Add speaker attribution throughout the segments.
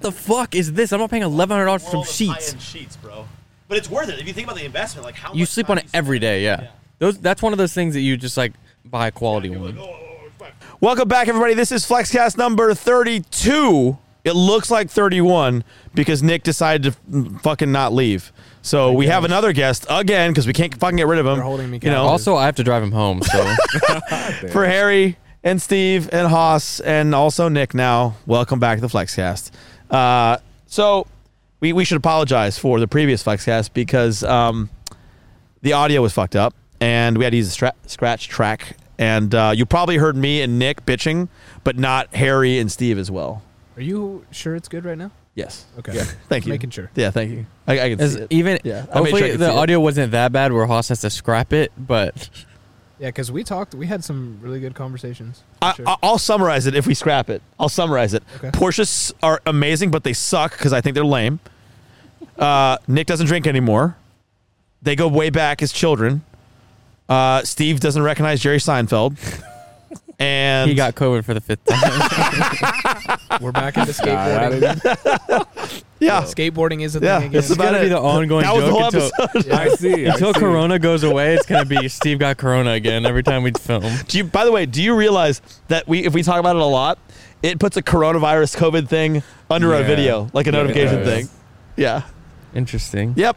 Speaker 1: the fuck is this? I'm not paying eleven hundred dollars for some
Speaker 2: World of
Speaker 1: sheets.
Speaker 2: high-end sheets, bro. But it's worth it if you think about the investment. Like how
Speaker 1: You
Speaker 2: much
Speaker 1: sleep
Speaker 2: time
Speaker 1: on it
Speaker 2: spend-
Speaker 1: every day, yeah. Those that's one of those things that you just like buy a quality one.
Speaker 2: oh,
Speaker 3: Welcome back, everybody. This is Flexcast number 32. It looks like 31 because Nick decided to fucking not leave. So we have another guest again because we can't fucking get rid of him.
Speaker 4: They're holding me
Speaker 3: you know,
Speaker 4: captive.
Speaker 1: Also, I have to drive him home, so
Speaker 3: for Harry and Steve and Haas and also Nick now. Welcome back to the Flexcast. Uh, so we, we should apologize for the previous Flexcast because um, the audio was fucked up and we had to use a stra- scratch track. And uh, you probably heard me and Nick bitching, but not Harry and Steve as well.
Speaker 4: Are you sure it's good right now?
Speaker 3: Yes.
Speaker 4: Okay.
Speaker 3: Thank you.
Speaker 4: Making sure.
Speaker 3: Yeah, thank you. I, I can
Speaker 1: As-
Speaker 3: see it.
Speaker 1: even
Speaker 3: Yeah, I made sure I
Speaker 1: hopefully
Speaker 3: could
Speaker 1: the
Speaker 3: see it.
Speaker 1: audio wasn't that bad where Haas has to scrap it, but
Speaker 4: Yeah, because we talked. We had some really good conversations. for
Speaker 3: I,
Speaker 4: sure.
Speaker 3: I- I'll summarize it if we scrap it. I'll summarize it.
Speaker 4: Okay.
Speaker 3: Porsches are amazing, but they suck because I think they're lame. Uh, Nick doesn't drink anymore. They go way back as children. Uh, Steve doesn't recognize Jerry Seinfeld. And
Speaker 1: he got COVID for the fifth time.
Speaker 4: We're back into
Speaker 5: that
Speaker 4: skateboarding.
Speaker 3: yeah.
Speaker 4: skateboarding is a
Speaker 3: Yeah,
Speaker 4: thing again.
Speaker 3: it's about-
Speaker 1: gonna be the ongoing
Speaker 3: That was the
Speaker 1: joke
Speaker 3: whole
Speaker 1: until,
Speaker 5: I see. I
Speaker 1: until
Speaker 5: see.
Speaker 1: Corona goes away. It's gonna be Steve got Corona again every time we film.
Speaker 3: Do you, by the way, do you realize that we if we talk about it a lot, it puts a coronavirus COVID thing under our
Speaker 5: Yeah.
Speaker 3: video, like a
Speaker 5: Yeah, it
Speaker 3: notification
Speaker 5: does.
Speaker 3: thing. Yeah.
Speaker 1: Interesting.
Speaker 3: Yep.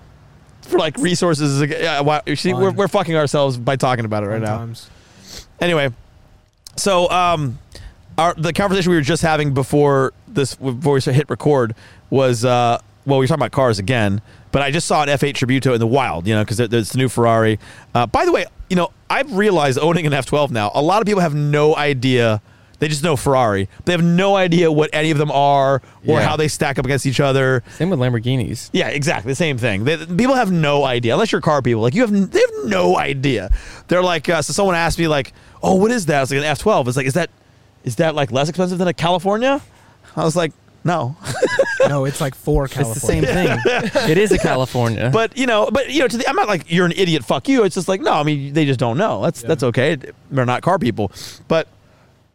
Speaker 3: For like resources. uh, Yeah, why, you see, we're,
Speaker 4: Fun.
Speaker 3: we're fucking ourselves by talking about it right now.
Speaker 4: Sometimes.
Speaker 3: Anyway, so um, our the conversation we were just having before this before we hit record was uh, well, we were talking about cars again, but I just saw an F8 Tributo in the wild, you know, because there's the new Ferrari. Uh, by the way, you know, I've realized owning an F12 now, a lot of people have no idea. They just know Ferrari. They have no idea what any of them are or
Speaker 1: Yeah.
Speaker 3: how they stack up against each other.
Speaker 1: Same with Lamborghinis.
Speaker 3: Yeah, exactly. The same thing. They, people have no idea, unless you're car people. Like you have, n- they have no idea. They're like, uh, so someone asked me like, oh, what is that? It's like an F12. It's like, is that, is that like less expensive than a California? I was like, no.
Speaker 4: No, it's like four California.
Speaker 1: It's the same thing. it is a California.
Speaker 3: but you know, but you know, to the, I'm not like you're an idiot. Fuck you. It's just like no. I mean, they just don't know. That's that's okay. They're not car people. But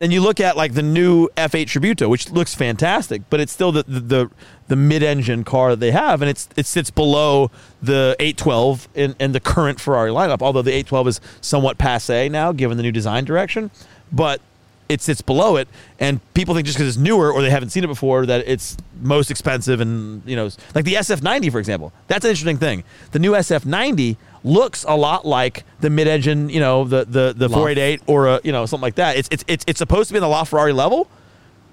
Speaker 3: and you look at like the new F8 Tributo, which looks fantastic, but it's still the the the, the mid-engine car that they have, and it's it sits below the 812 in, in the current Ferrari lineup. Although the 812 is somewhat passe now, given the new design direction, but it sits below it, and people think just because it's newer or they haven't seen it before that it's most expensive. And you know, like the SF90, for example, that's an interesting thing. The new SF90 looks a lot like the mid-engine, you know, the the the
Speaker 1: Loft.
Speaker 3: 488 or a you know something like that. It's it's it's, it's supposed to be in the LaFerrari level,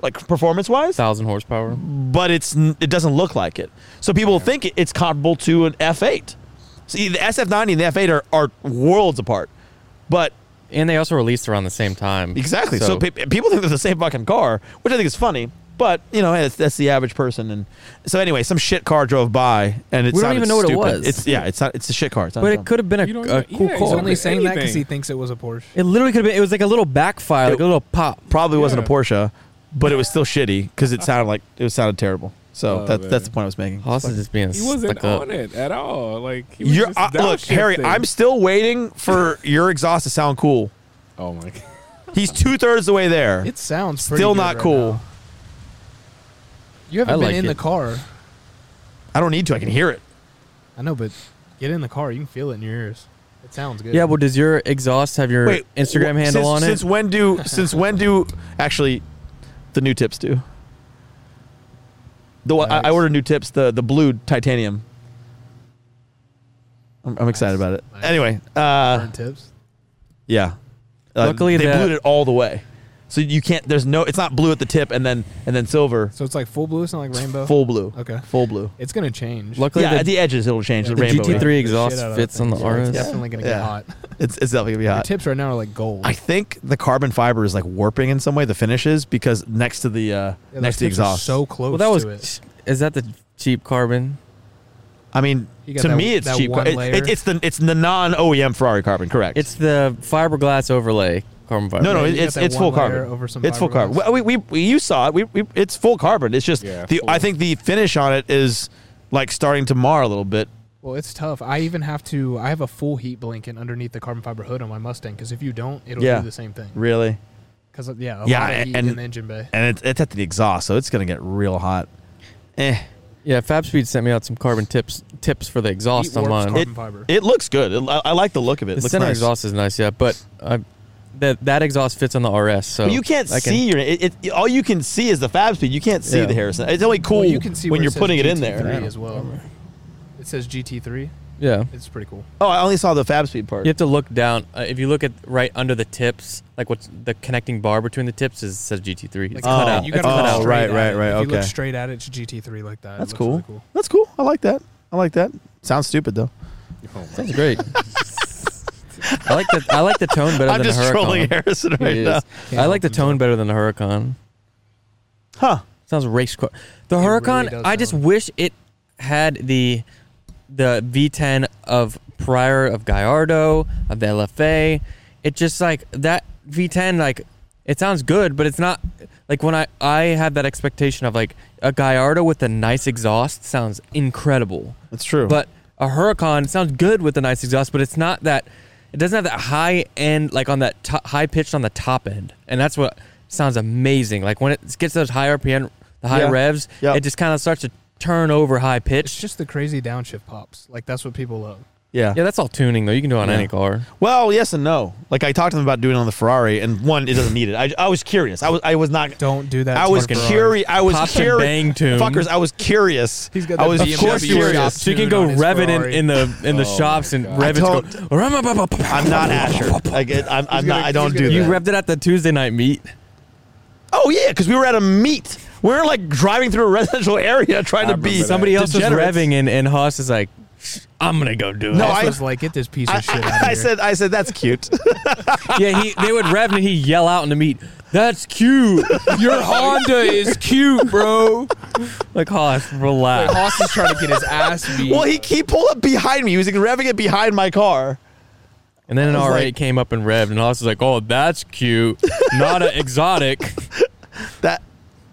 Speaker 3: like performance-wise,
Speaker 1: thousand horsepower.
Speaker 3: but it's n- it doesn't look like it. So people think it- it's comparable to an F8. See, the SF90 and the F8 are, are worlds apart, but
Speaker 1: And they also released around the same time.
Speaker 3: Exactly. So, pe- people think they're the same fucking car, which I think is funny. But you know, it's, that's the average person. And so anyway, some shit car drove by, and it
Speaker 1: We don't
Speaker 3: sounded
Speaker 1: even know what it
Speaker 3: stupid.
Speaker 1: was.
Speaker 3: It's yeah, it's not. It's a shit car. It's not
Speaker 1: but
Speaker 3: dumb.
Speaker 1: it could have been a,
Speaker 5: You
Speaker 1: a
Speaker 5: don't know-
Speaker 1: cool
Speaker 5: yeah,
Speaker 1: call.
Speaker 4: He's only
Speaker 5: Anything.
Speaker 4: saying that 'cause that because he thinks it was a Porsche.
Speaker 1: It literally could have been. It was like a little backfire, like a little pop.
Speaker 3: probably wasn't a
Speaker 5: Yeah.
Speaker 3: Porsche, but it was still shitty because it sounded like it sounded terrible. So
Speaker 5: Oh,
Speaker 3: that's
Speaker 5: man.
Speaker 3: that's the point I was making.
Speaker 1: Haas is just being
Speaker 5: He wasn't
Speaker 1: stuck up.
Speaker 5: on it at all. Like he was
Speaker 3: You're,
Speaker 5: just
Speaker 3: uh, look,
Speaker 5: downshifting.
Speaker 3: Harry. I'm still waiting for your exhaust to sound cool.
Speaker 5: Oh my god.
Speaker 3: He's two thirds the way there.
Speaker 4: It sounds pretty
Speaker 3: still
Speaker 4: good
Speaker 3: not
Speaker 4: right
Speaker 3: cool.
Speaker 4: now. You haven't
Speaker 1: I
Speaker 4: been
Speaker 1: like
Speaker 4: in the
Speaker 1: it.
Speaker 4: car.
Speaker 3: I don't need to. I can hear it.
Speaker 4: I know, but get in the car. You can feel it in your ears. It sounds good.
Speaker 1: Yeah, well, does your exhaust have your Instagram
Speaker 3: wh-
Speaker 1: handle on
Speaker 3: since,
Speaker 1: it?
Speaker 3: Since when do since when do actually the new tips do? The one- I, I
Speaker 4: Nice.
Speaker 3: ordered new tips the the blue titanium. I'm, I'm excited about it.
Speaker 4: Nice.
Speaker 3: Anyway, uh,
Speaker 4: Burn tips.
Speaker 3: yeah. Uh,
Speaker 1: Luckily
Speaker 3: they
Speaker 1: that-
Speaker 3: blued it all the way, so you can't. There's no. It's not blue at the tip and then and then silver.
Speaker 4: So it's like full blue. It's not like rainbow.
Speaker 3: Full blue.
Speaker 4: Okay.
Speaker 3: Full blue.
Speaker 4: It's gonna change.
Speaker 1: Luckily,
Speaker 3: yeah,
Speaker 1: the,
Speaker 3: at the edges it'll change the
Speaker 4: Yeah,
Speaker 1: the
Speaker 3: rainbow.
Speaker 1: GT3
Speaker 3: way.
Speaker 1: exhaust
Speaker 4: Shit out of that
Speaker 1: fits on
Speaker 4: thing,
Speaker 1: the
Speaker 4: so it's
Speaker 1: RS.
Speaker 4: Definitely gonna get
Speaker 3: Yeah.
Speaker 4: hot.
Speaker 3: It's, it's definitely gonna be
Speaker 4: Your
Speaker 3: hot.
Speaker 4: tips right now are like gold.
Speaker 3: I think the carbon fiber is like warping in some way the finishes because next to the uh,
Speaker 4: Yeah,
Speaker 3: next
Speaker 4: those
Speaker 3: to the
Speaker 4: tips are
Speaker 3: exhaust.
Speaker 4: So close.
Speaker 1: Well, that
Speaker 4: to it.
Speaker 1: was. Is that the cheap carbon?
Speaker 3: I mean,
Speaker 4: You got
Speaker 3: to
Speaker 4: that-
Speaker 3: me, it's
Speaker 4: that
Speaker 3: cheap.
Speaker 4: one
Speaker 3: It- it-
Speaker 4: layer.
Speaker 3: it's the it's the non OEM Ferrari carbon, correct?
Speaker 1: It's the fiberglass overlay carbon fiber.
Speaker 3: no, no,
Speaker 4: Yeah, you
Speaker 3: it's
Speaker 4: got that
Speaker 3: it's full
Speaker 4: one layer
Speaker 3: carbon.
Speaker 4: over some
Speaker 3: it's full carbon.
Speaker 4: fiberglass.
Speaker 3: Well, We, we, we you saw it. We, we it's full carbon. It's just
Speaker 5: Yeah,
Speaker 3: the
Speaker 5: full.
Speaker 3: I think the finish on it is like starting to mar a little bit.
Speaker 4: Well, it's tough. I even have to. I have a full heat blanket underneath the carbon fiber hood on my Mustang because if you don't, it'll
Speaker 3: Yeah.
Speaker 4: do the same thing.
Speaker 3: Really,
Speaker 4: Because yeah, a
Speaker 3: Yeah,
Speaker 4: lot of
Speaker 3: and-
Speaker 4: heat
Speaker 3: and-
Speaker 4: in the engine bay.
Speaker 3: and it's it's at the exhaust, so it's gonna get real hot. eh.
Speaker 1: Yeah, FabSpeed sent me out some carbon tips tips for the exhaust
Speaker 4: Heat
Speaker 1: on
Speaker 4: warps
Speaker 1: mine.
Speaker 4: carbon fiber.
Speaker 3: It looks good. It, I, I like the look of it.
Speaker 1: the
Speaker 3: it looks
Speaker 1: center
Speaker 3: nice.
Speaker 1: exhaust is nice, yeah, but I, that that exhaust fits on the RS, so
Speaker 3: But you can't
Speaker 1: I can-
Speaker 3: see your. It, it, all you can see is the fab speed. You can't see
Speaker 1: Yeah.
Speaker 3: the Harrison. It's only cool
Speaker 4: Well, you can see
Speaker 3: when
Speaker 4: where
Speaker 3: you're
Speaker 4: says
Speaker 3: putting it in
Speaker 4: GT3
Speaker 3: there.
Speaker 4: as well. It says GT3.
Speaker 1: Yeah,
Speaker 4: It's pretty cool.
Speaker 3: Oh, I only saw the fab speed part.
Speaker 1: you have to look down. Uh, if you look at right under the tips, like what's the connecting bar between the tips is says GT3. It's
Speaker 4: Like,
Speaker 1: cut
Speaker 3: oh,
Speaker 1: out.
Speaker 4: You
Speaker 1: It's
Speaker 4: gotta
Speaker 1: cut
Speaker 4: look
Speaker 1: out.
Speaker 4: straight
Speaker 3: right,
Speaker 4: at
Speaker 3: right,
Speaker 4: it.
Speaker 3: right,
Speaker 4: If you
Speaker 3: okay.
Speaker 4: look straight at it, it's GT3 like that. It
Speaker 3: That's
Speaker 4: looks
Speaker 3: cool.
Speaker 4: really cool.
Speaker 3: That's cool. I like that. I like that. Sounds stupid though.
Speaker 5: Oh my
Speaker 1: Sounds great. I like the I like the tone better
Speaker 3: I'm
Speaker 1: than
Speaker 3: just
Speaker 1: the
Speaker 3: trolling
Speaker 1: Huracan.
Speaker 3: Harrison
Speaker 1: It
Speaker 3: right
Speaker 1: is.
Speaker 3: now.
Speaker 4: Can't
Speaker 1: I
Speaker 4: help
Speaker 1: like the
Speaker 4: himself.
Speaker 1: tone better than the Huracan.
Speaker 3: Huh?
Speaker 1: Sounds race car. The
Speaker 4: It really
Speaker 1: Huracan.
Speaker 4: does
Speaker 1: I just
Speaker 4: sound-
Speaker 1: wish it had the the V10 of Prior of Gallardo of the LFA. It just like that V10. Like it sounds good, but it's not like when I I had that expectation of like a Gallardo with a nice exhaust sounds incredible,
Speaker 3: That's true.
Speaker 1: but a Huracan sounds good with a nice exhaust, but it's not that. It doesn't have that high end like on that to high pitched on the top end, and that's what sounds amazing. Like when it gets those high RPM, the high
Speaker 3: Yeah.
Speaker 1: revs,
Speaker 3: Yep.
Speaker 1: it just kind of starts to turn over high
Speaker 4: It's
Speaker 1: pitch.
Speaker 4: just the crazy downshift pops. Like that's what people love.
Speaker 3: yeah.
Speaker 1: Yeah, that's all tuning though. You can do it on
Speaker 3: Yeah.
Speaker 1: any car.
Speaker 3: Well, yes and no. Like I talked to them about doing it on the Ferrari, and one, it doesn't need it. I, I was curious. I was I was not.
Speaker 4: Don't do that.
Speaker 3: I
Speaker 4: to
Speaker 3: was
Speaker 4: a Ferrari.
Speaker 3: curious. I was
Speaker 1: Pop and bang
Speaker 3: curious.
Speaker 1: tune.
Speaker 3: Fuckers, I was curious.
Speaker 4: He's got
Speaker 3: I
Speaker 4: that
Speaker 3: was of
Speaker 5: BMW
Speaker 3: course
Speaker 5: shop
Speaker 3: curious.
Speaker 1: So you can
Speaker 4: Tune
Speaker 1: go
Speaker 4: on his
Speaker 1: revving in,
Speaker 4: Ferrari.
Speaker 1: in the in the
Speaker 5: Oh my
Speaker 1: shops and
Speaker 5: God.
Speaker 1: rev it.
Speaker 3: I
Speaker 1: go-
Speaker 3: I'm not Asher. Like, it- I'm, I'm not. I don't do that.
Speaker 1: You revved it at the Tuesday night meet.
Speaker 3: Oh yeah, because we were at a meet. We were like driving through a residential area trying
Speaker 5: I
Speaker 3: to be
Speaker 5: remember that.
Speaker 1: Somebody else was
Speaker 3: degenerates.
Speaker 1: revving and and Haas is like, I'm gonna go do it.
Speaker 3: No,
Speaker 4: I
Speaker 3: I-
Speaker 4: was like, get this piece of
Speaker 3: I,
Speaker 4: shit
Speaker 3: I-
Speaker 4: out of
Speaker 3: I
Speaker 4: here.
Speaker 3: said, I said that's cute.
Speaker 1: Yeah, he they would rev and he'd yell out in the meet, That's cute. Your Honda is cute, bro. Like Haas, relax.
Speaker 5: Hoss is trying to get his ass beat.
Speaker 3: well, he, he pulled up behind me. He was like, revving it behind my car.
Speaker 1: and then an
Speaker 3: I was
Speaker 1: R8
Speaker 3: like-
Speaker 1: came up and revved, and Haas was like, Oh, that's cute. Not an exotic.
Speaker 3: That,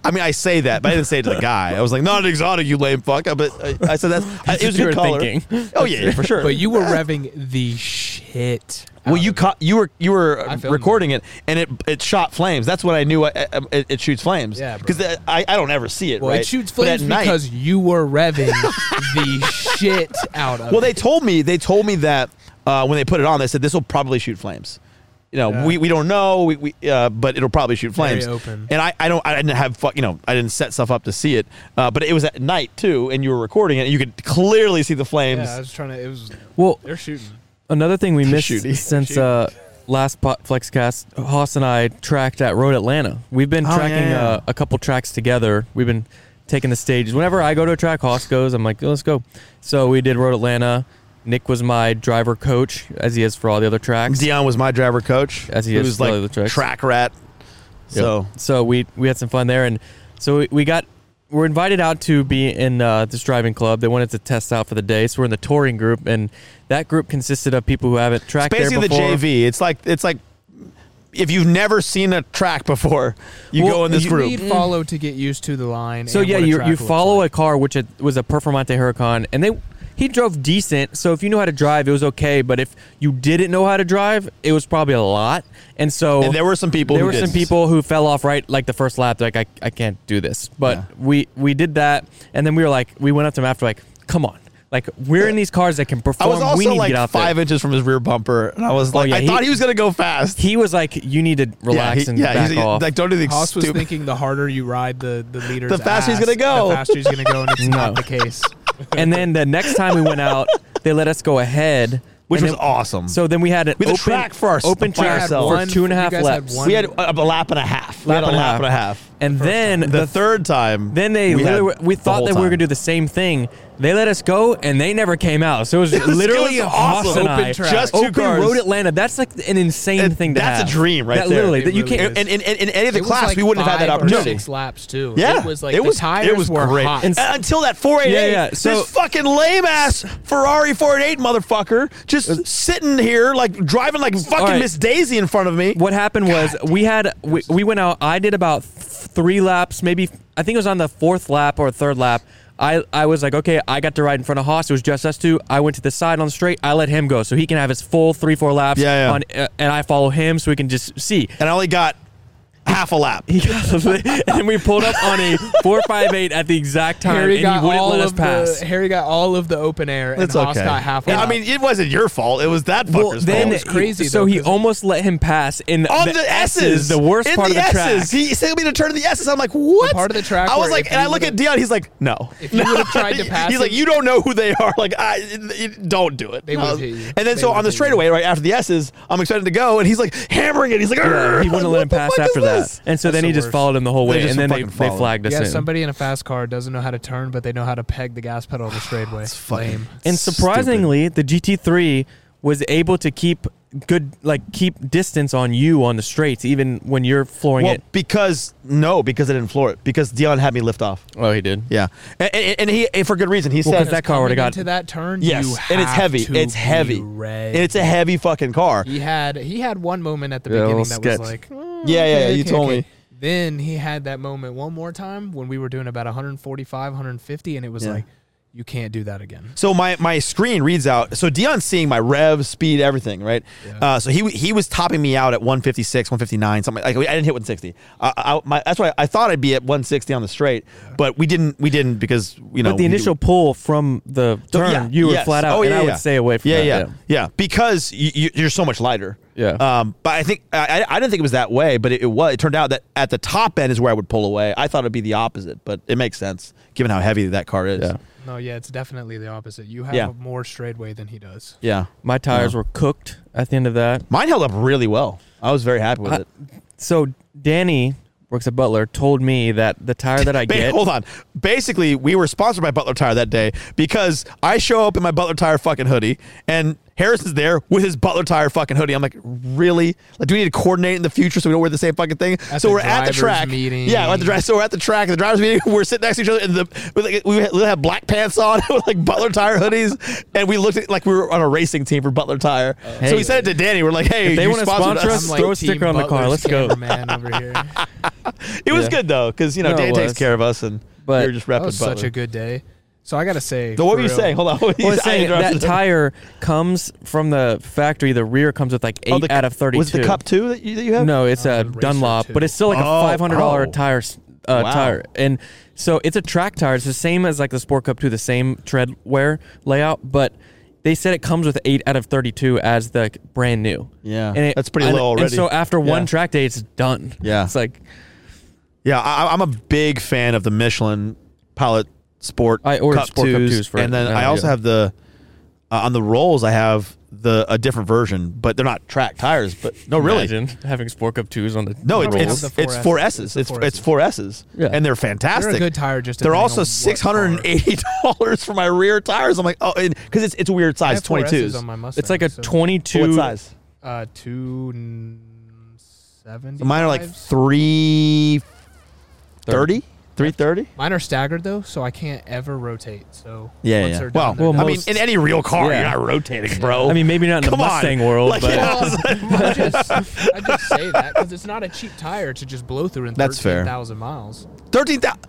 Speaker 3: I mean, I say that, but I didn't say it to the guy. I was like, not an exotic, you lame fuck. But I, I said that's. I, it was a
Speaker 1: you
Speaker 3: good
Speaker 1: were
Speaker 3: color.
Speaker 1: thinking.
Speaker 3: Oh yeah, yeah, for sure.
Speaker 4: but you were revving the shit.
Speaker 3: Well,
Speaker 4: out
Speaker 3: you
Speaker 4: of it.
Speaker 3: caught you were you were
Speaker 4: I
Speaker 3: uh,
Speaker 4: filmed
Speaker 3: recording it, and it it shot flames. That's what I knew. I, I, it, it shoots flames.
Speaker 4: Yeah, bro.
Speaker 3: because I, I don't ever see it.
Speaker 4: Well,
Speaker 3: right?
Speaker 4: it shoots
Speaker 3: But at
Speaker 4: flames
Speaker 3: night-
Speaker 4: because you were revving the shit out of.
Speaker 3: Well, they
Speaker 4: it.
Speaker 3: told me they told me that uh, when they put it on, they said this will probably shoot flames. You know,
Speaker 4: Yeah.
Speaker 3: we, we don't know, we, we uh, but it'll probably shoot
Speaker 4: Very
Speaker 3: flames.
Speaker 4: open.
Speaker 3: And I, I don't I didn't have fu- you know I didn't set stuff up to see it, uh, but it was at night too, and you were recording it, and you could clearly see the flames.
Speaker 4: Yeah, I was trying to. It was.
Speaker 1: Well,
Speaker 4: They're shooting.
Speaker 1: another thing we missed
Speaker 3: Shooty.
Speaker 1: since uh, last pot Flexcast, Haas and I tracked at Road Atlanta. We've been
Speaker 3: Oh,
Speaker 1: tracking
Speaker 3: yeah.
Speaker 1: Uh, a couple tracks together. We've been taking the stages. Whenever I go to a track, Haas goes. I'm like, let's go. So we did Road Atlanta. Nick was my driver coach, as he is for all the other tracks.
Speaker 3: Dion was my driver coach.
Speaker 1: As he
Speaker 3: who
Speaker 1: is
Speaker 3: was
Speaker 1: for
Speaker 3: like
Speaker 1: the tracks.
Speaker 3: track rat. So
Speaker 1: So we we had some fun there, and so we, we got we're invited out to be in uh, this driving club. They wanted to test out for the day, so we're in the touring group, and that group consisted of people who haven't tracked there
Speaker 3: basically the
Speaker 1: before.
Speaker 3: JV. It's like it's like if you've never seen a track before, you
Speaker 1: Well,
Speaker 3: go in this
Speaker 1: you
Speaker 3: group.
Speaker 4: Need follow to get used to the line.
Speaker 1: So
Speaker 4: and
Speaker 1: yeah,
Speaker 4: what a
Speaker 1: you
Speaker 4: track
Speaker 1: you
Speaker 4: looks
Speaker 1: follow
Speaker 4: like.
Speaker 1: a car which it was a Performante Huracan, and they he drove decent. So if you knew how to drive, it was okay. But if you didn't know how to drive, it was probably a lot. And so
Speaker 3: and there were some people.
Speaker 1: there
Speaker 3: who
Speaker 1: were some
Speaker 3: didn't.
Speaker 1: people who fell off right like the first lap. They're like I, I can't do this. But
Speaker 3: Yeah.
Speaker 1: we we did that, and then we were like we went up to him after like come on, like we're in these cars that can
Speaker 3: I
Speaker 1: perform.
Speaker 3: was also
Speaker 1: we need
Speaker 3: like
Speaker 1: to get out
Speaker 3: five
Speaker 1: there. Oh,
Speaker 3: inches from his rear bumper, and I was like,
Speaker 1: yeah,
Speaker 3: I
Speaker 1: he-
Speaker 3: thought he was gonna go fast.
Speaker 1: He was like you need to relax
Speaker 3: he-
Speaker 1: and back
Speaker 3: he's,
Speaker 1: off.
Speaker 3: like don't do the
Speaker 4: Haas was
Speaker 3: stupid.
Speaker 4: thinking the harder you ride the the leader's
Speaker 3: The faster he's
Speaker 4: ass,
Speaker 3: gonna go.
Speaker 4: The faster he's gonna go, and it's not
Speaker 1: No.
Speaker 4: the case.
Speaker 1: and then the next time we went out, they let us go ahead,
Speaker 3: which
Speaker 1: and
Speaker 3: was
Speaker 1: then-
Speaker 3: awesome.
Speaker 1: So then we had an
Speaker 3: We had a
Speaker 1: open
Speaker 3: track for our-
Speaker 1: open
Speaker 3: by
Speaker 1: track
Speaker 3: ourselves.
Speaker 1: for two and a
Speaker 4: You
Speaker 1: half
Speaker 4: guys had
Speaker 1: laps,
Speaker 4: one-
Speaker 3: we had a, a lap and a half.
Speaker 1: Lap
Speaker 3: we had
Speaker 1: and a
Speaker 3: a lap
Speaker 1: half.
Speaker 3: and a half.
Speaker 1: and then
Speaker 3: The,
Speaker 1: the
Speaker 3: third time,
Speaker 1: then they
Speaker 3: we
Speaker 1: we,
Speaker 3: had
Speaker 1: literally, we
Speaker 3: the
Speaker 1: thought
Speaker 3: whole
Speaker 1: that we were
Speaker 3: time.
Speaker 1: gonna do the same thing. They let us go and they never came out. So it was literally
Speaker 3: it was awesome.
Speaker 1: Haas and
Speaker 3: Open
Speaker 1: I.
Speaker 3: track. Just two
Speaker 1: open
Speaker 3: cars.
Speaker 1: road Atlanta. That's like an insane
Speaker 3: And
Speaker 1: thing to
Speaker 3: that's a
Speaker 1: have.
Speaker 3: dream right
Speaker 1: that
Speaker 3: there.
Speaker 1: Literally,
Speaker 4: It
Speaker 1: that you
Speaker 4: really
Speaker 1: can't.
Speaker 4: is.
Speaker 3: And in, in, in any of the
Speaker 4: It was
Speaker 3: class,
Speaker 4: like
Speaker 3: we wouldn't have had that
Speaker 4: five or
Speaker 3: opportunity.
Speaker 4: Six laps too.
Speaker 3: Yeah,
Speaker 4: it was like the tires
Speaker 3: it was
Speaker 4: were
Speaker 3: great.
Speaker 4: hot.
Speaker 1: And-
Speaker 3: And Uh, until that 488,
Speaker 1: Yeah, yeah, so-
Speaker 3: this fucking lame ass Ferrari 488 motherfucker just sitting here like driving like fucking
Speaker 1: Uh, right.
Speaker 3: Miss Daisy in front of me.
Speaker 1: What happened was we had we, we went out. I did about th- three laps, maybe I think it was on the fourth lap or third lap. I, I was like, okay, I got to ride in front of Haas. It was just us two. I went to the side on the straight. I let him go so he can have his full three four laps.
Speaker 3: Yeah, yeah.
Speaker 1: On, uh, and I follow him so we can just see.
Speaker 3: And I only got half a lap.
Speaker 1: He got the- and then we pulled up on a four five eight at the exact time,
Speaker 4: Harry
Speaker 1: and
Speaker 4: got
Speaker 1: he wouldn't
Speaker 4: all
Speaker 1: let us
Speaker 4: of
Speaker 1: pass.
Speaker 4: the Harry got all of the open air, and
Speaker 3: That's
Speaker 4: Haas
Speaker 3: okay.
Speaker 4: got half.
Speaker 3: Yeah, I mean, it wasn't your fault. It was that fucker's
Speaker 1: well, then
Speaker 3: fault.
Speaker 4: was crazy,
Speaker 1: So
Speaker 4: though,
Speaker 1: he
Speaker 4: 'cause-
Speaker 1: almost let him pass in
Speaker 3: on the S's,
Speaker 1: the worst
Speaker 3: in
Speaker 1: part
Speaker 3: the
Speaker 1: of the
Speaker 3: S's.
Speaker 1: track.
Speaker 3: He said me to turn to the S's. I'm like, what?
Speaker 4: part of the track
Speaker 3: I was
Speaker 4: where
Speaker 3: like,
Speaker 4: if
Speaker 3: and I
Speaker 4: you
Speaker 3: look at
Speaker 4: would've-
Speaker 3: Dion. He's like, no.
Speaker 4: If you would've tried to pass
Speaker 3: he's like,
Speaker 4: him-
Speaker 3: you don't know who they are. Like, I it- it- don't do it.
Speaker 4: They
Speaker 3: I was-
Speaker 4: would've hit you.
Speaker 3: And then
Speaker 4: They
Speaker 3: so
Speaker 4: would've
Speaker 3: on the
Speaker 4: hit you.
Speaker 3: straightaway, right after the S's, I'm excited to go, and he's like hammering it. He's like,
Speaker 1: Yeah, he wouldn't let him pass after that, and so
Speaker 4: That's
Speaker 1: then
Speaker 4: the
Speaker 1: he just
Speaker 4: worst.
Speaker 1: followed him the whole
Speaker 3: They
Speaker 1: way,
Speaker 3: just
Speaker 1: and then they,
Speaker 3: fucking
Speaker 1: they
Speaker 3: followed
Speaker 1: flagged us
Speaker 4: yeah,
Speaker 1: in.
Speaker 4: somebody in a fast car doesn't know how to turn, but they know how to peg the gas pedal on the straightaway.
Speaker 3: fucking-
Speaker 4: Lame.
Speaker 1: and surprisingly, the GT3 was able to keep good, like keep distance on you on the straights, even when you're flooring
Speaker 3: Well,
Speaker 1: it.
Speaker 3: because no, because I didn't floor it. Because Dion had me lift off.
Speaker 1: Oh, he did.
Speaker 3: Yeah, and, and, and he and for good reason. He
Speaker 1: Well, 'cause
Speaker 3: said
Speaker 1: that car would've
Speaker 4: Coming
Speaker 1: got-
Speaker 4: into that turn. you
Speaker 3: yes, and it's
Speaker 4: have
Speaker 3: heavy.
Speaker 4: to
Speaker 3: It's
Speaker 4: be
Speaker 3: heavy.
Speaker 4: ready.
Speaker 3: And it's a heavy fucking car.
Speaker 4: He had he had one moment at the
Speaker 3: Yeah, a
Speaker 4: beginning
Speaker 3: little
Speaker 4: that
Speaker 3: sketch.
Speaker 4: was like, "Mm,
Speaker 3: Yeah, yeah,
Speaker 4: okay,
Speaker 3: yeah, you
Speaker 4: okay,
Speaker 3: told
Speaker 4: okay."
Speaker 3: me.
Speaker 4: Then he had that moment one more time when we were doing about 145, 150, and it was
Speaker 3: Yeah.
Speaker 4: like, you can't do that again.
Speaker 3: So my my screen reads out. So Dion's seeing my rev, speed, everything, right? Uh, so he he was topping me out at 156, 159, something. Like I didn't hit 160. I, I, my, that's why I thought I'd be at 160 on the straight, but we didn't. We didn't because you know.
Speaker 1: But the
Speaker 3: we-
Speaker 1: initial pull from the
Speaker 3: So,
Speaker 1: turn,
Speaker 3: yeah,
Speaker 1: you were
Speaker 3: yes.
Speaker 1: flat out,
Speaker 3: Oh, yeah,
Speaker 1: and I
Speaker 3: yeah.
Speaker 1: would stay away from
Speaker 3: yeah,
Speaker 1: that.
Speaker 3: Yeah, yeah, Because you, you, you're so much lighter.
Speaker 1: Yeah.
Speaker 3: Um, but I think I, I I didn't think it was that way, but it, it was. It turned out that at the top end is where I would pull away. I thought it'd be the opposite, but it makes sense given how heavy that car is.
Speaker 1: Yeah.
Speaker 4: No, yeah, it's definitely the opposite. You have
Speaker 3: Yeah.
Speaker 4: more straightaway than he does.
Speaker 3: Yeah.
Speaker 1: My tires were cooked at the end of that.
Speaker 3: Mine held up really well. I was very happy with
Speaker 1: I-
Speaker 3: it.
Speaker 1: So Danny works at Butler told me that the tire that I
Speaker 3: Ba-
Speaker 1: get.
Speaker 3: hold on. Basically, we were sponsored by Butler Tire that day because I show up in my Butler Tire fucking hoodie and Harrison's there with his Butler Tire fucking hoodie. I'm like, really? Like, do we need to coordinate in the future so we don't wear the same fucking thing?
Speaker 4: At
Speaker 3: so
Speaker 4: the
Speaker 3: we're at the
Speaker 4: driver's
Speaker 3: track.
Speaker 4: meeting.
Speaker 3: Yeah, we're at the drive. So we're at the track. The drivers meeting. We're sitting next to each other, and the we like, we had- we had black pants on with like Butler Tire hoodies, and we looked at, like we were on a racing team for Butler Tire. so we said it to Danny. We're like, hey,
Speaker 1: Uh, If they
Speaker 3: you
Speaker 1: wanna
Speaker 3: sponsored
Speaker 1: sponsor
Speaker 3: us.
Speaker 1: us, throw a sticker
Speaker 4: Team
Speaker 1: on the car.
Speaker 4: Butler's
Speaker 1: Let's go.
Speaker 4: cameraman over here. That
Speaker 3: It was
Speaker 1: Yeah.
Speaker 3: good though, because you know
Speaker 1: No, it
Speaker 3: Danny takes
Speaker 1: was.
Speaker 3: care of us, and
Speaker 1: But-
Speaker 3: we were just repping Butler.
Speaker 4: was such a good day. So I gotta say,
Speaker 3: So what
Speaker 4: for
Speaker 3: were you
Speaker 4: real,
Speaker 3: saying? Hold on. What were
Speaker 1: Well,
Speaker 3: you
Speaker 1: it's saying that tire comes from the factory. The rear comes with like eight
Speaker 3: Oh, the
Speaker 1: out
Speaker 3: cu-
Speaker 1: of thirty-two.
Speaker 3: Was it the cup two that you, that you have?
Speaker 1: No, it's
Speaker 4: Uh,
Speaker 1: a
Speaker 4: the Racer
Speaker 1: Dunlop,
Speaker 4: too.
Speaker 1: but it's still like a
Speaker 3: Oh,
Speaker 1: five hundred dollar
Speaker 3: oh.
Speaker 1: tire. s- Uh,
Speaker 3: Wow.
Speaker 1: Tire and so it's a track tire. It's the same as like the Sport Cup 2, the same tread wear layout, but they said it comes with eight out of thirty two as the like, brand new.
Speaker 3: Yeah.
Speaker 1: and it,
Speaker 3: That's pretty
Speaker 1: and-
Speaker 3: low
Speaker 1: And
Speaker 3: already.
Speaker 1: so after
Speaker 3: Yeah.
Speaker 1: one track day, it's done.
Speaker 3: Yeah.
Speaker 1: it's like
Speaker 3: Yeah, I, I'm a big fan of the Michelin Pilot Sport.
Speaker 1: I ordered
Speaker 3: cup
Speaker 1: Sport Cup
Speaker 3: twos,
Speaker 1: twos for
Speaker 3: and
Speaker 1: it.
Speaker 3: then
Speaker 1: Yeah,
Speaker 3: I also
Speaker 1: yeah.
Speaker 3: have the uh, on the rolls. I have the a different version, but they're not track tires. But no, really,
Speaker 1: imagine having Sport Cup twos on the
Speaker 3: no, it,
Speaker 4: Probably
Speaker 3: it's
Speaker 4: have the
Speaker 3: it's
Speaker 4: four
Speaker 3: four S's.
Speaker 4: S's.
Speaker 3: It's
Speaker 4: It's the
Speaker 3: it's four S's,
Speaker 1: Yeah.
Speaker 3: and they're fantastic.
Speaker 4: They're a good tire. Just
Speaker 3: They're
Speaker 4: depending
Speaker 3: also
Speaker 4: on what
Speaker 3: six hundred and eighty dollars for my rear tires. I'm like, oh, because it's it's a weird
Speaker 4: car.
Speaker 3: size,
Speaker 4: I have four
Speaker 3: twenty
Speaker 4: S's
Speaker 3: twos.
Speaker 4: on my Mustang,
Speaker 1: it's like a
Speaker 4: so-
Speaker 1: twenty two.
Speaker 3: What size?
Speaker 4: Uh, two seventy.
Speaker 3: Mine are like three thirty. Three thirty.
Speaker 4: Mine are staggered though, so I can't ever rotate. So
Speaker 3: Yeah,
Speaker 4: once
Speaker 3: yeah.
Speaker 4: they're
Speaker 3: Well,
Speaker 4: done, they're
Speaker 1: Well,
Speaker 4: done.
Speaker 3: I mean,
Speaker 1: most-
Speaker 3: in any real car,
Speaker 1: Yeah.
Speaker 3: you're not rotating, bro.
Speaker 1: I mean, maybe not in
Speaker 3: Come
Speaker 1: the
Speaker 3: on.
Speaker 1: Mustang world,
Speaker 3: Like,
Speaker 1: but
Speaker 3: yeah.
Speaker 4: I just, I just say that because it's not a cheap tire to just blow through in
Speaker 3: That's fair.
Speaker 4: thirteen thousand miles.
Speaker 3: thirteen thousand.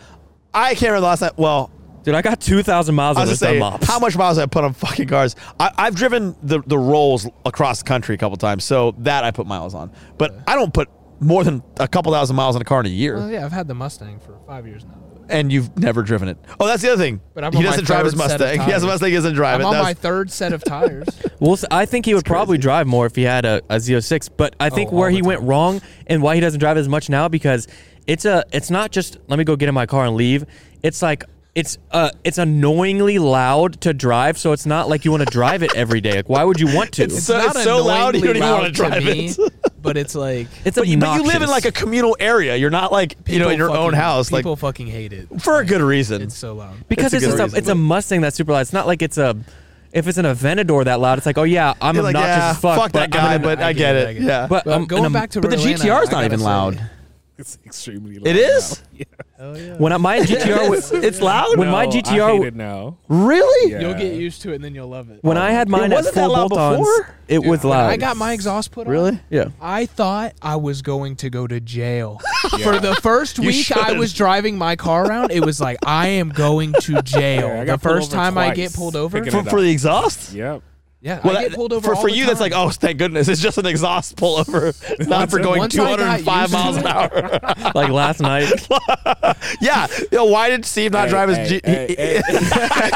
Speaker 3: I can't remember the last time. Well,
Speaker 1: dude, I got two thousand miles
Speaker 3: I
Speaker 1: on
Speaker 3: was
Speaker 1: this
Speaker 3: just saying,
Speaker 1: Dunlop.
Speaker 3: how much miles I put on fucking cars. I, I've driven the the rolls across the country a couple times, so that I put miles on. But I don't put more than a couple thousand miles on a car in a year.
Speaker 4: Well, yeah, I've had the Mustang for five years now.
Speaker 3: And you've never driven it. Oh, that's the other thing.
Speaker 4: But I'm
Speaker 3: he
Speaker 4: on my
Speaker 3: doesn't drive his
Speaker 4: third set of
Speaker 3: Mustang. He has a
Speaker 4: tires.
Speaker 3: Mustang. He doesn't drive
Speaker 4: I'm
Speaker 3: it.
Speaker 4: on
Speaker 3: That's-
Speaker 4: my third set of tires.
Speaker 1: Well, s- I think he would probably drive more if he had a, a Z06, but I think
Speaker 4: all
Speaker 1: where
Speaker 4: the
Speaker 1: he went
Speaker 4: time.
Speaker 1: wrong and why he doesn't drive as much now because it's a it's not just let me go get in my car and leave. It's like it's uh it's annoyingly loud to drive, so it's not like you want to drive it every day. Like why would you want to?
Speaker 3: It's
Speaker 1: It's,
Speaker 3: so- loud, you don't even
Speaker 4: annoyingly
Speaker 3: wanna
Speaker 4: loud
Speaker 3: drive it.
Speaker 4: me, but it's like
Speaker 3: but, you- but you live in
Speaker 1: obnoxious.
Speaker 3: like a communal area. You're not like you know
Speaker 4: people
Speaker 3: in your own
Speaker 4: fucking-
Speaker 3: house, like
Speaker 4: People fucking hate it.
Speaker 3: for a good reason.
Speaker 4: It's so loud.
Speaker 1: because it's
Speaker 3: it's a
Speaker 1: just
Speaker 3: good
Speaker 1: a,
Speaker 3: reason.
Speaker 1: it's a Mustang that's super loud. It's not like it's a if it's an Aventador that loud. It's like oh yeah, I'm
Speaker 3: You're
Speaker 1: obnoxious
Speaker 3: like, yeah,
Speaker 1: as fuck.
Speaker 3: that
Speaker 1: I'm
Speaker 3: guy,
Speaker 1: in-
Speaker 3: but I get it. Yeah,
Speaker 1: But,
Speaker 4: But
Speaker 1: um,
Speaker 4: going
Speaker 1: and, um,
Speaker 4: back to
Speaker 3: but the GTR
Speaker 4: Verlana,
Speaker 3: is
Speaker 4: I
Speaker 3: not
Speaker 4: gotta
Speaker 3: even
Speaker 4: say-
Speaker 3: loud.
Speaker 5: It's extremely loud.
Speaker 3: It is.
Speaker 1: when I- my GTR was
Speaker 3: It's loud.
Speaker 1: when my
Speaker 5: No,
Speaker 1: GTR
Speaker 5: I hate
Speaker 1: w-
Speaker 5: it now.
Speaker 3: Really?
Speaker 5: Yeah.
Speaker 4: You'll get used to it and then you'll love it.
Speaker 3: Oh,
Speaker 1: when I had mine at
Speaker 3: wasn't that
Speaker 1: full
Speaker 3: loud
Speaker 1: bolt-ons,
Speaker 3: before?
Speaker 1: it was loud.
Speaker 4: I got my exhaust put on.
Speaker 3: Really?
Speaker 1: yeah.
Speaker 4: I thought I was going to go to jail. For the first week I
Speaker 3: should.
Speaker 4: was driving my car around, it was like I am going to jail.
Speaker 5: Yeah, I
Speaker 4: the
Speaker 5: got pulled
Speaker 4: first
Speaker 5: over
Speaker 4: time I get
Speaker 5: twice.
Speaker 4: pulled over,
Speaker 5: Picking
Speaker 3: For,
Speaker 5: it
Speaker 3: for the exhaust?
Speaker 5: Yep.
Speaker 4: Yeah,
Speaker 3: Well,
Speaker 4: I
Speaker 3: that-
Speaker 4: get pulled over
Speaker 3: for
Speaker 4: all
Speaker 3: for
Speaker 4: the
Speaker 3: you, that's
Speaker 4: time.
Speaker 3: like, oh, thank goodness, it's just an exhaust pullover, not for going
Speaker 4: once I got
Speaker 3: 205
Speaker 4: used to
Speaker 3: miles an
Speaker 4: it-
Speaker 3: hour.
Speaker 1: like last night.
Speaker 3: yeah, Yo, why did Steve not
Speaker 5: Hey,
Speaker 3: drive his?
Speaker 5: hey,
Speaker 3: G-
Speaker 5: hey, hey.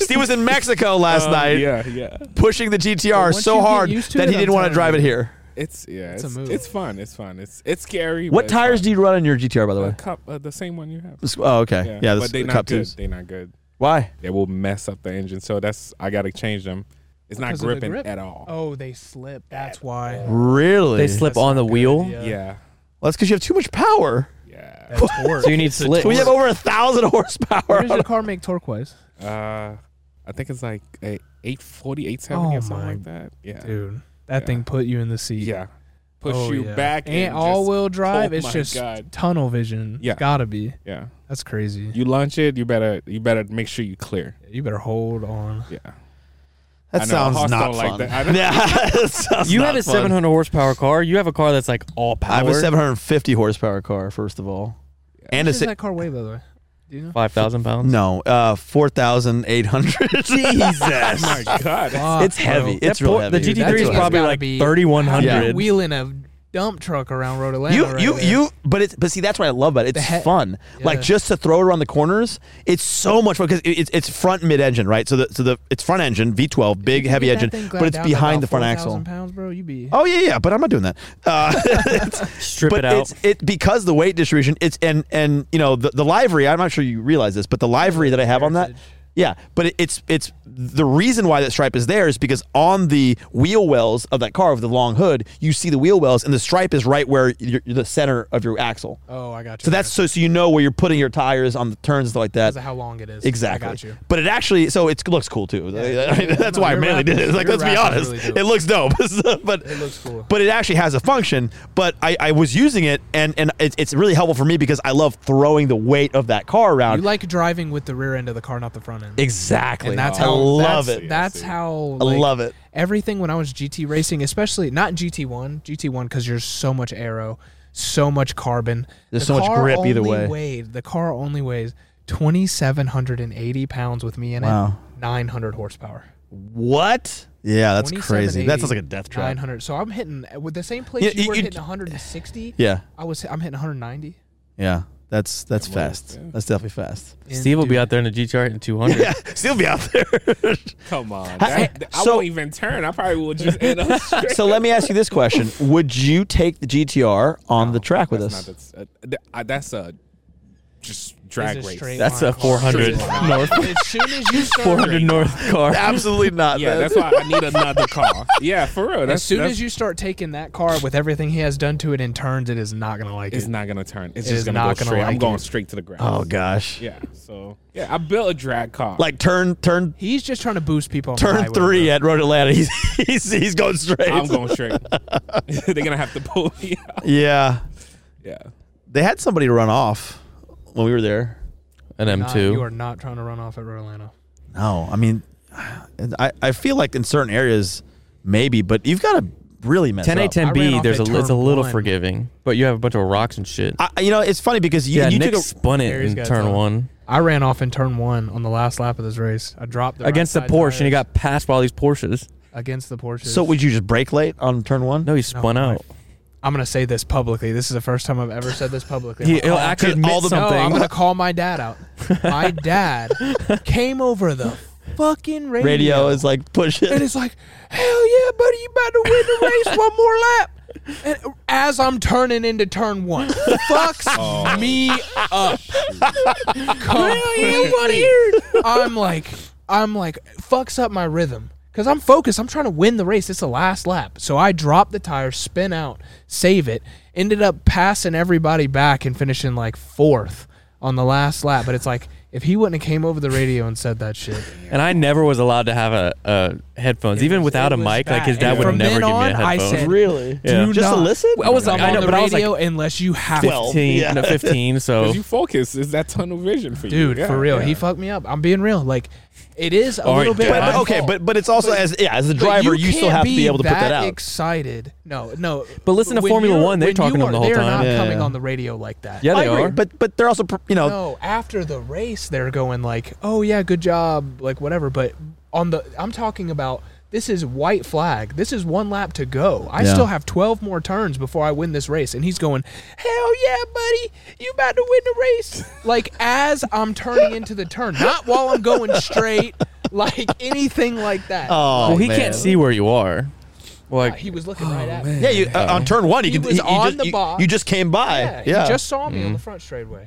Speaker 3: Steve was in Mexico last
Speaker 5: Um,
Speaker 3: night,
Speaker 5: Yeah, yeah.
Speaker 3: pushing the GTR
Speaker 4: once you
Speaker 3: so
Speaker 4: get
Speaker 3: hard
Speaker 4: used to
Speaker 3: that
Speaker 4: it,
Speaker 3: he
Speaker 4: I'm
Speaker 3: didn't want to
Speaker 4: telling
Speaker 3: drive
Speaker 4: you.
Speaker 3: it here.
Speaker 5: It's yeah.
Speaker 4: It's
Speaker 5: It's,
Speaker 4: a
Speaker 5: it's,
Speaker 4: move.
Speaker 5: fun. It's fun. It's it's scary.
Speaker 3: What tires do you run in your GTR, by the way?
Speaker 5: Cup, uh, the same one you have.
Speaker 3: Oh, okay. Yeah, this,
Speaker 5: but they
Speaker 3: the
Speaker 5: not
Speaker 3: cup
Speaker 5: good.
Speaker 3: twos.
Speaker 5: They not good.
Speaker 3: Why?
Speaker 5: They will mess up the engine. So that's I gotta change them. It's not
Speaker 4: Because of the
Speaker 5: gripping
Speaker 4: grip.
Speaker 5: at all.
Speaker 4: Oh, they slip. That's why.
Speaker 3: Really?
Speaker 1: They slip
Speaker 4: That's
Speaker 1: on the
Speaker 4: not a good
Speaker 1: wheel.
Speaker 4: idea.
Speaker 5: Yeah,
Speaker 3: Well, that's because you have too much power.
Speaker 5: yeah.
Speaker 4: That's torque.
Speaker 1: So you need slicks.
Speaker 3: We have over a thousand horsepower.
Speaker 4: What does your car make torque wise?
Speaker 5: Uh, I think it's like a 840, 870
Speaker 4: Oh
Speaker 5: or something
Speaker 4: my
Speaker 5: like that. Yeah,
Speaker 4: Dude, that
Speaker 5: Yeah.
Speaker 4: thing put you in the seat.
Speaker 5: yeah. Push
Speaker 4: Oh,
Speaker 5: you
Speaker 4: yeah.
Speaker 5: back
Speaker 4: And
Speaker 5: and
Speaker 4: all
Speaker 5: just-
Speaker 4: wheel drive,
Speaker 5: oh
Speaker 4: it's
Speaker 5: my
Speaker 4: just
Speaker 5: God.
Speaker 4: tunnel vision.
Speaker 5: Yeah.
Speaker 4: Gotta be.
Speaker 5: Yeah,
Speaker 4: That's crazy.
Speaker 5: you launch it. You better you better make sure you clear.
Speaker 4: You better hold on.
Speaker 5: Yeah,
Speaker 3: That
Speaker 5: I know,
Speaker 3: sounds
Speaker 5: Haas
Speaker 3: not
Speaker 5: don't like
Speaker 3: fun.
Speaker 5: that. I don't-
Speaker 3: Yeah, that sounds
Speaker 1: You
Speaker 3: not
Speaker 1: have a
Speaker 3: fun.
Speaker 1: 700 horsepower car. You have a car that's like all power.
Speaker 3: I have a 750 horsepower car, first of all, and a
Speaker 4: How much does
Speaker 3: si-
Speaker 4: that car weigh, by the way? Do you know?
Speaker 1: Five thousand pounds.
Speaker 3: no, uh, 4,800. Jesus,
Speaker 5: my God,
Speaker 3: it's heavy. It's real
Speaker 1: The
Speaker 3: heavy.
Speaker 4: Dude,
Speaker 1: GT3 is
Speaker 4: that's
Speaker 1: probably
Speaker 4: gotta
Speaker 1: like
Speaker 4: be-
Speaker 3: Yeah.
Speaker 1: 3100.
Speaker 4: Wheeling a dump truck around Road Atlanta.
Speaker 3: You
Speaker 4: right
Speaker 3: you
Speaker 4: there.
Speaker 3: you but it's but see that's what I love about it. It's
Speaker 4: he-
Speaker 3: fun. Like
Speaker 4: Yeah.
Speaker 3: just to throw it around the corners, it's so much fun because it, it's it's front mid engine, right? So the so the it's front engine, V twelve, big
Speaker 4: You
Speaker 3: heavy
Speaker 4: get that
Speaker 3: engine,
Speaker 4: thing
Speaker 3: but
Speaker 4: ground
Speaker 3: it's
Speaker 4: down to
Speaker 3: behind
Speaker 4: about
Speaker 3: the front
Speaker 4: 4,000
Speaker 3: axle.
Speaker 4: pounds, bro. You be.
Speaker 3: Oh yeah, yeah, but I'm not doing that. Uh,
Speaker 1: Strip
Speaker 3: but
Speaker 1: it out.
Speaker 3: it's it because the weight distribution. It's and and you know the, the livery. I'm not sure you realize this, but the livery that I have on that.
Speaker 4: Heritage.
Speaker 3: Yeah, but it, it's it's the reason why that stripe is there is because on the wheel wells of that car with the long hood, you see the wheel wells, and the stripe is right where you're, the center of your axle.
Speaker 4: Oh, I got you.
Speaker 3: So that's so so you know where you're putting your tires on the turns and stuff like that.
Speaker 4: Because of how long it is.
Speaker 3: Exactly.
Speaker 4: I got you.
Speaker 3: But it actually, so it looks cool too. I mean, that's
Speaker 4: No,
Speaker 3: why I
Speaker 4: your
Speaker 3: mainly
Speaker 4: wrap
Speaker 3: did it.
Speaker 4: is-
Speaker 3: Like,
Speaker 4: your
Speaker 3: let's be
Speaker 4: wrap is
Speaker 3: honest,
Speaker 4: really dope.
Speaker 3: it looks dope. So, but
Speaker 4: It looks cool.
Speaker 3: But it actually has a function. But I, I was using it, and and it's it's really helpful for me because I love throwing the weight of that car around.
Speaker 4: You like driving with the rear end of the car, not the front end.
Speaker 3: exactly.
Speaker 4: And that's
Speaker 3: I
Speaker 4: how
Speaker 3: love
Speaker 4: that's,
Speaker 3: it.
Speaker 4: That's
Speaker 5: I see.
Speaker 4: how
Speaker 3: I love it.
Speaker 4: Everything when I was GT racing, especially not GT one, GT one because there's so much aero, so much carbon.
Speaker 3: There's
Speaker 4: The
Speaker 3: so much
Speaker 4: car
Speaker 3: grip either
Speaker 4: only
Speaker 3: way.
Speaker 4: Weighed, the car only weighs twenty seven hundred and eighty pounds with me in
Speaker 3: Wow.
Speaker 4: it. Nine hundred horsepower.
Speaker 3: What? Yeah, that's
Speaker 4: 2780,
Speaker 3: crazy. That sounds like a death
Speaker 4: Nine
Speaker 3: trap.
Speaker 4: hundred. So I'm hitting with the same place
Speaker 3: Yeah,
Speaker 4: you,
Speaker 3: you-
Speaker 4: were
Speaker 3: you-
Speaker 4: hitting one hundred and sixty.
Speaker 3: Yeah,
Speaker 4: I was. I'm hitting one hundred ninety.
Speaker 3: yeah. That's that's fast.
Speaker 5: yeah.
Speaker 3: That's definitely fast.
Speaker 1: Steve will be out there in the GTR in 200.
Speaker 3: Yeah, still be out there.
Speaker 5: come on.
Speaker 3: Ha- eh,
Speaker 5: That, I
Speaker 3: so-
Speaker 5: won't even turn. I probably will just end up straight.
Speaker 3: so let me ask you this question: Would you take the GTR on the track with
Speaker 5: that's
Speaker 3: us?
Speaker 5: Not, that's, uh, th- I- that's a just drag race.
Speaker 1: That's a 400 north,
Speaker 4: As soon as you start,
Speaker 1: 400 north car.
Speaker 3: Absolutely not.
Speaker 5: Yeah,
Speaker 3: man.
Speaker 5: that's why I need another car. Yeah, for real. That's,
Speaker 4: as soon
Speaker 5: that's,
Speaker 4: as you start taking that car with everything he has done to it in turns, it is not gonna like
Speaker 5: it's
Speaker 4: it.
Speaker 5: not gonna turn. It's
Speaker 4: It is
Speaker 5: just gonna go
Speaker 4: not gonna
Speaker 5: straight. I'm
Speaker 4: like
Speaker 5: going
Speaker 4: it.
Speaker 5: straight to the ground.
Speaker 3: Oh gosh.
Speaker 5: yeah. So yeah, I built a drag car.
Speaker 3: Like turn turn
Speaker 4: He's just trying to boost people. On the
Speaker 3: turn
Speaker 4: highway,
Speaker 3: three
Speaker 4: bro.
Speaker 3: at Road Atlanta. He's he's, he's going straight.
Speaker 5: I'm going straight. They're gonna have to pull me out.
Speaker 3: yeah.
Speaker 5: Yeah.
Speaker 3: They had somebody run off when we were there.
Speaker 1: An
Speaker 4: Nah, You
Speaker 1: M2.
Speaker 4: are not trying to run off at Rolano.
Speaker 3: No, I mean, I I feel like in certain areas maybe, but you've got to really mess up.
Speaker 1: 10A10B,
Speaker 4: I ran
Speaker 1: there's a
Speaker 4: off at
Speaker 1: it's a
Speaker 4: turn
Speaker 1: little
Speaker 4: one.
Speaker 1: forgiving, but you have a bunch of rocks and shit.
Speaker 3: I, you know, it's funny because you,
Speaker 1: yeah,
Speaker 3: you
Speaker 1: Nick
Speaker 3: took a,
Speaker 1: spun it
Speaker 4: Harry's
Speaker 1: in
Speaker 4: got
Speaker 1: turn
Speaker 4: time.
Speaker 1: one
Speaker 4: I ran off in turn one on the last lap of this race. I dropped the
Speaker 1: against the
Speaker 4: right side
Speaker 1: Porsche, and he
Speaker 4: tires
Speaker 1: got passed by all these Porsches.
Speaker 4: against the Porsche.
Speaker 3: so would you just brake late on turn one?
Speaker 1: No, he spun
Speaker 4: my
Speaker 1: out.
Speaker 4: I'm gonna say this publicly. This is the first time I've ever said this publicly.
Speaker 1: He,
Speaker 4: I'm gonna
Speaker 1: he'll
Speaker 4: call-
Speaker 1: actually admit
Speaker 3: all the-
Speaker 4: No,
Speaker 1: something.
Speaker 4: I'm gonna call my dad out. My dad came over the fucking radio,
Speaker 3: Radio is like push
Speaker 4: and
Speaker 3: it.
Speaker 4: it's like, hell yeah, buddy, you about to win the race one more lap. And as I'm turning into turn one, fucks me up. Completely. I'm like, I'm like, fucks up my rhythm. Cause I'm focused. I'm trying to win the race. It's the last lap. So I drop the tire, spin out, save it. Ended up passing everybody back and finishing like fourth on the last lap. But it's like, if he wouldn't have came over the radio and said that shit,
Speaker 1: And I never was allowed to have a, a headphones, even
Speaker 4: was-
Speaker 1: without
Speaker 4: it
Speaker 1: a
Speaker 4: was
Speaker 1: mic. Like his
Speaker 4: bad.
Speaker 1: dad would
Speaker 4: From
Speaker 1: never give
Speaker 4: then
Speaker 1: me a
Speaker 4: on, I
Speaker 1: headphone.
Speaker 4: said,
Speaker 3: Really?
Speaker 1: Yeah.
Speaker 4: Do
Speaker 3: Just to
Speaker 4: not-
Speaker 3: listen?
Speaker 1: I was
Speaker 4: I'm
Speaker 1: I
Speaker 4: on
Speaker 1: know,
Speaker 4: the
Speaker 1: but I was like
Speaker 4: radio unless you have to.
Speaker 3: 12.
Speaker 1: 15,
Speaker 3: Yeah.
Speaker 1: no, 15. So
Speaker 5: Cause you focus is that tunnel vision for you,
Speaker 4: Dude,
Speaker 5: Yeah,
Speaker 4: for real, he
Speaker 5: yeah.
Speaker 4: fucked me up. I'm being real. Like, it is a
Speaker 1: All right,
Speaker 4: little bit.
Speaker 3: But,
Speaker 4: my
Speaker 3: but okay,
Speaker 4: fault.
Speaker 3: but but it's also as yeah, as a
Speaker 4: But
Speaker 3: driver, you, still
Speaker 4: can't
Speaker 3: have to be able to put that out.
Speaker 4: Excited? No, no.
Speaker 1: But listen to
Speaker 4: when
Speaker 1: Formula
Speaker 4: you're-
Speaker 1: One, they're
Speaker 4: when you
Speaker 1: talking to them
Speaker 4: are-
Speaker 1: the whole
Speaker 4: they're
Speaker 1: time.
Speaker 4: not
Speaker 3: Yeah,
Speaker 4: coming
Speaker 3: yeah.
Speaker 4: on the radio like that.
Speaker 1: yeah,
Speaker 3: I
Speaker 1: they
Speaker 3: agree,
Speaker 1: are.
Speaker 3: but but they're also pr- you know
Speaker 4: No, after the "Oh, race, they're going like, "Oh yeah, good job," like whatever. But on the, I'm talking about this is white flag. This is one lap to go. I
Speaker 3: Yeah.
Speaker 4: still have 12 more turns before I win this race. And he's going, hell yeah, buddy, you about to win the race. Like as I'm turning into the turn, not while I'm going straight, like anything like that.
Speaker 3: Oh,
Speaker 1: well, he
Speaker 3: man.
Speaker 1: can't see where you are. Like,
Speaker 4: he was looking right at me.
Speaker 3: Yeah, you, uh, on turn one, you
Speaker 4: He
Speaker 3: can.
Speaker 4: was on
Speaker 3: just,
Speaker 4: the
Speaker 3: you,
Speaker 4: box.
Speaker 3: you just came by.
Speaker 4: Yeah,
Speaker 3: Yeah, Mm-hmm.
Speaker 4: he just saw me on the front straightaway.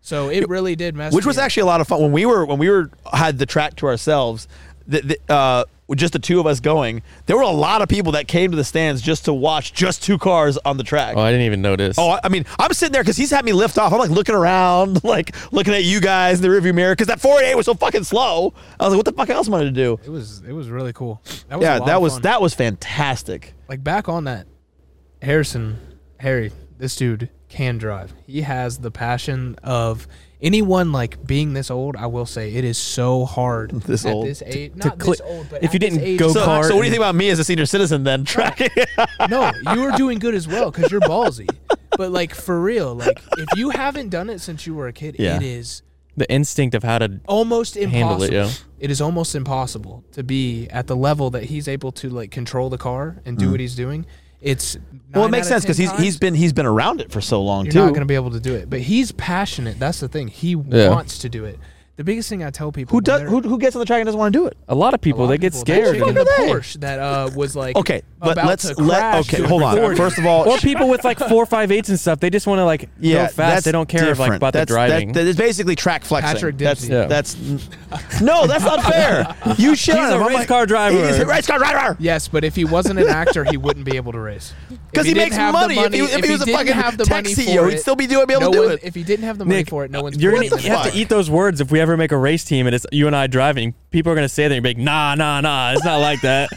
Speaker 4: So it really did mess.
Speaker 3: which was
Speaker 4: me up.
Speaker 3: actually a lot of fun when we were when we were had the track to ourselves. The, the, uh, with just the two of us going. There were a lot of people that came to the stands just to watch just two cars on the track.
Speaker 1: oh, I didn't even notice.
Speaker 3: Oh, I- I mean, I'm sitting there because he's had me lift off. I'm like looking around, like looking at you guys in the rearview mirror because that 48 was so fucking slow. I was like, what the fuck else am I to do?
Speaker 4: it was it was really cool. That was a
Speaker 3: Yeah,
Speaker 4: lot
Speaker 3: that
Speaker 4: of
Speaker 3: was
Speaker 4: fun.
Speaker 3: that was fantastic.
Speaker 4: Like back on that, Harrison, Harry, this dude can drive. He has the passion of anyone. Like being this old, I will say it is so hard.
Speaker 3: This
Speaker 4: at
Speaker 3: old.
Speaker 4: This age, not
Speaker 1: cli-
Speaker 4: this old, but
Speaker 1: if you
Speaker 4: at this
Speaker 1: didn't
Speaker 4: age-
Speaker 1: go
Speaker 3: So,
Speaker 1: Car-
Speaker 3: so what do you think about me as a senior citizen then? Tracking.
Speaker 4: no, you were doing good as well because you're ballsy. But like for real, like if you haven't done it since you were a kid,
Speaker 3: Yeah.
Speaker 4: it is
Speaker 1: the instinct of how to
Speaker 4: almost
Speaker 1: Handle
Speaker 4: impossible.
Speaker 1: it, yeah.
Speaker 4: It is almost impossible to be at the level that he's able to like control the car and do what he's doing. It's
Speaker 3: Mm-hmm. well, it
Speaker 4: nine
Speaker 3: makes
Speaker 4: out of
Speaker 3: sense because
Speaker 4: 10
Speaker 3: he's he's
Speaker 4: times,
Speaker 3: been he's been around it for so long
Speaker 4: you're
Speaker 3: too.
Speaker 4: not going to be able to do it. But he's passionate. That's the thing. He
Speaker 1: Yeah.
Speaker 4: wants to do it. The biggest thing I tell people
Speaker 3: who
Speaker 4: when
Speaker 3: does
Speaker 4: they're-
Speaker 3: who, who gets on the track and doesn't want to do it?
Speaker 1: a lot of
Speaker 4: a
Speaker 1: people
Speaker 4: lot
Speaker 1: they
Speaker 4: of
Speaker 1: get
Speaker 4: people, that
Speaker 1: scared
Speaker 4: chick in
Speaker 3: Who
Speaker 1: and-
Speaker 3: the
Speaker 4: the
Speaker 3: fuck are they?
Speaker 4: Porsche that uh, was like
Speaker 3: Okay, but
Speaker 4: about
Speaker 3: let's
Speaker 4: to
Speaker 3: let
Speaker 4: crash
Speaker 3: okay
Speaker 4: to
Speaker 3: hold on.
Speaker 4: record.
Speaker 3: First of all,
Speaker 1: or people with like four five eights and stuff. They just want to like
Speaker 3: yeah,
Speaker 1: go fast. They don't care if, like about the driving.
Speaker 3: That, that is basically track flexing.
Speaker 4: Patrick
Speaker 3: that's
Speaker 4: Dempsey.
Speaker 1: Yeah.
Speaker 3: that's no, that's not fair. You shit
Speaker 1: He's
Speaker 3: on
Speaker 1: a
Speaker 3: him. I'm
Speaker 1: race
Speaker 3: like,
Speaker 1: car driver.
Speaker 3: He's a race car driver.
Speaker 4: Yes, but if he wasn't an actor, he wouldn't be able to race. If
Speaker 3: 'Cause he
Speaker 4: didn't
Speaker 3: makes
Speaker 4: have the
Speaker 3: money. If he- if he was a
Speaker 4: didn't
Speaker 3: fucking
Speaker 4: have the
Speaker 3: tech
Speaker 4: money
Speaker 3: CEO,
Speaker 4: for
Speaker 3: he'd
Speaker 4: it,
Speaker 3: still be doing- be able
Speaker 4: no
Speaker 3: to do
Speaker 4: one-
Speaker 3: it.
Speaker 4: If he didn't have the money
Speaker 1: Nick,
Speaker 4: for it, no one's.
Speaker 1: you're
Speaker 4: putting
Speaker 1: gonna
Speaker 4: him
Speaker 1: you
Speaker 4: in
Speaker 1: have
Speaker 4: it.
Speaker 1: to eat those words if we ever make a race team and it's you and I driving. People are gonna say that and be like, nah, nah, nah. It's not like that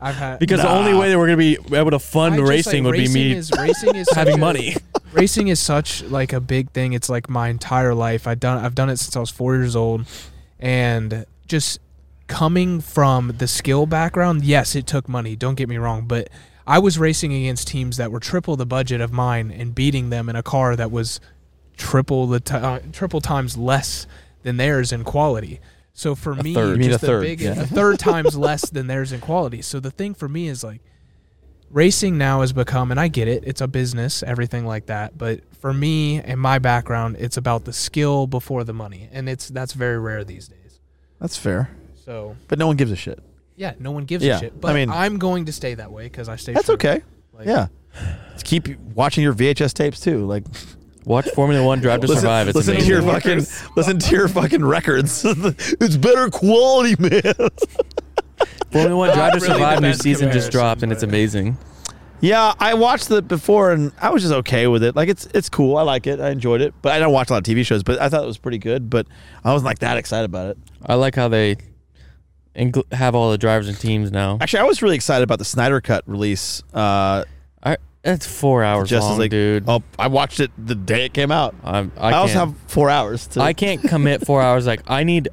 Speaker 4: I've had
Speaker 1: because the only way that we're gonna be able to fund
Speaker 4: I
Speaker 1: the
Speaker 4: just,
Speaker 1: racing
Speaker 4: like,
Speaker 1: would be
Speaker 4: racing
Speaker 1: me
Speaker 4: Is, racing is such
Speaker 1: having
Speaker 4: a-
Speaker 1: money.
Speaker 4: Racing is such like a big thing. It's like my entire life. I've done I've done it since I was four years old, and just coming from the skill background, yes, it took money. Don't get me wrong, but I was racing against teams that were triple the budget of mine and beating them in a car that was triple the ti uh, triple times less than theirs in quality. So for me,
Speaker 3: third. You mean
Speaker 4: just
Speaker 3: a
Speaker 4: the
Speaker 3: third,
Speaker 4: big-
Speaker 3: yeah.
Speaker 4: a third times less than theirs in quality. So the thing for me is like racing now has become and I get it, it's a business, everything like that, but for me and my background, it's about the skill before the money. And it's that's very rare these days.
Speaker 3: That's fair,
Speaker 4: So
Speaker 3: but no one gives a shit.
Speaker 4: yeah, no one gives
Speaker 3: Yeah,
Speaker 4: a shit. But
Speaker 3: I
Speaker 4: I
Speaker 3: mean-
Speaker 4: am going to stay that way because I stay
Speaker 3: That's
Speaker 4: true.
Speaker 3: okay.
Speaker 4: Like-
Speaker 3: yeah. Just keep watching your VHS tapes too. Like
Speaker 1: Watch Formula One Drive to
Speaker 3: listen,
Speaker 1: Survive. It's
Speaker 3: listen to
Speaker 1: amazing.
Speaker 3: your fucking listen to your fucking records. it's better quality, man.
Speaker 1: Formula One Drive to
Speaker 4: really the
Speaker 1: Survive new
Speaker 4: best
Speaker 1: season just
Speaker 4: comparison,
Speaker 1: dropped and
Speaker 4: but-
Speaker 1: it's amazing.
Speaker 3: Yeah, I watched it before and I was just okay with it. Like it's it's cool. I like it. I enjoyed it. But I don't watch a lot of TV shows, but I thought it was pretty good. But I wasn't like that excited about it.
Speaker 1: I like how they incl- have all the drivers and teams now.
Speaker 3: Actually, I was really excited about the Snyder Cut release. Uh,
Speaker 1: I, it's four hours
Speaker 3: Justice
Speaker 1: long,
Speaker 3: League,
Speaker 1: dude.
Speaker 3: Oh, I watched it the day it came out.
Speaker 1: I, I,
Speaker 3: I,
Speaker 1: can't.
Speaker 3: also have four hours to.
Speaker 1: I can't commit four hours. Like I need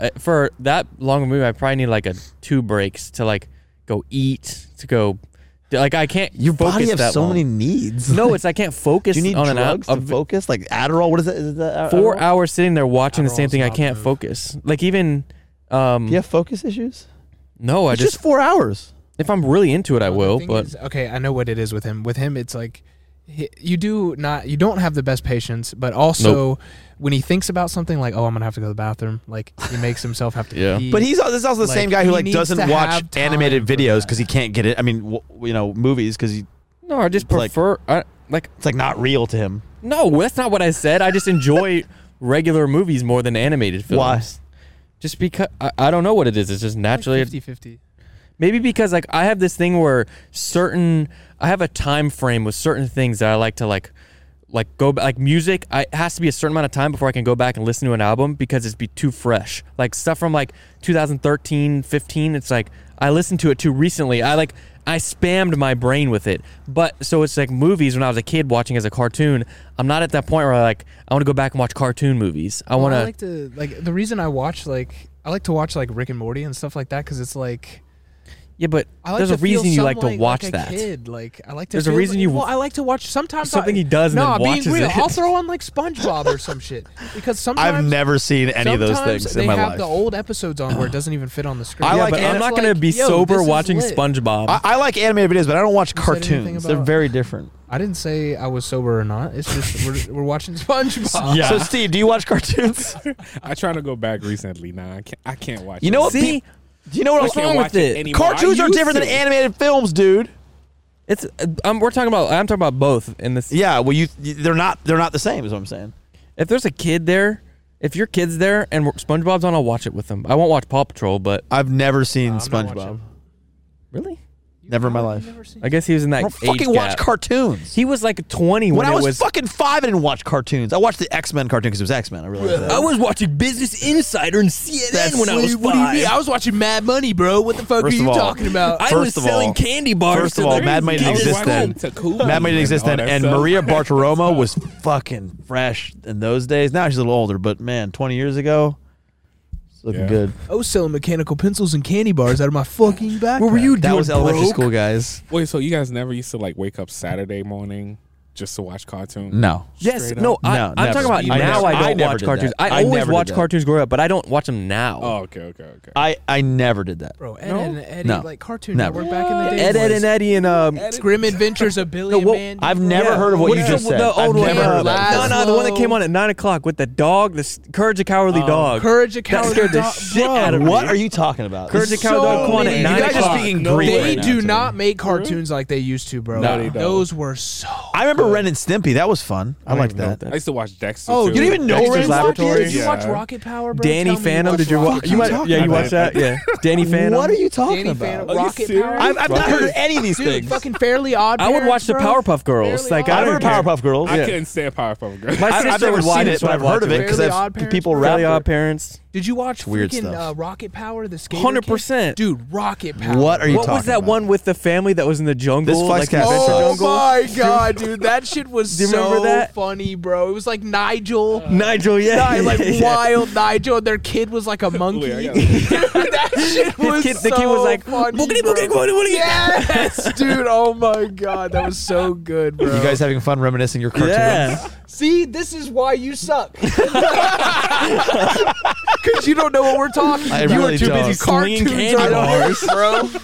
Speaker 1: uh, for that long of a movie. I probably need like a two breaks to like go eat to go. Like I can't.
Speaker 3: your
Speaker 1: focus
Speaker 3: body has
Speaker 1: that
Speaker 3: so
Speaker 1: long.
Speaker 3: many needs.
Speaker 1: No, it's I can't focus
Speaker 3: Do you need
Speaker 1: on
Speaker 3: drugs
Speaker 1: an
Speaker 3: to
Speaker 1: a-
Speaker 3: focus? Like Adderall? What is it? Is that
Speaker 1: four
Speaker 3: Adderall?
Speaker 1: hours sitting there watching the same
Speaker 4: Adderall's
Speaker 1: thing. I
Speaker 4: not
Speaker 1: can't
Speaker 4: move.
Speaker 1: focus. Like even. Um,
Speaker 3: Do you have focus issues?
Speaker 1: No, I
Speaker 3: It's
Speaker 1: just,
Speaker 3: just four hours.
Speaker 1: if I'm really into it, I
Speaker 4: Well, the
Speaker 1: will.
Speaker 4: thing
Speaker 1: But
Speaker 4: is- okay, I know what it is with him. With him, it's like he, you do not you don't have the best patience, but also when he thinks about something like, oh, I'm gonna have to go to the bathroom, like he makes himself have to.
Speaker 1: Yeah.
Speaker 4: pee.
Speaker 3: But he's al- this is also the
Speaker 4: Like,
Speaker 3: same guy who
Speaker 4: he
Speaker 3: like
Speaker 4: needs
Speaker 3: doesn't
Speaker 4: to
Speaker 3: watch
Speaker 4: have time
Speaker 3: animated
Speaker 4: for
Speaker 3: videos
Speaker 4: that.
Speaker 3: because he can't get it. I mean, w- you know, movies because he
Speaker 1: no, I just
Speaker 3: Like-
Speaker 1: prefer. I, like
Speaker 3: it's like not real to him.
Speaker 1: no, that's not what I said. I just enjoy regular movies more than animated films.
Speaker 3: Why?
Speaker 1: Just because I, I don't know what it is. It's just naturally.
Speaker 4: 50-50.
Speaker 1: Maybe because like I have this thing where certain I have a time frame with certain things that I like to like like go ba- like music I, it has to be a certain amount of time before I can go back and listen to an album because it's be too fresh. Like stuff from like 2013, 15, it's like I listened to it too recently. I like I spammed my brain with it. But so it's like movies when I was a kid watching as a cartoon, I'm not at that point where I like I want to go back and watch cartoon movies. I
Speaker 4: Well,
Speaker 1: want
Speaker 4: I like to like the reason I watch like I like to watch like Rick and Morty and stuff like that because it's like
Speaker 1: Yeah, but
Speaker 4: I like
Speaker 1: there's
Speaker 4: to
Speaker 1: a reason
Speaker 4: feel
Speaker 1: you like
Speaker 4: some
Speaker 1: to
Speaker 4: like-
Speaker 1: watch
Speaker 4: like a
Speaker 1: that.
Speaker 4: Kid. Like I like to.
Speaker 1: There's a
Speaker 4: feel-
Speaker 1: reason you-
Speaker 4: Well, I like to watch sometimes
Speaker 1: Something
Speaker 4: I,
Speaker 1: he does and
Speaker 4: No,
Speaker 1: then
Speaker 4: I'm being
Speaker 1: watches
Speaker 4: real.
Speaker 1: it.
Speaker 4: I'll throw on like SpongeBob or some shit because sometimes
Speaker 3: I've never seen any of those
Speaker 4: sometimes
Speaker 3: things
Speaker 4: they
Speaker 3: in my
Speaker 4: have
Speaker 3: life.
Speaker 4: the old episodes on where it doesn't even fit on the screen.
Speaker 3: I
Speaker 1: yeah,
Speaker 3: like
Speaker 1: but
Speaker 3: it.
Speaker 1: I'm not
Speaker 4: It's
Speaker 1: gonna
Speaker 4: like,
Speaker 1: be
Speaker 4: yo,
Speaker 1: sober
Speaker 4: this is
Speaker 1: watching
Speaker 4: lit.
Speaker 1: SpongeBob.
Speaker 3: I, I like animated videos, but I don't watch
Speaker 4: You said anything
Speaker 3: cartoons. They're
Speaker 4: about-
Speaker 3: very different.
Speaker 4: I didn't say I was sober or not. It's just we're, we're watching SpongeBob.
Speaker 1: Yeah.
Speaker 3: So, Steve, do you watch cartoons?
Speaker 5: I try to go back recently. Nah, I can't. I can't watch.
Speaker 3: You know what?
Speaker 1: See,
Speaker 3: peop- do you know what?
Speaker 5: I
Speaker 3: I'm
Speaker 1: What's
Speaker 5: can't
Speaker 1: wrong with
Speaker 5: watch
Speaker 1: it?
Speaker 5: it anymore. I
Speaker 3: Cartoons are
Speaker 5: used
Speaker 3: different
Speaker 5: to.
Speaker 3: than animated films, dude.
Speaker 1: it's uh, um, we're talking about. I'm talking about both in this.
Speaker 3: Yeah, well, you they're not they're not the same. Is what I'm saying.
Speaker 1: If there's a kid there, if your kid's there and we're- SpongeBob's on, I'll watch it with them. I won't watch Paw Patrol, but
Speaker 3: I've never seen
Speaker 4: I'm not
Speaker 3: SpongeBob.
Speaker 4: watching.
Speaker 1: really,
Speaker 3: Never in my
Speaker 4: You've
Speaker 3: life.
Speaker 4: never seen-
Speaker 1: I guess he was in
Speaker 3: I
Speaker 1: that
Speaker 3: don't
Speaker 1: age
Speaker 3: fucking watch
Speaker 1: gap.
Speaker 3: cartoons.
Speaker 1: he was like 20 when,
Speaker 3: when I
Speaker 1: it
Speaker 3: was,
Speaker 1: was.
Speaker 3: fucking five, I didn't watch cartoons. I watched the X Men cartoon because it was X Men. I realized that.
Speaker 1: I was watching Business Insider and CNN
Speaker 3: That's-
Speaker 1: when I was
Speaker 4: What do you mean?
Speaker 1: five.
Speaker 4: I was watching Mad Money, bro. What the fuck
Speaker 3: First
Speaker 4: are
Speaker 3: of
Speaker 4: you
Speaker 3: all-
Speaker 4: talking about?
Speaker 1: I was
Speaker 3: First of
Speaker 1: selling
Speaker 3: all-
Speaker 1: candy bars.
Speaker 3: first
Speaker 1: to
Speaker 3: of all,
Speaker 1: the-
Speaker 3: Mad Money
Speaker 1: I
Speaker 3: didn't
Speaker 1: was
Speaker 3: exist
Speaker 1: watching-
Speaker 3: then. Mad Money didn't exist then, and Maria Bartiromo was fucking fresh in those days. Now she's a little older, but man, 20 years ago, it's looking
Speaker 5: Yeah.
Speaker 3: good.
Speaker 4: I was selling mechanical pencils and candy bars out of my fucking backpack. What
Speaker 1: were you
Speaker 3: That
Speaker 1: doing,
Speaker 3: was elementary
Speaker 1: broke?
Speaker 3: school, guys.
Speaker 5: Wait, so you guys never used to like wake up Saturday morning just to watch cartoons?
Speaker 3: No.
Speaker 1: Yes,
Speaker 5: Straight
Speaker 1: no,
Speaker 5: up?
Speaker 1: I,
Speaker 3: No,
Speaker 1: I'm
Speaker 3: never.
Speaker 1: talking about
Speaker 3: I
Speaker 1: now.
Speaker 3: never-
Speaker 1: I
Speaker 3: I
Speaker 1: don't
Speaker 3: never
Speaker 1: watch
Speaker 3: did
Speaker 1: cartoons.
Speaker 3: that.
Speaker 1: I,
Speaker 3: I
Speaker 1: always
Speaker 3: never did
Speaker 1: watch
Speaker 3: that.
Speaker 1: cartoons growing up, but I don't watch them now.
Speaker 5: Oh, okay, okay, okay.
Speaker 3: I, I never did that.
Speaker 4: Bro, Ed and Eddie,
Speaker 3: No.
Speaker 4: like Cartoon
Speaker 3: Never.
Speaker 4: Network back in the day.
Speaker 1: Ed, Ed, and Eddie, and um,
Speaker 4: was Grim Adventures of Billy
Speaker 1: No, what-
Speaker 4: Man.
Speaker 3: I've never heard of what, you
Speaker 1: is
Speaker 3: just
Speaker 1: the,
Speaker 3: said.
Speaker 1: The old
Speaker 3: I've
Speaker 1: one.
Speaker 3: never heard of that.
Speaker 1: No,
Speaker 4: Laszlo.
Speaker 1: no, the one that came on at nine o'clock with the dog, the s- Courage the Cowardly Dog.
Speaker 4: Courage the
Speaker 1: that
Speaker 4: Cowardly
Speaker 1: scared the
Speaker 4: Dog-
Speaker 1: shit
Speaker 4: Bro,
Speaker 1: out of me.
Speaker 3: What are you talking about?
Speaker 1: Courage the
Speaker 3: This is
Speaker 1: Cowardly Dog
Speaker 4: so
Speaker 1: come on at
Speaker 4: many-
Speaker 1: nine
Speaker 3: You guys are
Speaker 1: o'clock.
Speaker 3: speaking
Speaker 5: No
Speaker 3: Greek
Speaker 5: way.
Speaker 4: They
Speaker 3: right now
Speaker 4: do
Speaker 3: to
Speaker 4: not
Speaker 3: me.
Speaker 4: make cartoons like they used to, bro.
Speaker 5: No, they don't.
Speaker 4: Those were so.
Speaker 3: I remember Ren and Stimpy. That was fun. I,
Speaker 1: don't
Speaker 3: liked
Speaker 1: even know
Speaker 3: that.
Speaker 1: what
Speaker 5: I used to watch Dexter.
Speaker 4: Oh,
Speaker 5: too.
Speaker 3: you don't even know
Speaker 5: Dexter's
Speaker 3: Ren and Stimpy?
Speaker 5: Laboratory.
Speaker 4: Did you watch
Speaker 5: Yeah.
Speaker 4: Rocket Power, bro?
Speaker 1: Danny
Speaker 4: Tell me
Speaker 1: Phantom?
Speaker 4: watched
Speaker 1: Did you watch?
Speaker 4: Rocket
Speaker 1: You
Speaker 4: Power.
Speaker 1: might, yeah, you watched that. Yeah, Danny Phantom.
Speaker 3: What are you talking
Speaker 4: Danny
Speaker 3: about?
Speaker 4: Phantom,
Speaker 5: Are you
Speaker 4: Rocket
Speaker 5: serious?
Speaker 4: Power.
Speaker 3: I've, I've not heard of
Speaker 4: Dude,
Speaker 3: any of these
Speaker 4: Dude,
Speaker 3: things.
Speaker 4: fucking Fairly Odd
Speaker 1: I would watch
Speaker 4: Parents,
Speaker 1: the
Speaker 4: bro.
Speaker 1: Powerpuff Girls.
Speaker 4: Fairly
Speaker 1: Like
Speaker 4: Odd
Speaker 1: I
Speaker 3: I've
Speaker 1: don't
Speaker 3: heard of
Speaker 1: care.
Speaker 3: Powerpuff Girls.
Speaker 5: I
Speaker 1: Yeah.
Speaker 5: couldn't stand Powerpuff Girls.
Speaker 1: My
Speaker 3: I've, I've
Speaker 1: sister
Speaker 3: never
Speaker 1: would watch
Speaker 3: seen
Speaker 1: it,
Speaker 3: it,
Speaker 1: so
Speaker 3: but I've heard of it because
Speaker 4: Fairly
Speaker 3: I've
Speaker 4: Odd
Speaker 3: people
Speaker 4: Parents.
Speaker 3: rap.
Speaker 1: Fairly
Speaker 3: it.
Speaker 1: Odd Parents.
Speaker 4: Did you watch
Speaker 3: Weird
Speaker 4: freaking
Speaker 3: stuff.
Speaker 4: uh, Rocket Power? The skater kid?
Speaker 1: 100%.
Speaker 4: dude. Rocket Power.
Speaker 3: What are you
Speaker 1: What was
Speaker 3: talking
Speaker 1: that
Speaker 3: about?
Speaker 1: one with the family that was in the jungle?
Speaker 3: This
Speaker 1: like the
Speaker 3: Flexcast.
Speaker 1: adventure
Speaker 4: Oh
Speaker 1: jungle?
Speaker 4: my god, dude, that shit was
Speaker 1: Do you
Speaker 4: so
Speaker 1: remember that?
Speaker 4: funny, bro. It was like Nigel,
Speaker 5: Uh,
Speaker 1: Nigel, yeah,
Speaker 4: Ni- like
Speaker 1: yeah, yeah.
Speaker 4: wild Nigel, and their kid was like a monkey.
Speaker 5: Wait, I
Speaker 4: dude,
Speaker 5: gotta-
Speaker 4: that shit
Speaker 1: His
Speaker 4: was
Speaker 1: kid-
Speaker 4: so
Speaker 1: the kid was like,
Speaker 4: funny,
Speaker 1: "Boogity,
Speaker 4: bro."
Speaker 1: boogity, boogity, boogity."
Speaker 4: Yes, dude. Oh my god, that was so good, bro.
Speaker 3: You guys having fun reminiscing your cartoons?
Speaker 1: Yeah.
Speaker 4: see, this is why you suck. Cause you don't know what we're talking.
Speaker 3: I
Speaker 4: about.
Speaker 3: really
Speaker 4: you were too
Speaker 3: don't.
Speaker 4: busy
Speaker 1: Slinging
Speaker 4: cartoons
Speaker 1: candy
Speaker 4: are the
Speaker 1: bars.
Speaker 4: worst, bro.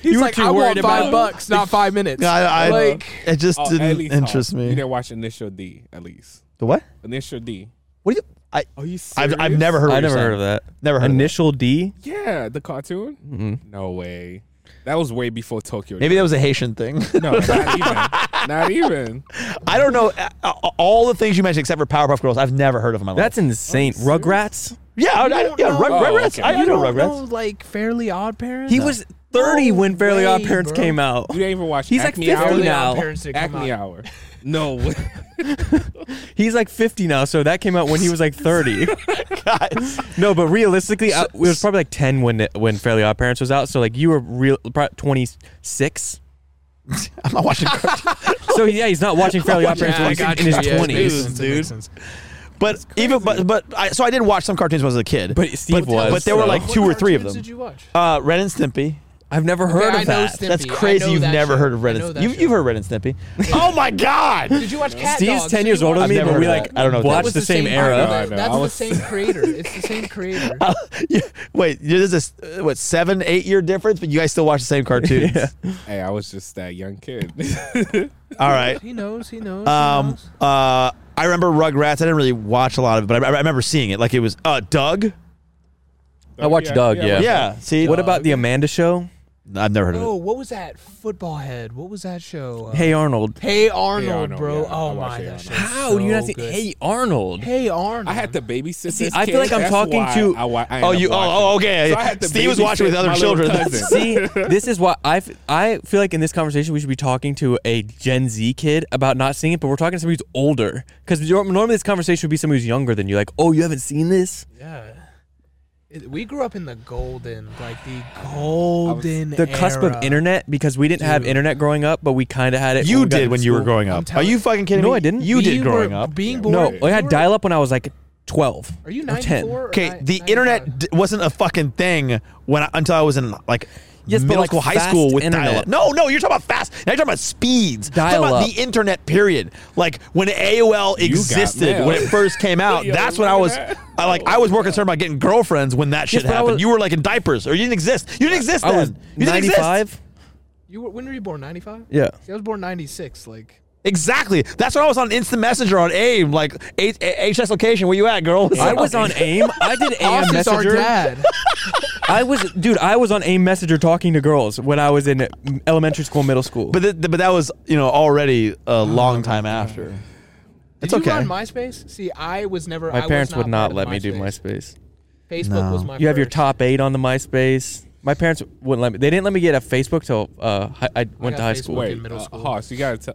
Speaker 4: He's
Speaker 1: were
Speaker 4: like,
Speaker 1: too
Speaker 4: I want
Speaker 1: worried
Speaker 4: five
Speaker 1: about-
Speaker 4: bucks, not five minutes.
Speaker 3: I, I,
Speaker 4: like,
Speaker 3: it just
Speaker 5: Oh,
Speaker 3: didn't
Speaker 5: Ellie Tom.
Speaker 3: interest
Speaker 5: You
Speaker 3: me.
Speaker 5: didn't watch Initial D, at least.
Speaker 3: The what?
Speaker 5: Initial D.
Speaker 3: What do you? I,
Speaker 5: Are you
Speaker 3: I've,
Speaker 5: serious?
Speaker 3: I've never heard.
Speaker 1: I
Speaker 3: of
Speaker 1: never heard of that.
Speaker 3: Never heard. Of
Speaker 1: Initial D.
Speaker 5: Yeah, the cartoon. No way. That was way before Tokyo.
Speaker 3: that. Mm-hmm. Maybe that was a Haitian thing.
Speaker 5: no, not even. Not even.
Speaker 3: I don't know uh, uh, all the things you mentioned except for Powerpuff Girls. I've never heard of in my life.
Speaker 1: Oh. That's insane. Rugrats.
Speaker 3: yeah, I, I,
Speaker 4: don't
Speaker 3: yeah.
Speaker 4: know.
Speaker 3: Rug,
Speaker 5: Oh,
Speaker 3: Rugrats.
Speaker 5: okay.
Speaker 3: I, I
Speaker 4: you
Speaker 3: know
Speaker 4: don't know,
Speaker 3: Rugrats.
Speaker 4: like Fairly Odd Parents.
Speaker 1: He was 30
Speaker 4: No
Speaker 1: when Fairly Odd
Speaker 4: way,
Speaker 1: Parents
Speaker 4: bro.
Speaker 1: came out.
Speaker 5: You didn't even watch
Speaker 1: He's like
Speaker 5: Acme
Speaker 1: 50
Speaker 5: Hour.
Speaker 4: Fairly
Speaker 1: now.
Speaker 4: Odd Parents did come
Speaker 5: Acme
Speaker 4: out.
Speaker 5: Hour. No way.
Speaker 1: He's like 50 now, so that came out when he was like 30.
Speaker 3: Guys,
Speaker 1: no, but realistically, I, it was probably like 10 when it- when Fairly Odd Parents was out. So like you were real probably 26.
Speaker 3: I'm not watching. cartoons.
Speaker 1: So yeah, he's not watching Fairly Odd Parents
Speaker 4: Yeah,
Speaker 1: when
Speaker 4: I
Speaker 1: he's
Speaker 4: got
Speaker 1: in
Speaker 4: you.
Speaker 1: his
Speaker 4: Yeah, it makes
Speaker 1: 20s.
Speaker 4: sense, it
Speaker 3: dude.
Speaker 4: makes sense.
Speaker 3: But even but but I, so I did watch some cartoons when I was a kid.
Speaker 1: But Steve
Speaker 3: but,
Speaker 1: was,
Speaker 3: But there were
Speaker 1: so-
Speaker 3: like two
Speaker 4: What
Speaker 3: or three of
Speaker 4: cartoons
Speaker 3: them.
Speaker 4: Did you watch?
Speaker 3: Uh, Ren and Stimpy.
Speaker 1: I've never heard
Speaker 4: I
Speaker 1: of
Speaker 4: know
Speaker 1: that.
Speaker 4: Stimpy.
Speaker 3: That's
Speaker 4: I know
Speaker 3: crazy. You've
Speaker 4: that
Speaker 3: never
Speaker 4: show.
Speaker 3: heard of Ren
Speaker 4: I know
Speaker 3: and
Speaker 4: that
Speaker 3: Stimpy. You've, you've
Speaker 4: show.
Speaker 3: heard Ren and Stimpy. oh my God!
Speaker 4: Did you watch Cat
Speaker 1: Steve's
Speaker 4: Dogs?
Speaker 1: 10
Speaker 4: Did
Speaker 1: years
Speaker 4: you
Speaker 1: older
Speaker 4: watch-
Speaker 1: than me,
Speaker 3: I've
Speaker 1: but
Speaker 3: never
Speaker 1: we
Speaker 3: heard of
Speaker 1: like
Speaker 3: that. I don't know what that
Speaker 1: watched
Speaker 3: is.
Speaker 1: the same
Speaker 5: I
Speaker 1: era. Uh,
Speaker 5: know.
Speaker 4: That's the
Speaker 5: was-
Speaker 4: same creator. It's the same creator.
Speaker 3: Yeah, Wait, there's this uh, what seven eight year difference, but you guys still watch the same cartoons.
Speaker 5: hey, I was just that young kid.
Speaker 3: All right.
Speaker 4: He knows. He knows.
Speaker 3: Um. Uh. I remember Rugrats. I didn't really watch a lot of it, but I, I remember seeing it. Like it was uh Doug.
Speaker 1: I watched Doug, yeah.
Speaker 5: Oh, I watched-
Speaker 3: Yeah. See. Uh,
Speaker 1: What about the Amanda Show?
Speaker 3: I've never heard of
Speaker 4: Oh,
Speaker 3: it.
Speaker 4: what was that football head? What was that show? Uh,
Speaker 1: Hey Arnold.
Speaker 4: Hey Arnold,
Speaker 5: Arnold,
Speaker 4: bro.
Speaker 5: yeah, I
Speaker 4: oh
Speaker 5: watched
Speaker 4: my,
Speaker 5: Hey
Speaker 4: that
Speaker 5: Arnold.
Speaker 4: show's
Speaker 1: How
Speaker 4: so
Speaker 1: you not seen
Speaker 4: good.
Speaker 1: Hey Arnold?
Speaker 4: Hey Arnold.
Speaker 5: I had to babysit.
Speaker 1: See,
Speaker 5: this
Speaker 1: I feel
Speaker 5: kid.
Speaker 1: like I'm
Speaker 5: That's
Speaker 1: talking
Speaker 5: why
Speaker 1: to-
Speaker 5: I, wa- I
Speaker 3: Oh,
Speaker 5: ended
Speaker 3: you.
Speaker 5: up
Speaker 3: Oh, oh,
Speaker 5: watching.
Speaker 3: okay.
Speaker 5: So I had to
Speaker 3: Steve was watching with
Speaker 5: babysit
Speaker 3: other
Speaker 5: my little
Speaker 3: children.
Speaker 5: cousin.
Speaker 1: See, this is why I f- I feel like in this conversation we should be talking to a Gen Z kid about not seeing it, but we're talking to somebody who's older. Because normally this conversation would be somebody who's younger than you. Like, oh, you haven't seen this?
Speaker 4: Yeah. It- we grew up in the golden, like the golden
Speaker 1: The cusp of
Speaker 4: era.
Speaker 1: internet because we didn't have
Speaker 4: Dude.
Speaker 1: internet growing up, but we kind of had it.
Speaker 3: You
Speaker 1: we got
Speaker 3: did
Speaker 1: into
Speaker 3: when you were
Speaker 1: school.
Speaker 3: growing up. Are you fucking kidding
Speaker 1: No,
Speaker 3: me?
Speaker 1: I didn't.
Speaker 3: You
Speaker 4: We
Speaker 3: did growing
Speaker 4: were
Speaker 3: up.
Speaker 4: Being
Speaker 5: Yeah,
Speaker 4: born.
Speaker 1: No, I
Speaker 4: you
Speaker 1: had
Speaker 4: were-
Speaker 1: dial up when I was like 12.
Speaker 4: Are you
Speaker 1: or 10.
Speaker 4: 94? or
Speaker 3: Okay,
Speaker 4: ni-
Speaker 3: the
Speaker 4: 95?
Speaker 3: internet d- wasn't a fucking thing when I, until I was in like
Speaker 1: Yes, but
Speaker 3: middle
Speaker 1: like
Speaker 3: school, high
Speaker 1: fast
Speaker 3: school with
Speaker 1: internet.
Speaker 3: dial-up. No, no, you're talking about fast. Now you're talking about speeds. You're talking
Speaker 1: Dial-up.
Speaker 3: about the internet period. Like when AOL
Speaker 5: You got
Speaker 3: existed,
Speaker 5: mail.
Speaker 3: when it first came out.
Speaker 5: Yo,
Speaker 3: that's when I was
Speaker 5: remember
Speaker 3: I, like I was more concerned about getting girlfriends when that shit
Speaker 1: but I
Speaker 3: happened.
Speaker 1: was-
Speaker 3: you were like in diapers or you didn't exist. You didn't exist
Speaker 1: I
Speaker 3: then.
Speaker 1: was
Speaker 3: you didn't exist.
Speaker 1: 95.
Speaker 4: You were, when were you born? Ninety five.
Speaker 1: Yeah.
Speaker 4: I was born ninety six. Like
Speaker 3: Exactly. That's when I was on instant messenger on AIM, like H- H- HS location. Where you at, girl?
Speaker 1: I was on AIM. I did AIM
Speaker 4: Austin's our
Speaker 1: Messenger.
Speaker 4: dad.
Speaker 1: I was, dude. I was on AIM Messenger talking to girls when I was in elementary school, middle school.
Speaker 3: but th- but that was you know already
Speaker 1: Ah,
Speaker 3: a long time after.
Speaker 4: Did
Speaker 3: It's
Speaker 4: you
Speaker 3: okay.
Speaker 4: run MySpace? See, I was never. I
Speaker 1: my
Speaker 4: was
Speaker 1: parents would
Speaker 4: part
Speaker 1: not
Speaker 4: of
Speaker 1: let me do MySpace.
Speaker 4: Facebook
Speaker 3: No.
Speaker 4: was my.
Speaker 1: You have your
Speaker 4: first.
Speaker 1: top eight on the MySpace. My parents wouldn't let me. They didn't let me get a Facebook till uh, hi- I went
Speaker 4: got
Speaker 1: to high
Speaker 4: Facebook.
Speaker 1: school.
Speaker 4: Fucking
Speaker 5: Wait,
Speaker 4: middle
Speaker 5: uh,
Speaker 4: school.
Speaker 5: Hoss, you gotta tell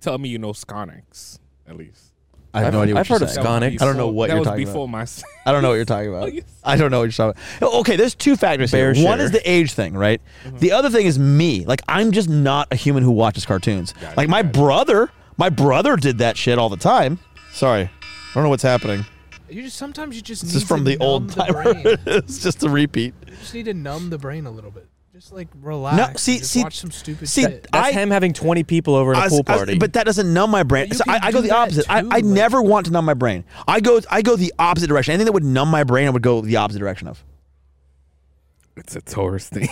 Speaker 5: tell me you know Sconix at least.
Speaker 3: I have
Speaker 1: I've-
Speaker 3: no idea. What
Speaker 1: I've
Speaker 3: you're
Speaker 1: heard of
Speaker 3: saying.
Speaker 5: That was
Speaker 1: Sconix.
Speaker 5: before-
Speaker 3: I don't know what
Speaker 5: that
Speaker 3: you're
Speaker 5: was
Speaker 3: talking
Speaker 5: before my.
Speaker 3: I don't know what you're talking about.
Speaker 5: yes.
Speaker 3: I don't know what you're talking about. Oh, Okay, there's two factors here.
Speaker 1: Bear
Speaker 3: One
Speaker 1: share.
Speaker 3: is the age thing, right? The other thing is me. Like I'm just not a human who watches cartoons.
Speaker 5: Got
Speaker 3: like
Speaker 5: it,
Speaker 3: my
Speaker 5: got it.
Speaker 3: brother, my brother did that shit all the time. Sorry. I don't know what's happening.
Speaker 4: You just sometimes you just
Speaker 3: This
Speaker 4: need
Speaker 3: is from
Speaker 4: to
Speaker 3: the old
Speaker 4: numb
Speaker 3: timer.
Speaker 4: The brain.
Speaker 3: it's just a repeat.
Speaker 4: you just need to numb the brain a little bit. Just like relax. and
Speaker 3: see-
Speaker 4: just
Speaker 3: see-
Speaker 4: watch some stupid
Speaker 3: see,
Speaker 4: shit.
Speaker 1: That's
Speaker 3: I-
Speaker 1: him having 20 people over at
Speaker 3: I
Speaker 1: a
Speaker 3: was-
Speaker 1: pool
Speaker 3: I was-
Speaker 1: party.
Speaker 3: but that doesn't numb my brain.
Speaker 4: But
Speaker 3: So
Speaker 4: you
Speaker 3: I,
Speaker 4: can
Speaker 3: I go
Speaker 4: do
Speaker 3: the
Speaker 4: that
Speaker 3: opposite. I,
Speaker 4: too,
Speaker 3: I
Speaker 4: like-
Speaker 3: never want to numb my brain. I go I go the opposite direction. Anything that would numb my brain, I would go the opposite direction of.
Speaker 5: It's a Taurus thing.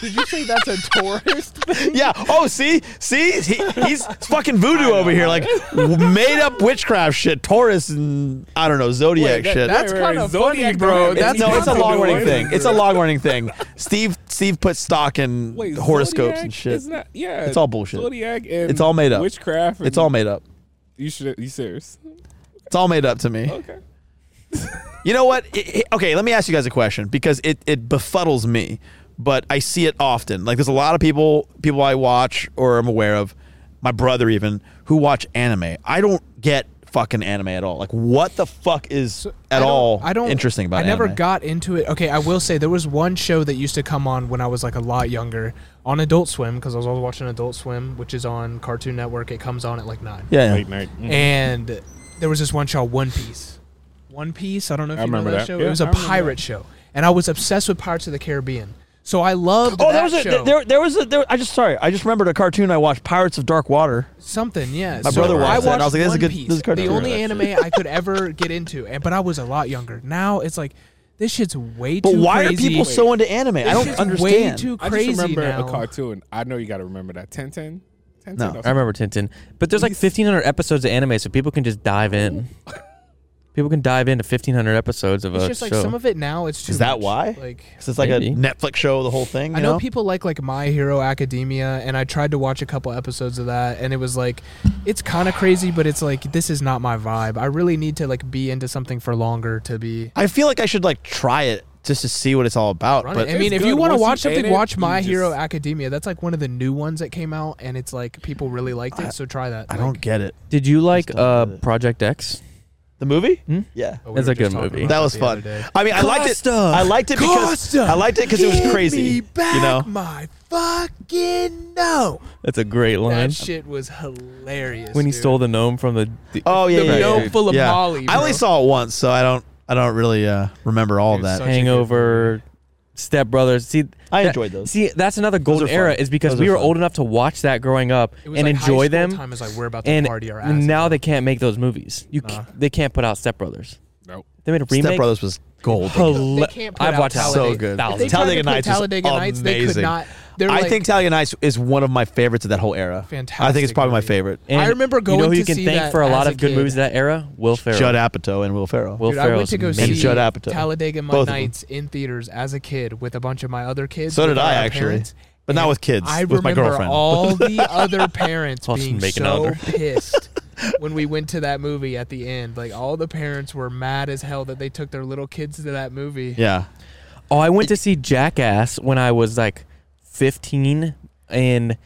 Speaker 4: Did you say that's a tourist thing?
Speaker 3: Yeah. Oh, see, see, he, he's fucking voodoo over here, like made up witchcraft shit, Taurus, and I don't know zodiac
Speaker 5: that-
Speaker 3: shit.
Speaker 5: that-
Speaker 4: That's
Speaker 5: Wait, wait,
Speaker 4: kind of
Speaker 5: Zodiac
Speaker 4: funny,
Speaker 5: don't
Speaker 4: bro.
Speaker 5: have
Speaker 4: That's
Speaker 3: no, it's a
Speaker 5: nothing to
Speaker 3: long
Speaker 5: do
Speaker 3: running
Speaker 5: with
Speaker 3: thing.
Speaker 5: it.
Speaker 3: It's a long running thing. Steve, Steve puts stock in
Speaker 5: Wait,
Speaker 3: horoscopes
Speaker 5: Zodiac
Speaker 3: and shit.
Speaker 5: is not- yeah,
Speaker 3: It's all bullshit.
Speaker 5: Zodiac and
Speaker 3: It's all made up.
Speaker 5: Witchcraft.
Speaker 3: It's all made up.
Speaker 5: You should. You serious?
Speaker 3: It's all made up to me.
Speaker 5: Okay.
Speaker 3: You know what? It- it- okay, let me ask you guys a question because it, it befuddles me, but I see it often. Like there's a lot of people people I watch or I'm aware of, my brother even, who watch anime. I don't get fucking anime at all. Like what the fuck is at
Speaker 4: I don't-
Speaker 3: all interesting about
Speaker 4: I never
Speaker 3: anime?
Speaker 4: got into it. Okay, I will say there was one show that used to come on when I was like a lot younger on Adult Swim because I was always watching Adult Swim, which is on Cartoon Network. It comes on at like nine.
Speaker 3: yeah.
Speaker 5: Late night. Mm.
Speaker 4: And there was this one show, One Piece. One Piece. I don't know if
Speaker 5: I
Speaker 4: you know
Speaker 5: remember
Speaker 4: that,
Speaker 5: that.
Speaker 4: show.
Speaker 5: Yeah,
Speaker 4: it was a
Speaker 5: I remember
Speaker 4: pirate show, and I was obsessed with Pirates of the Caribbean. So I loved.
Speaker 3: Oh,
Speaker 4: that
Speaker 3: there was a
Speaker 4: show.
Speaker 3: there, there was a there, I just sorry I just remembered a cartoon I watched Pirates of Dark Water.
Speaker 4: Something, yeah.
Speaker 3: My brother watched that, and I was like, this is a
Speaker 4: One
Speaker 3: good-
Speaker 4: Piece,
Speaker 3: this is a good
Speaker 4: The
Speaker 3: cartoon.
Speaker 4: only
Speaker 3: Yeah,
Speaker 4: anime I could ever get into, and but I was a lot younger. Now it's like, this shit's way
Speaker 3: But
Speaker 4: too
Speaker 3: why
Speaker 4: crazy.
Speaker 3: are people so into anime? I
Speaker 4: This
Speaker 3: don't
Speaker 4: shit's
Speaker 3: understand.
Speaker 4: Way too
Speaker 5: I
Speaker 4: crazy
Speaker 5: just remember
Speaker 4: now.
Speaker 5: a cartoon. I know you got to remember that. Ten ten. Ten
Speaker 3: No.
Speaker 5: ten.
Speaker 1: I remember Tintin. But there's like 1,500 episodes of anime, so people can just dive in. People can dive into 1,500 episodes of
Speaker 4: It's
Speaker 1: a
Speaker 4: just like
Speaker 1: show.
Speaker 4: some of it now. It's too.
Speaker 3: Is that
Speaker 4: much.
Speaker 3: why?
Speaker 4: Like.
Speaker 3: 'Cause it's like
Speaker 1: Maybe.
Speaker 3: a Netflix show, the whole thing. You
Speaker 4: I know, people like like My Hero Academia, and I tried to watch a couple episodes of that, and it was like, it's kind of crazy, but it's like this is not my vibe. I really need to like be into something for longer to be.
Speaker 3: I feel like I should like try it just to see what it's all about.
Speaker 4: Run
Speaker 3: But
Speaker 4: it. I mean,
Speaker 5: It's
Speaker 4: if you
Speaker 5: good.
Speaker 4: want to
Speaker 5: Once you
Speaker 4: watch something,
Speaker 5: ate it,
Speaker 4: watch
Speaker 5: you
Speaker 4: My
Speaker 5: just-
Speaker 4: Hero Academia. That's like one of the new ones that came out, and it's like people really liked it. so try that.
Speaker 3: I
Speaker 4: Like,
Speaker 3: don't get it.
Speaker 1: Did you like
Speaker 3: Just
Speaker 1: uh,
Speaker 3: don't get it.
Speaker 1: Project X?
Speaker 3: The movie?
Speaker 1: Hmm?
Speaker 3: Yeah.
Speaker 4: but Oh, we
Speaker 1: That's
Speaker 4: were
Speaker 1: a
Speaker 4: just
Speaker 1: good
Speaker 4: talking
Speaker 1: movie.
Speaker 4: about
Speaker 3: That was
Speaker 4: the other
Speaker 3: fun.
Speaker 4: day.
Speaker 3: I mean, I liked it.
Speaker 1: Costa!
Speaker 3: I liked it because
Speaker 4: Costa!
Speaker 3: I liked it because it was
Speaker 4: Give me
Speaker 3: crazy. You know,
Speaker 4: back my fucking no.
Speaker 1: That's a great line.
Speaker 4: That shit was hilarious.
Speaker 1: When he
Speaker 4: dude.
Speaker 1: stole the gnome from the. the
Speaker 3: Oh yeah,
Speaker 4: The
Speaker 3: yeah, yeah,
Speaker 4: gnome
Speaker 3: yeah.
Speaker 4: full of
Speaker 3: yeah.
Speaker 4: Molly,
Speaker 3: I only
Speaker 4: bro.
Speaker 3: saw it once, so I don't. I don't really uh, remember all of
Speaker 4: Dude,
Speaker 3: that.
Speaker 4: such- a good
Speaker 1: Hangover, Step Brothers. See,
Speaker 3: I
Speaker 1: that-
Speaker 3: enjoyed those.
Speaker 1: See, that's another golden
Speaker 3: are fun.
Speaker 1: era is because
Speaker 3: Those
Speaker 1: we
Speaker 3: are
Speaker 1: were
Speaker 3: fun.
Speaker 1: old enough to watch that growing up
Speaker 4: It was
Speaker 1: and
Speaker 4: like high
Speaker 1: enjoy
Speaker 4: school
Speaker 1: them.
Speaker 4: Time is like we're about to
Speaker 1: And
Speaker 4: party our ass.
Speaker 1: now
Speaker 4: off.
Speaker 1: they can't make those movies. You ca- they can't put out Step Brothers.
Speaker 5: Nope.
Speaker 1: They made a remake.
Speaker 3: Step Brothers was gold.
Speaker 1: Hila-
Speaker 4: They can't put
Speaker 1: I've
Speaker 4: out
Speaker 1: watched that
Speaker 4: Talladega.
Speaker 3: So good.
Speaker 1: thousands.
Speaker 4: If they
Speaker 1: Tal-
Speaker 4: tried
Speaker 3: Talladega
Speaker 4: to put
Speaker 3: Nights is
Speaker 4: Talladega Nights, they could
Speaker 3: amazing.
Speaker 4: not. They're
Speaker 3: I
Speaker 4: like,
Speaker 3: think Italian Nights is one of my favorites of that whole era. I think it's
Speaker 4: Fantastic
Speaker 3: probably my
Speaker 4: movie.
Speaker 3: favorite.
Speaker 1: and
Speaker 4: I remember
Speaker 1: You know
Speaker 4: going
Speaker 1: who you
Speaker 4: to
Speaker 1: can
Speaker 4: see
Speaker 1: thank
Speaker 4: that
Speaker 1: for a lot
Speaker 4: as a
Speaker 1: of good
Speaker 4: kid.
Speaker 1: movies of that era? Will Ferrell.
Speaker 3: Judd Apatow and Will Ferrell.
Speaker 1: Will
Speaker 4: Dude, I went
Speaker 1: Ferrell's
Speaker 4: to go
Speaker 1: amazing.
Speaker 4: see
Speaker 3: Judd Apatow.
Speaker 4: Talladega Nights
Speaker 3: Both of them.
Speaker 4: in theaters as a kid with a bunch of my other kids.
Speaker 3: so
Speaker 4: with
Speaker 3: did
Speaker 4: our
Speaker 3: I actually,
Speaker 4: parents,
Speaker 3: but not
Speaker 4: and
Speaker 3: with kids.
Speaker 4: I
Speaker 3: with my
Speaker 4: remember
Speaker 3: girlfriend.
Speaker 4: all the other parents
Speaker 1: Austin
Speaker 4: being
Speaker 1: making
Speaker 4: so
Speaker 1: other.
Speaker 4: pissed when we went to that movie at the end. Like all the parents were mad as hell that they took their little kids to that movie.
Speaker 3: yeah.
Speaker 1: Oh, I went to see Jackass when I was like 15, and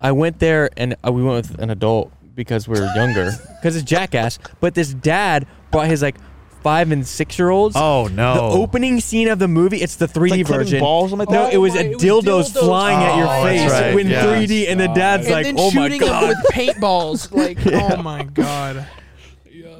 Speaker 1: I went there and uh, we went with an adult because we were younger because it's Jackass. But this dad brought his like five and six year olds.
Speaker 3: Oh no.
Speaker 1: The opening scene of the movie, it's the 3D
Speaker 3: like clipping
Speaker 1: version.
Speaker 3: balls or something
Speaker 1: no,
Speaker 3: like that?
Speaker 1: it was
Speaker 4: Oh my-
Speaker 1: a
Speaker 4: it was
Speaker 1: dildos,
Speaker 4: dildos
Speaker 1: flying at your
Speaker 3: Oh,
Speaker 1: face
Speaker 3: that's right,
Speaker 1: in
Speaker 3: yeah.
Speaker 1: 3D, and the dad's
Speaker 5: And
Speaker 1: like,
Speaker 4: and then
Speaker 1: "Oh my
Speaker 4: shooting them
Speaker 1: god!"
Speaker 4: with paintballs. Like, oh my god.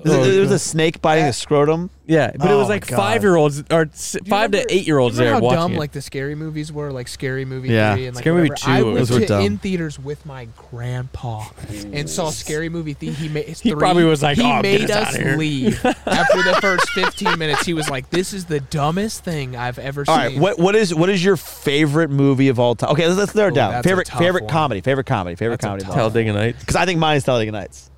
Speaker 3: Is it, it was a snake biting a scrotum.
Speaker 1: Yeah, but it
Speaker 3: Oh,
Speaker 1: was like
Speaker 3: God.
Speaker 1: five year olds or s-
Speaker 4: Do you
Speaker 1: five
Speaker 4: remember-
Speaker 1: to eight year olds
Speaker 4: do you
Speaker 1: there
Speaker 4: remember
Speaker 1: watching.
Speaker 4: how dumb
Speaker 1: it.
Speaker 4: like the scary movies were, like Scary Movie
Speaker 3: Yeah.
Speaker 4: Three and like
Speaker 1: Scary Movie
Speaker 4: whatever. I
Speaker 1: two,
Speaker 4: went
Speaker 1: those
Speaker 3: were
Speaker 4: to
Speaker 3: dumb.
Speaker 4: in theaters with my grandpa and saw Scary Movie Three. He made
Speaker 1: He probably was like,
Speaker 4: he
Speaker 1: "Oh, get
Speaker 4: made
Speaker 1: us
Speaker 4: us
Speaker 1: outta here."
Speaker 4: leave after the first fifteen minutes. He was like, "This is the dumbest thing I've ever
Speaker 3: All
Speaker 4: seen."
Speaker 3: right, what what is what is your favorite movie of all time? Okay, let's, let's narrow it
Speaker 4: Ooh,
Speaker 3: down.
Speaker 4: that's a
Speaker 3: Favorite
Speaker 4: tough
Speaker 3: favorite
Speaker 4: one.
Speaker 3: comedy, favorite comedy, favorite
Speaker 4: That's
Speaker 3: comedy.
Speaker 4: a tough
Speaker 1: Talladega Nights.
Speaker 3: Because I think mine is Talladega Nights.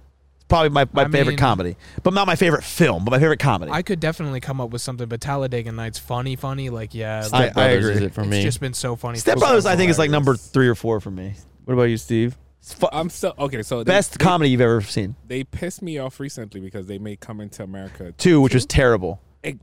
Speaker 3: It's probably my, my
Speaker 4: I
Speaker 3: favorite
Speaker 4: mean-
Speaker 3: comedy, but not my favorite film, but my favorite comedy.
Speaker 4: I could definitely come up with something, but Talladega Nights, funny, funny, like yeah,
Speaker 3: I-
Speaker 4: like,
Speaker 1: Step Brothers
Speaker 3: agree.
Speaker 1: is it for
Speaker 4: it's
Speaker 1: me?
Speaker 4: just been so funny.
Speaker 3: Step
Speaker 4: since
Speaker 3: Brothers,
Speaker 4: then.
Speaker 3: I think, is like
Speaker 5: hilarious.
Speaker 3: number three or four for me.
Speaker 1: what about you, Steve?
Speaker 3: It's fu-
Speaker 5: I'm still okay. So they,
Speaker 3: best
Speaker 5: they,
Speaker 3: comedy you've ever seen.
Speaker 5: They pissed me off recently because they made Coming to America
Speaker 3: Two, which was terrible.
Speaker 5: It-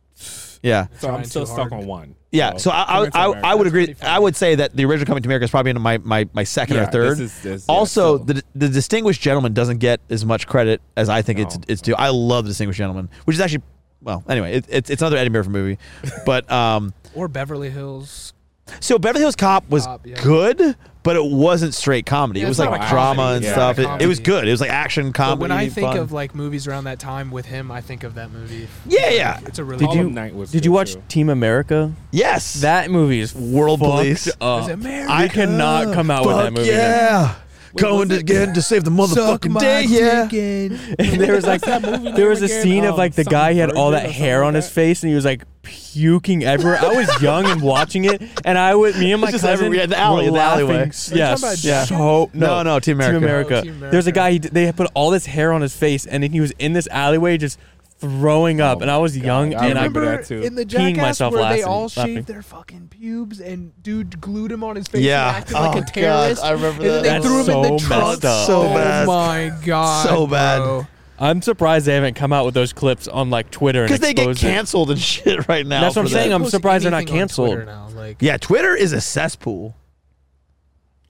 Speaker 3: Yeah,
Speaker 5: so
Speaker 4: Trying
Speaker 5: I'm still
Speaker 4: too
Speaker 5: stuck
Speaker 4: hard.
Speaker 5: on one.
Speaker 3: yeah. So I
Speaker 5: Coming to
Speaker 3: I, I,
Speaker 5: America.
Speaker 3: I would
Speaker 5: That's
Speaker 3: agree.
Speaker 5: pretty funny.
Speaker 3: I would say that the original Coming to America is probably into my my my second
Speaker 5: Yeah,
Speaker 3: or
Speaker 5: this
Speaker 3: third.
Speaker 5: is- this- yeah,
Speaker 3: also,
Speaker 5: so-
Speaker 3: the the distinguished gentleman doesn't get as much credit as I think it's
Speaker 5: No.
Speaker 3: it's due. I love the distinguished gentleman, which is actually well. Anyway, it, it's it's another Eddie Murphy movie, but um.
Speaker 4: or Beverly Hills.
Speaker 3: So Beverly Hills Cop was
Speaker 4: Cop, yeah.
Speaker 3: good, but it wasn't straight comedy.
Speaker 4: Yeah,
Speaker 3: it was
Speaker 4: it's
Speaker 3: like
Speaker 4: not
Speaker 5: a
Speaker 3: drama
Speaker 5: comedy.
Speaker 3: and
Speaker 5: Yeah.
Speaker 3: stuff.
Speaker 5: It's
Speaker 3: It,
Speaker 5: not a
Speaker 3: it was
Speaker 4: comedy.
Speaker 3: good. It was like action
Speaker 4: But
Speaker 3: comedy.
Speaker 4: when I think
Speaker 3: fun.
Speaker 4: of like movies around that time with him, I think of that movie.
Speaker 3: yeah, yeah,
Speaker 4: It's a really
Speaker 1: Did
Speaker 5: Harlem
Speaker 1: you
Speaker 5: Night was
Speaker 1: did you
Speaker 5: good,
Speaker 1: watch
Speaker 5: too.
Speaker 1: Team America?
Speaker 3: yes,
Speaker 1: That movie is
Speaker 3: World
Speaker 1: fucked
Speaker 3: Police.
Speaker 1: up.
Speaker 4: Is it America?
Speaker 1: Uh, I cannot come out with that
Speaker 3: Fuck
Speaker 1: movie.
Speaker 3: Yeah,
Speaker 5: was
Speaker 3: going to
Speaker 5: it-
Speaker 3: again to save the
Speaker 4: Suck
Speaker 3: motherfucking
Speaker 4: my
Speaker 3: day. Yeah,
Speaker 4: dick in.
Speaker 1: And there was like there was a scene
Speaker 4: Oh,
Speaker 1: of like the guy he had all that hair on his face and he was like puking everywhere. I was young and watching it, and I was me and my
Speaker 3: It's just
Speaker 1: cousin
Speaker 3: everywhere, yeah, in the alley,
Speaker 1: were
Speaker 3: in the alleyway.
Speaker 1: laughing.
Speaker 3: Are you
Speaker 4: talking
Speaker 1: Yes,
Speaker 4: about
Speaker 1: yeah.
Speaker 4: Jackass?
Speaker 1: So-
Speaker 3: No, no, Team America.
Speaker 4: Oh, Team
Speaker 1: There's a
Speaker 4: America.
Speaker 1: guy. He, d- they had put all this hair on his face, and then he was in this alleyway just throwing up.
Speaker 5: Oh
Speaker 1: and I was
Speaker 5: my
Speaker 1: young,
Speaker 5: God, I
Speaker 1: and I
Speaker 5: remember
Speaker 4: remember
Speaker 5: that too.
Speaker 4: in the
Speaker 1: Peeing
Speaker 4: Jackass
Speaker 1: myself
Speaker 4: where they
Speaker 1: laughing-
Speaker 4: all
Speaker 1: laughing.
Speaker 4: shaved their fucking pubes and dude glued him on his face
Speaker 3: Yeah.
Speaker 4: and acted like
Speaker 3: Oh,
Speaker 4: a terrorist.
Speaker 3: God, I remember
Speaker 4: and then
Speaker 3: that.
Speaker 4: they threw him
Speaker 1: That's
Speaker 4: in the
Speaker 1: so
Speaker 4: trunk.
Speaker 1: messed up.
Speaker 3: So
Speaker 4: oh
Speaker 3: bad.
Speaker 4: my god.
Speaker 3: So bad.
Speaker 4: bro.
Speaker 1: I'm surprised they haven't come out with those clips on like Twitter and
Speaker 3: because they get
Speaker 1: exposed it.
Speaker 3: canceled and shit right now.
Speaker 1: That's what
Speaker 3: for
Speaker 1: I'm saying.
Speaker 3: that.
Speaker 1: I'm
Speaker 4: Post
Speaker 1: surprised they're not
Speaker 4: anything on Twitter
Speaker 1: canceled.
Speaker 4: now, like-
Speaker 3: Yeah, Twitter is a cesspool.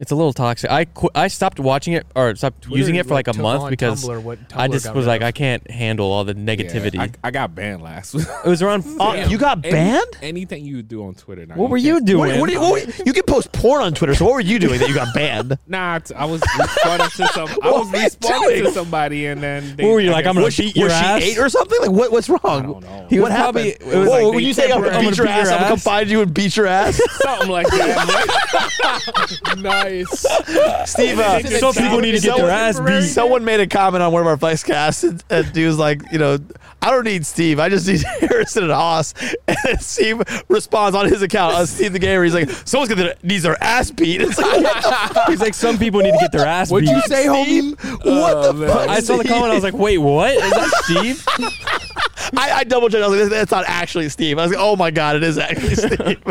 Speaker 1: It's a little toxic. I qu- I stopped watching it or stopped
Speaker 4: Twitter,
Speaker 1: using it for like, a
Speaker 4: took
Speaker 1: month
Speaker 4: on
Speaker 1: because
Speaker 4: Tumblr, what
Speaker 1: I
Speaker 4: Tumblr
Speaker 1: just
Speaker 4: got
Speaker 1: was
Speaker 4: rid
Speaker 1: like
Speaker 4: of.
Speaker 1: I can't handle all the
Speaker 5: Yeah,
Speaker 1: negativity.
Speaker 5: I, I got banned last.
Speaker 1: it was around.
Speaker 3: Oh,
Speaker 5: Damn.
Speaker 3: you got
Speaker 5: Any-
Speaker 3: banned.
Speaker 5: Anything you do on Twitter now.
Speaker 1: what were
Speaker 5: can't-
Speaker 1: you doing?
Speaker 3: What, what, do you, what were you- you can post porn on Twitter. So what were you doing that you got banned?
Speaker 5: Nah, t- I was responding to some. I
Speaker 3: What
Speaker 5: was
Speaker 3: were you
Speaker 5: responding to
Speaker 3: doing?
Speaker 5: somebody, and then they,
Speaker 1: What were you
Speaker 5: I
Speaker 1: like?
Speaker 5: guess-
Speaker 1: I'm gonna
Speaker 3: was she,
Speaker 1: beat your
Speaker 3: was she
Speaker 1: ass.
Speaker 3: eight or something? Like what? What's wrong?
Speaker 5: I don't know.
Speaker 1: He
Speaker 3: What
Speaker 1: was
Speaker 3: happened?
Speaker 1: probably- it was
Speaker 3: Whoa,
Speaker 1: like
Speaker 3: when
Speaker 1: they
Speaker 3: you say I'm gonna
Speaker 1: temporarily-
Speaker 3: beat your
Speaker 1: I'm gonna
Speaker 3: ass,
Speaker 1: beat your
Speaker 3: I'm gonna come
Speaker 1: ass.
Speaker 3: find you and beat your ass.
Speaker 5: something like that.
Speaker 4: nice.
Speaker 3: Steve, uh,
Speaker 5: Is it
Speaker 1: Some people
Speaker 5: sound-
Speaker 1: need to get
Speaker 5: sound
Speaker 1: their ass
Speaker 4: temporary?
Speaker 1: beat.
Speaker 3: Someone made a comment on one of our flex casts, and, and he was like, you know, I don't need Steve. I just need Harrison and Haas. And Steve responds on his account, on Steve the Gamer. He's like, someone's gonna needs their ass beat. It's like, what the
Speaker 1: He's like some people need to get their ass
Speaker 4: What'd
Speaker 1: beat.
Speaker 4: you say, homie?
Speaker 3: Steve? What the
Speaker 5: Oh, man.
Speaker 3: fuck?
Speaker 1: I saw the
Speaker 3: Steve?
Speaker 1: comment. I was like, wait, what? Is that Steve?
Speaker 3: I, I double checked. I was like, that's not actually Steve. I was like, oh my god, it is actually Steve.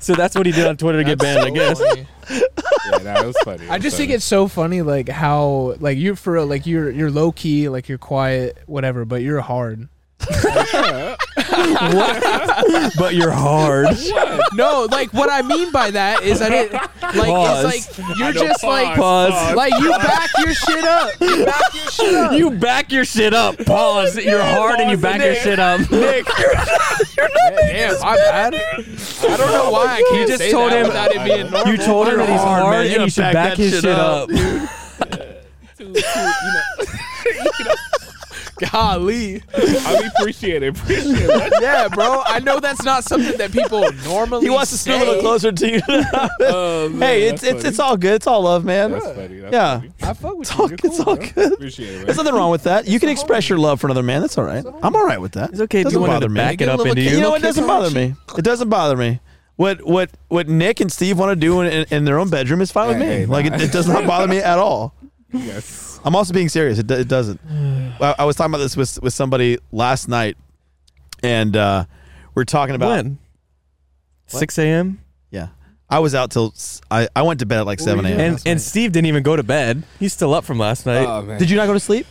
Speaker 1: so that's what he did on Twitter to get banned. I guess.
Speaker 5: yeah, that was funny.
Speaker 4: I just think it's so funny, like how, like you for real, like you're you're low key, like you're quiet, whatever, but you're hard.
Speaker 1: But you're hard.
Speaker 4: No, like what I mean by that is I didn't like
Speaker 1: Pause.
Speaker 4: it's like you're
Speaker 5: know,
Speaker 4: just like
Speaker 1: pause.
Speaker 4: like you back your shit up. You back your shit up.
Speaker 1: You back your shit up. Pause. You're hard and you back your shit up.
Speaker 3: Nick,
Speaker 4: Damn, my bad. I don't know why I can't
Speaker 1: You just
Speaker 4: say
Speaker 1: told
Speaker 4: that
Speaker 1: him.
Speaker 4: without it being normal.
Speaker 1: You told him that he's
Speaker 3: Hard, man.
Speaker 1: hard
Speaker 3: You
Speaker 1: and
Speaker 3: gotta
Speaker 1: you should
Speaker 3: back
Speaker 1: back
Speaker 3: that
Speaker 1: his
Speaker 3: shit
Speaker 1: shit
Speaker 3: up.
Speaker 1: up.
Speaker 4: golly.
Speaker 5: I appreciate it. Appreciate it.
Speaker 4: Yeah, bro. I know that's not something that people normally.
Speaker 3: he wants to snow a
Speaker 4: say.
Speaker 3: little closer to you.
Speaker 5: Oh, man,
Speaker 3: hey,
Speaker 5: that's
Speaker 3: it's it's
Speaker 5: funny.
Speaker 3: it's all good. It's all love, man.
Speaker 5: That's funny. That's
Speaker 3: Yeah.
Speaker 5: funny.
Speaker 4: I fuck with
Speaker 3: It's
Speaker 4: you.
Speaker 3: all,
Speaker 4: You're
Speaker 3: it's all
Speaker 4: bro.
Speaker 3: good.
Speaker 5: Appreciate it.
Speaker 3: There's
Speaker 5: Man.
Speaker 3: nothing wrong with that. You can express your love for another man. That's all right. I'm all right with that.
Speaker 1: It's okay if
Speaker 3: Doesn't
Speaker 1: you wanted
Speaker 3: bother
Speaker 1: to
Speaker 3: me.
Speaker 1: back it
Speaker 4: Get a
Speaker 1: up
Speaker 4: little
Speaker 1: into
Speaker 4: kick.
Speaker 3: You know,
Speaker 1: you.
Speaker 3: it doesn't
Speaker 4: on
Speaker 3: bother
Speaker 4: the
Speaker 3: me. It doesn't bother me. What what what Nick and Steve want to do in, in, in their own bedroom is fine with
Speaker 5: Hey,
Speaker 3: me.
Speaker 5: hey,
Speaker 3: like it,
Speaker 5: nah.
Speaker 3: it does not bother me at all.
Speaker 5: Yes.
Speaker 3: I'm also being serious. It, do- it doesn't. I, I was talking about this with with somebody last night, and uh, we are talking about
Speaker 1: When? 6 a.m.
Speaker 3: yeah. I was out till s- I, I went to bed at like seven a.m.
Speaker 1: And and Steve didn't even go to bed. He's still up from last night.
Speaker 5: Oh man.
Speaker 3: Did you not go to sleep?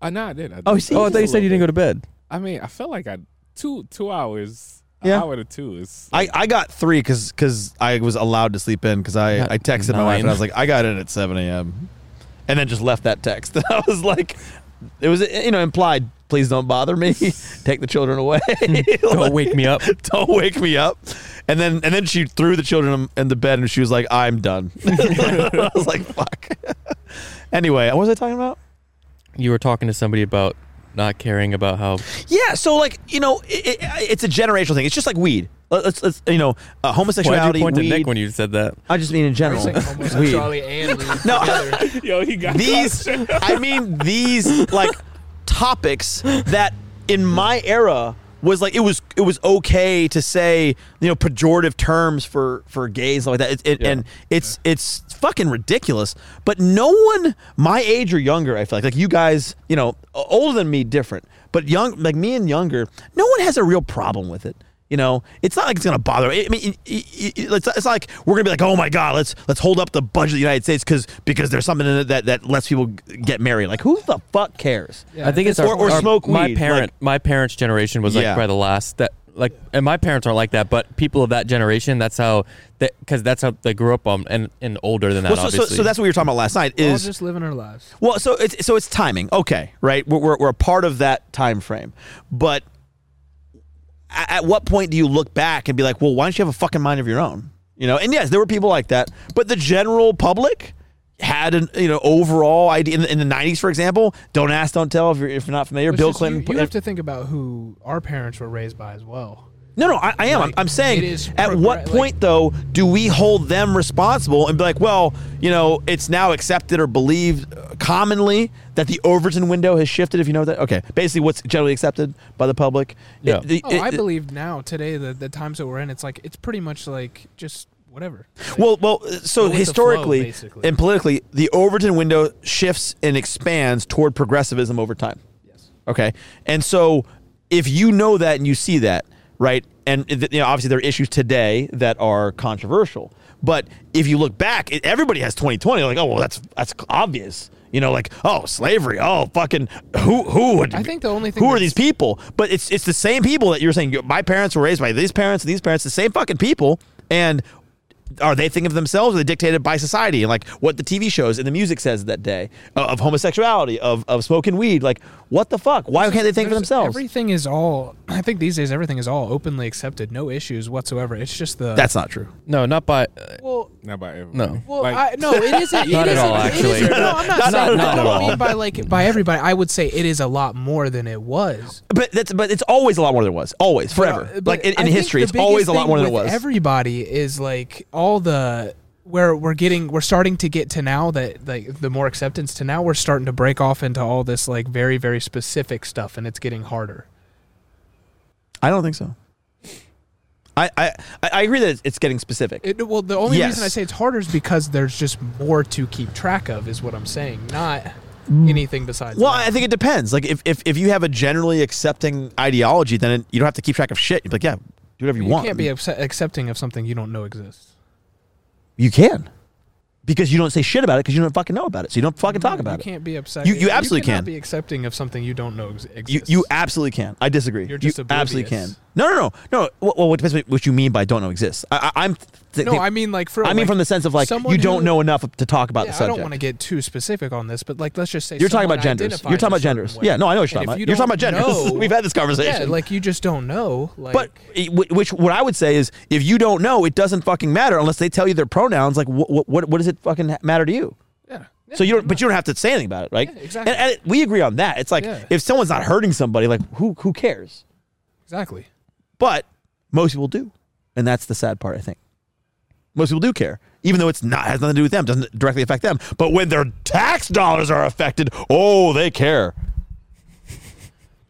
Speaker 5: Uh, no, I did. I did.
Speaker 3: Oh, see,
Speaker 1: oh, I thought you said you didn't go to bed.
Speaker 5: I mean, I felt like I two two hours.
Speaker 3: Yeah.
Speaker 5: An hour to two is.
Speaker 3: I, I got three because I was allowed to sleep in because I,
Speaker 1: Got
Speaker 3: I texted my wife
Speaker 1: nine.
Speaker 3: and I was like I got in at seven a.m. and then just left that text. I was like, it was you know implied. Please don't bother me. Take the children away.
Speaker 1: Don't wake me up.
Speaker 3: Don't wake me up. And then and then she threw the children in the bed and she was like I'm done. I was like fuck. anyway, what was I talking about?
Speaker 1: You were talking to somebody about not caring about how
Speaker 3: Yeah, so like you know, it, it, it's a generational thing. It's just like weed. Let- Let's, let's you know, uh,
Speaker 1: why
Speaker 3: homosexuality.
Speaker 1: you point to
Speaker 3: weed-
Speaker 1: Nick when you said that?
Speaker 3: I just mean in general.
Speaker 4: It's like
Speaker 3: weed.
Speaker 4: homosexuality and weed
Speaker 3: No.
Speaker 4: together.
Speaker 5: Yo, he got
Speaker 3: These, I mean, these like topics that in my era was like it was it was okay to say you know pejorative terms for for gays like that. It, it, And it's it's fucking ridiculous. But no one my age or younger, I feel like like you guys, you know, o- older than me, different. But young, like me and younger, no one has a real problem with it. You know, it's not like it's gonna bother. I mean, it- it- it- it's, it's not like we're gonna be like, oh my god, let's let's hold up the budget of the United States because because there's something in it that that lets people g- get married. Like, who the fuck cares?
Speaker 4: Yeah,
Speaker 1: I think it's
Speaker 4: at
Speaker 1: our,
Speaker 4: this
Speaker 3: or- or
Speaker 1: our-
Speaker 3: smoke
Speaker 1: My
Speaker 3: weed,
Speaker 1: parent,
Speaker 3: like-
Speaker 1: my parents' generation was like
Speaker 3: Yeah.
Speaker 1: probably the last that like, and my parents aren't like that, but people of that generation, that's how that because that's how they grew up on and and older than that.
Speaker 3: Well, so, so,
Speaker 1: obviously,
Speaker 3: so that's what we were talking about last night.
Speaker 4: we're all
Speaker 3: Is
Speaker 4: just living our lives.
Speaker 3: Well, so it's so it's timing. Okay, right? We're we're, we're a part of that time frame, but a- at what point do you look back and be like, well, why don't you have a fucking mind of your own? You know? And yes, there were people like that, but the general public had an you know overall idea in the, in the '90s, for example. Don't ask, don't tell. If you're if you're not familiar,
Speaker 4: It's
Speaker 3: Bill
Speaker 4: just
Speaker 3: Clinton.
Speaker 4: You, you have to think about who our parents were raised by as well.
Speaker 3: no, no, I, I am.
Speaker 4: like,
Speaker 3: I'm, I'm saying.
Speaker 4: it is
Speaker 3: at
Speaker 4: pro-
Speaker 3: what
Speaker 4: right, like-
Speaker 3: point though do we hold them responsible and be like, well, you know, it's now accepted or believed uh, commonly that the Overton window has shifted. If you know that, okay, basically what's generally accepted by the public. It-
Speaker 1: Yeah.
Speaker 3: the-
Speaker 4: Oh,
Speaker 3: it-
Speaker 4: I believe now today the the times that we're in, it's like it's pretty much like just whatever. Like,
Speaker 3: Well, well, so
Speaker 4: with the flow,
Speaker 3: historically
Speaker 4: basically.
Speaker 3: and politically, the Overton window shifts and expands toward progressivism over time. Yes. Okay. And so if you know that and you see that, right? And it- you know, obviously there are issues today that are controversial. But if you look back, it, everybody has 2020 like, oh, well that's that's obvious. You know, like, oh, slavery. Oh, fucking who who would
Speaker 4: I think the only thing
Speaker 3: who are
Speaker 4: that's-
Speaker 3: these people? But it's it's the same people that you're saying. My parents were raised by these parents and these parents, the same fucking people. And are they thinking of themselves? Or are they dictated by society and like what the TV shows and the music says that day uh, of homosexuality, of of smoking weed? Like what the fuck? Why can't they think for
Speaker 4: there's-
Speaker 3: themselves?
Speaker 4: Everything is all. I think these days everything is all openly accepted, no issues whatsoever. It's just the
Speaker 3: That's not true.
Speaker 1: no, not by
Speaker 4: well.
Speaker 5: Not by everyone.
Speaker 1: no.
Speaker 4: Well,
Speaker 5: Like-
Speaker 4: I, no, it isn't.
Speaker 1: Not
Speaker 4: it
Speaker 1: at
Speaker 4: isn't-
Speaker 1: all,
Speaker 4: it
Speaker 1: actually.
Speaker 4: isn't- no, I'm not.
Speaker 3: Not-
Speaker 4: saying-
Speaker 1: not
Speaker 4: I
Speaker 1: at
Speaker 4: don't
Speaker 1: all.
Speaker 4: mean by like by everybody. I would say it is a lot more than it was.
Speaker 3: But that's but it's always a lot more than it was. Always forever.
Speaker 4: But-
Speaker 3: like in,
Speaker 4: but
Speaker 3: in
Speaker 4: I think
Speaker 3: history,
Speaker 4: the
Speaker 3: it's always
Speaker 4: biggest
Speaker 3: a lot
Speaker 4: thing
Speaker 3: more than it
Speaker 4: with
Speaker 3: was.
Speaker 4: Everybody is like all the where we're getting we're starting to get to now that like the more acceptance to now we're starting to break off into all this like very very specific stuff and it's getting harder.
Speaker 3: I don't think so. I, I I- I agree that it's- it's getting specific.
Speaker 4: It, well, the only
Speaker 3: Yes.
Speaker 4: reason I say it's harder is because there's just more to keep track of is what I'm saying, not anything besides.
Speaker 3: Mm. Well,
Speaker 4: that.
Speaker 3: I think it depends. Like if, if, if you have a generally accepting ideology, then it, you don't have to keep track of shit. You're like, yeah, do whatever you,
Speaker 4: you
Speaker 3: want.
Speaker 4: can't be upset, accepting of something you don't know exists.
Speaker 3: you can. Because you don't say shit about it because you don't fucking know about it. So you don't fucking talk
Speaker 4: you
Speaker 3: about it.
Speaker 4: can't be upset.
Speaker 3: You- you absolutely
Speaker 4: cannot
Speaker 3: can.
Speaker 4: be accepting of something you don't know ex- exists.
Speaker 3: You, you absolutely can. I disagree.
Speaker 4: You're just
Speaker 3: you absolutely can.
Speaker 4: oblivious.
Speaker 3: No, no, no. No, well, well, it depends what you mean by don't know exists. I, I, I'm th-
Speaker 4: no, I mean like for
Speaker 3: I mean
Speaker 4: like,
Speaker 3: from the sense of like,
Speaker 4: someone
Speaker 3: you don't
Speaker 4: who-
Speaker 3: know enough to talk about
Speaker 4: yeah,
Speaker 3: the
Speaker 4: I
Speaker 3: subject.
Speaker 4: don't want to get too specific on this, but like let's just say
Speaker 3: you're talking
Speaker 4: someone
Speaker 3: about genders.
Speaker 4: identifies
Speaker 3: You're talking
Speaker 4: a
Speaker 3: about genders.
Speaker 4: certain way.
Speaker 3: Yeah, no, I know what you're talking
Speaker 4: And
Speaker 3: about.
Speaker 4: if
Speaker 3: You're talking about
Speaker 4: don't
Speaker 3: genders.
Speaker 4: know-
Speaker 3: We've had this conversation.
Speaker 4: Yeah, like you just don't know. Like,
Speaker 3: But it- wh- which what I would say is, if you don't know, it doesn't fucking matter unless they tell you their pronouns. Like, what what what does it fucking ha- matter to you?
Speaker 4: yeah,
Speaker 3: so you don't, but you don't have to say anything about it, right?
Speaker 4: Yeah, exactly.
Speaker 3: And, and it- we agree on that. It's like
Speaker 4: Yeah.
Speaker 3: if someone's not hurting somebody, like who who cares?
Speaker 4: exactly.
Speaker 3: But most people do, and that's the sad part. I think most people do care, even though it's not has nothing to do with them, doesn't directly affect them. But when their tax dollars are affected, oh, they care.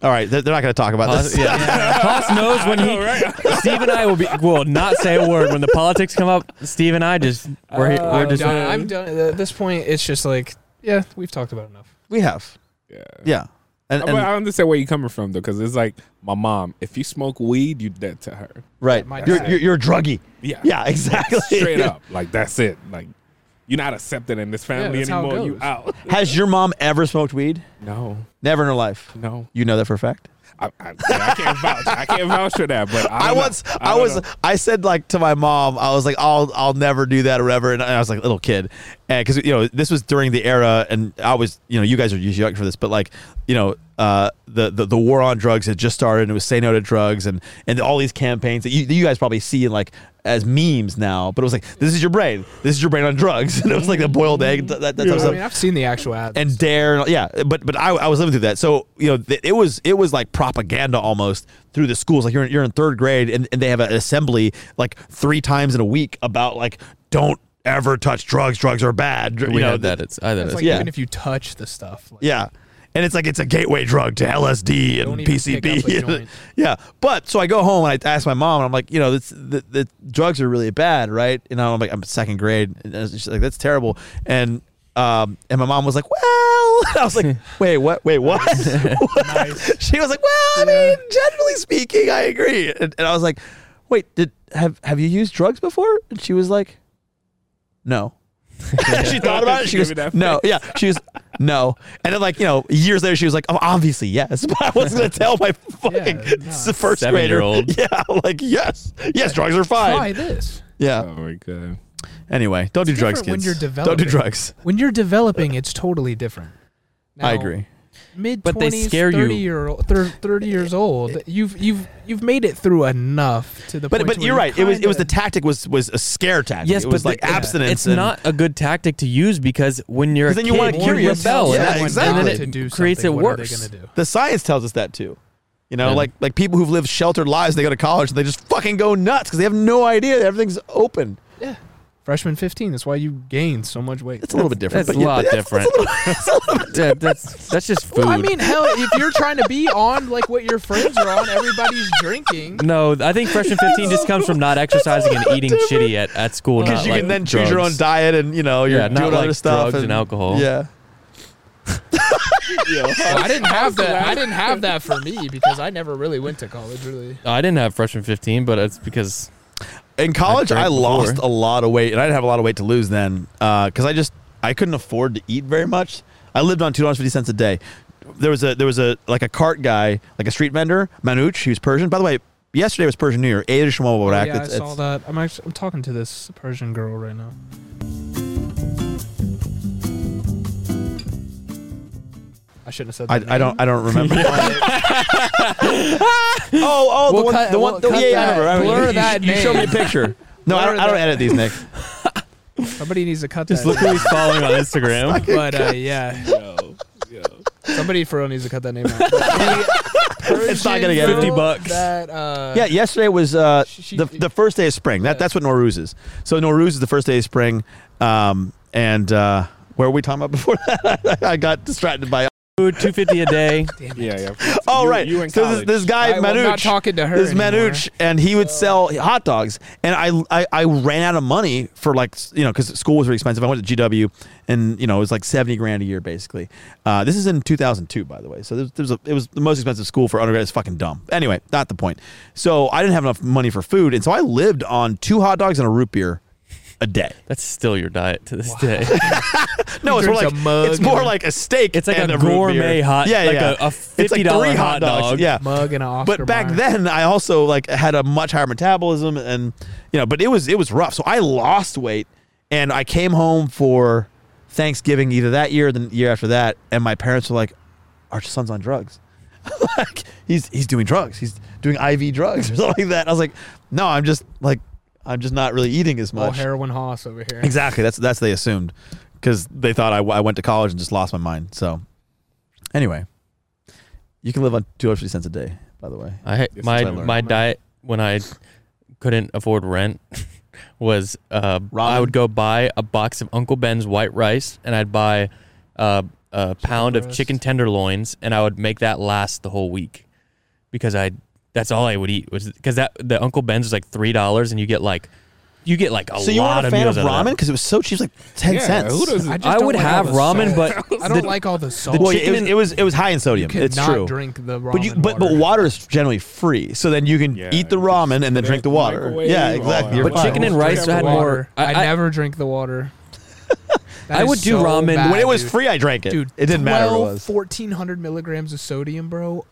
Speaker 3: All right, they're, they're not going to talk about
Speaker 1: Haas,
Speaker 3: this.
Speaker 1: Uh, yeah. Haas knows when he. Steve and I will be will not say a word when the politics come up. Steve and I just we're, we're
Speaker 4: I'm
Speaker 1: just
Speaker 4: done. Oh, I'm done. At this point, it's just like yeah, we've talked about enough.
Speaker 3: We have,
Speaker 5: Yeah.
Speaker 3: yeah, and,
Speaker 5: But
Speaker 3: and
Speaker 5: Oh, I understand where you're coming from though, because it's like my mom. If you smoke weed, you dead to her.
Speaker 3: Right.
Speaker 4: My
Speaker 3: You're,
Speaker 4: dad.
Speaker 3: you're, you're a druggie.
Speaker 5: Yeah.
Speaker 3: Yeah, exactly.
Speaker 5: Straight up, like that's it. Like you're not accepted in this family
Speaker 4: that's how it
Speaker 5: anymore. You
Speaker 4: goes.
Speaker 5: out.
Speaker 3: Has your mom ever smoked weed?
Speaker 5: No,
Speaker 3: Never in her life.
Speaker 5: no.
Speaker 3: You know that for a fact?
Speaker 5: I, I, yeah, I can't vouch. I can't vouch for that. But I,
Speaker 3: I
Speaker 5: don't
Speaker 3: once
Speaker 5: know.
Speaker 3: I,
Speaker 5: don't
Speaker 3: was
Speaker 5: know.
Speaker 3: I said like to my mom I was like I'll I'll never do that or ever and I was like a little kid and because you know this was during the era and I was you know you guys are usually young for this but like you know uh, the, the the war on drugs had just started and it was say no to drugs and and all these campaigns that you, that you guys probably see in like as memes now but it was like this is your brain this is your brain on drugs and it was like the boiled egg that, that, that type of
Speaker 4: I
Speaker 3: stuff
Speaker 4: mean, I've seen the actual ads.
Speaker 3: and dare and- yeah but but I, I was living through that so you know th- it was it was like propaganda almost through the schools like you're in, you're in third grade and, and they have an assembly like three times in a week about like don't ever touch drugs drugs are bad you
Speaker 1: we
Speaker 3: know
Speaker 1: had that. It's I had
Speaker 4: it's
Speaker 1: that.
Speaker 4: like
Speaker 3: yeah.
Speaker 4: even if you touch the stuff, like,
Speaker 3: yeah and it's like it's a gateway drug to LSD
Speaker 4: Don't
Speaker 3: and
Speaker 4: even pick up a
Speaker 3: PCP.
Speaker 4: joint.
Speaker 3: yeah, but so I go home and I ask my mom, and I'm like, you know, this, the, the drugs are really bad, right? And I'm like, I'm second grade, and she's like, that's terrible. And um, and my mom was like, well, I was like, wait, what? Wait, what? What? She was like, well, I mean, generally speaking, I agree. And, and I was like, wait, did have have you used drugs before? And she was like, no. she thought about it.
Speaker 5: She
Speaker 3: She
Speaker 5: gave
Speaker 3: goes,
Speaker 5: me that
Speaker 3: no, yeah. She was, no. And then, like, you know, years later, she was like, oh, obviously, yes. But I wasn't going to tell my fucking
Speaker 4: no.
Speaker 3: s- first grader.
Speaker 1: Seven-year-old.
Speaker 3: Yeah, like, yes. Yes, drugs are fine.
Speaker 4: try this.
Speaker 3: Yeah.
Speaker 5: Oh my god.
Speaker 3: Anyway, don't do drugs, kids.
Speaker 4: different when you're
Speaker 3: Don't do
Speaker 4: developing.
Speaker 3: drugs.
Speaker 4: When you're developing, it's totally different.
Speaker 3: I
Speaker 4: Now,
Speaker 3: agree.
Speaker 4: mid
Speaker 1: But they
Speaker 4: twenties,
Speaker 1: scare you.
Speaker 4: thirty year old, thir- thirty years old. You've you've you've made it through enough to the
Speaker 3: But
Speaker 4: point.
Speaker 3: but
Speaker 4: to where
Speaker 3: you're
Speaker 4: you
Speaker 3: right. It was it was the
Speaker 4: kinda-
Speaker 3: tactic was was a scare tactic.
Speaker 1: Yes,
Speaker 3: it was
Speaker 1: but
Speaker 3: like
Speaker 1: the- it's-
Speaker 3: abstinence.
Speaker 1: It's
Speaker 3: and-
Speaker 1: not a good tactic to use because when you're a
Speaker 3: 'Cause then you
Speaker 1: kid,
Speaker 3: wanna
Speaker 1: you
Speaker 3: cure
Speaker 1: rebel.
Speaker 3: yourself.
Speaker 1: and
Speaker 3: Yeah,
Speaker 1: that's-
Speaker 3: exactly.
Speaker 1: And then it
Speaker 4: to do
Speaker 1: creates it
Speaker 4: something, what are they
Speaker 1: worse.
Speaker 4: gonna do?
Speaker 3: The science tells us that too. You know,
Speaker 1: Yeah.
Speaker 3: like like people who've lived sheltered lives, they go to college and they just fucking go nuts because they have no idea that everything's open.
Speaker 4: Yeah, freshman fifteen. That's why you gain so much weight.
Speaker 3: It's a little bit different.
Speaker 1: That's
Speaker 3: but
Speaker 1: a
Speaker 3: yeah,
Speaker 1: lot
Speaker 3: that's-
Speaker 1: different. Yeah, that's that's just food.
Speaker 4: Well, I mean, hell, if you're trying to be on like what your friends are on, everybody's drinking.
Speaker 1: no, I think freshman 15 just comes from not exercising and eating shitty at, at school.
Speaker 3: Because
Speaker 1: not
Speaker 3: you
Speaker 1: like
Speaker 3: can then choose your own
Speaker 1: drugs.
Speaker 3: diet and you know you're
Speaker 1: Yeah, not
Speaker 3: doing
Speaker 1: like
Speaker 3: other stuff
Speaker 1: drugs and alcohol.
Speaker 3: Yeah,
Speaker 4: Well, I didn't have that. I didn't have that for me because I never really went to college. Really,
Speaker 1: I didn't have freshman 15, but it's because
Speaker 3: in college
Speaker 1: drank
Speaker 3: I lost
Speaker 1: before.
Speaker 3: a lot of weight, and I didn't have a lot of weight to lose then because I just I couldn't afford to eat very much. I lived on two dollars fifty cents a day. There was a there was a like a cart guy, like a street vendor, Manouch. He was Persian. By the way, yesterday was Persian New Year. Eid Mubarak.
Speaker 4: Oh, yeah, I saw that. I'm actually I'm talking to this Persian girl right now. I shouldn't have said.
Speaker 3: I,
Speaker 4: that
Speaker 3: I don't I don't remember. oh oh the
Speaker 4: We'll
Speaker 3: one
Speaker 4: cut-
Speaker 3: the one
Speaker 4: we'll
Speaker 3: the,
Speaker 4: cut
Speaker 3: yeah, yeah, I
Speaker 4: that.
Speaker 3: remember. I remember.
Speaker 4: Blur
Speaker 3: You-
Speaker 4: that
Speaker 3: you, you showed me a
Speaker 4: name.
Speaker 3: picture. No, I
Speaker 4: Blur
Speaker 3: don't, I don't
Speaker 4: that.
Speaker 3: edit these, Nick.
Speaker 4: Somebody needs to cut
Speaker 1: just
Speaker 4: that.
Speaker 1: look who he's following on Instagram.
Speaker 4: but uh, yeah,
Speaker 5: Yo, yo.
Speaker 4: somebody for real needs to cut that name out. The
Speaker 3: It's not gonna
Speaker 4: Persian
Speaker 3: get
Speaker 4: girl
Speaker 3: 50
Speaker 1: bucks.
Speaker 4: That, uh,
Speaker 3: Yeah, yesterday was uh,
Speaker 4: She-
Speaker 3: the, the first day of spring. That, that's what Noruz is. So Noruz is the first day of spring. Um, and uh, where were we talking about before that? I got distracted by.
Speaker 1: Food 250 a day.
Speaker 5: Yeah, yeah.
Speaker 3: Oh
Speaker 5: You-
Speaker 3: right,
Speaker 5: You in
Speaker 3: so this,
Speaker 5: college?
Speaker 3: this guy
Speaker 4: I, am not
Speaker 3: Manouch.
Speaker 4: talking to her.
Speaker 3: this
Speaker 4: anymore.
Speaker 3: Manouch, and he would sell hot dogs. And I, I, I ran out of money for like, s- you know, because school was really expensive. I went to GW, and you know, it was like seventy grand a year basically. Uh, this is in two thousand two, by the way. So there, there was a, it was the most expensive school for undergrad. It's fucking dumb. Anyway, not the point. So I didn't have enough money for food, and so I lived on two hot dogs and a root beer a day.
Speaker 1: That's still your diet to this day.
Speaker 3: No, it's more like
Speaker 4: drinks a mug
Speaker 3: it's more
Speaker 4: and-
Speaker 3: like a steak.
Speaker 1: It's like
Speaker 3: and
Speaker 1: a
Speaker 3: root beer.
Speaker 1: gourmet hot-
Speaker 3: Yeah, yeah,
Speaker 1: like
Speaker 3: yeah.
Speaker 1: a- a
Speaker 3: it's like
Speaker 1: $50
Speaker 3: three
Speaker 1: hot dog.
Speaker 3: Yeah,
Speaker 4: mug and an Oscar.
Speaker 3: but back
Speaker 4: Mayer.
Speaker 3: then I also like had a much higher metabolism and you know, but it was it was rough. So I lost weight and I came home for Thanksgiving either that year or the year after that and my parents were like our son's on drugs. like he's he's doing drugs. He's doing IV drugs or something like that. I was like, "No, I'm just like I'm just not really eating as
Speaker 4: all
Speaker 3: much."
Speaker 4: heroin Haas over here.
Speaker 3: Exactly. That's that's they assumed because they thought I, I went to college and just lost my mind. So anyway, you can live on two hundred fifty cents a day. By the way,
Speaker 1: I
Speaker 5: Yes,
Speaker 1: my
Speaker 3: that's what I learned.
Speaker 1: my diet when I couldn't afford rent was uh, I
Speaker 3: Ramen?
Speaker 1: would go buy a box of Uncle Ben's white rice and I'd buy uh, a pound of
Speaker 4: breast.
Speaker 1: chicken tenderloins and I would make that last the whole week because I that's all I would eat was because that the Uncle Ben's was like three dollars and you get like you get like a
Speaker 3: So you
Speaker 1: lot
Speaker 3: weren't a
Speaker 1: of
Speaker 3: fan
Speaker 1: meals
Speaker 3: of
Speaker 1: out
Speaker 3: ramen
Speaker 1: that.
Speaker 3: because it was so cheap, it was like ten
Speaker 5: Yeah,
Speaker 3: cents.
Speaker 5: Who does
Speaker 4: I
Speaker 5: it?
Speaker 4: just
Speaker 1: I
Speaker 4: don't
Speaker 1: would
Speaker 4: like all
Speaker 1: have
Speaker 4: the
Speaker 1: ramen,
Speaker 4: salt.
Speaker 1: but
Speaker 4: I don't
Speaker 1: the-
Speaker 4: like all the salt.
Speaker 3: well,
Speaker 1: chicken
Speaker 3: it was,
Speaker 1: and-
Speaker 3: it was it was high in sodium.
Speaker 4: could
Speaker 3: it's
Speaker 4: not
Speaker 3: true.
Speaker 4: drink the ramen
Speaker 3: but you, but but
Speaker 4: water.
Speaker 3: water is generally free, so then you can
Speaker 5: Yeah,
Speaker 3: eat the
Speaker 5: you can
Speaker 3: ramen and then
Speaker 5: put it
Speaker 3: drink the
Speaker 5: in the
Speaker 3: water.
Speaker 5: microwave,
Speaker 3: yeah,
Speaker 5: all
Speaker 3: exactly.
Speaker 5: that.
Speaker 3: You're
Speaker 1: But
Speaker 3: fine.
Speaker 1: chicken and
Speaker 4: Almost
Speaker 1: rice
Speaker 4: drink the
Speaker 1: had
Speaker 4: water.
Speaker 1: more-
Speaker 4: I,
Speaker 1: I- I-
Speaker 4: never drink the water. That
Speaker 1: I
Speaker 4: is
Speaker 1: would do
Speaker 4: so
Speaker 1: ramen.
Speaker 4: bad,
Speaker 3: when it was
Speaker 4: dude.
Speaker 3: free, I drank it.
Speaker 4: dude.
Speaker 3: it didn't matter what it
Speaker 4: 12,
Speaker 3: was.
Speaker 4: 1400 milligrams of sodium, bro.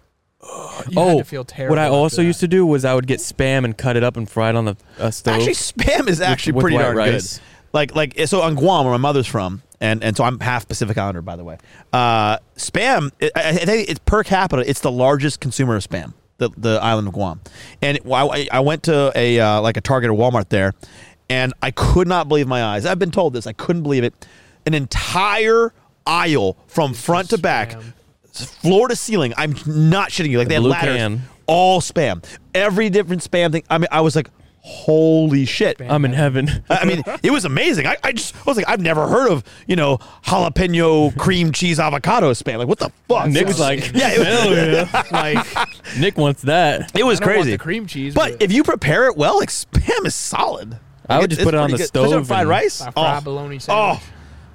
Speaker 4: You had to feel terrible.
Speaker 1: Oh, what I
Speaker 4: after
Speaker 1: also
Speaker 4: that.
Speaker 1: used to do was I would get spam and cut it up and fry it on the uh, stove.
Speaker 3: Actually, spam is actually
Speaker 1: with
Speaker 3: pretty
Speaker 1: white
Speaker 3: darn
Speaker 1: rice.
Speaker 3: good. Like, like so on Guam, where my mother's from, and, and so I'm half Pacific Islander, by the way. Uh, spam, I, I I think it's per capita, it's the largest consumer of spam, the, the island of Guam. And it- I, I went to a uh, like a Target or Walmart there, and I could not believe my eyes. I've been told this, I couldn't believe it. An entire aisle from front to back,
Speaker 4: spam.
Speaker 3: floor to ceiling. I'm not shitting you. Like they had
Speaker 1: blue
Speaker 3: ladders,
Speaker 1: can.
Speaker 3: all spam, every different spam thing. I mean, I was like. Holy shit!
Speaker 1: I'm in heaven.
Speaker 3: I I mean, it was amazing. I, I just I was like, I've never heard of you know jalapeno cream cheese avocado spam. Like, what the fuck? It
Speaker 1: Nick's
Speaker 3: was-
Speaker 1: like,
Speaker 3: yeah, it was,
Speaker 1: hell yeah. like Nick wants that.
Speaker 3: it was
Speaker 4: I don't want
Speaker 3: crazy.
Speaker 4: the cream cheese,
Speaker 3: but if you prepare it well, like spam is solid.
Speaker 1: I
Speaker 3: Like,
Speaker 1: would just
Speaker 3: it's
Speaker 1: put it on
Speaker 3: pretty
Speaker 1: the
Speaker 3: good. Especially on
Speaker 1: stove
Speaker 3: fried
Speaker 1: and-
Speaker 3: rice.
Speaker 4: a fried
Speaker 3: Oh.
Speaker 4: bologna
Speaker 3: Oh,
Speaker 4: sandwich.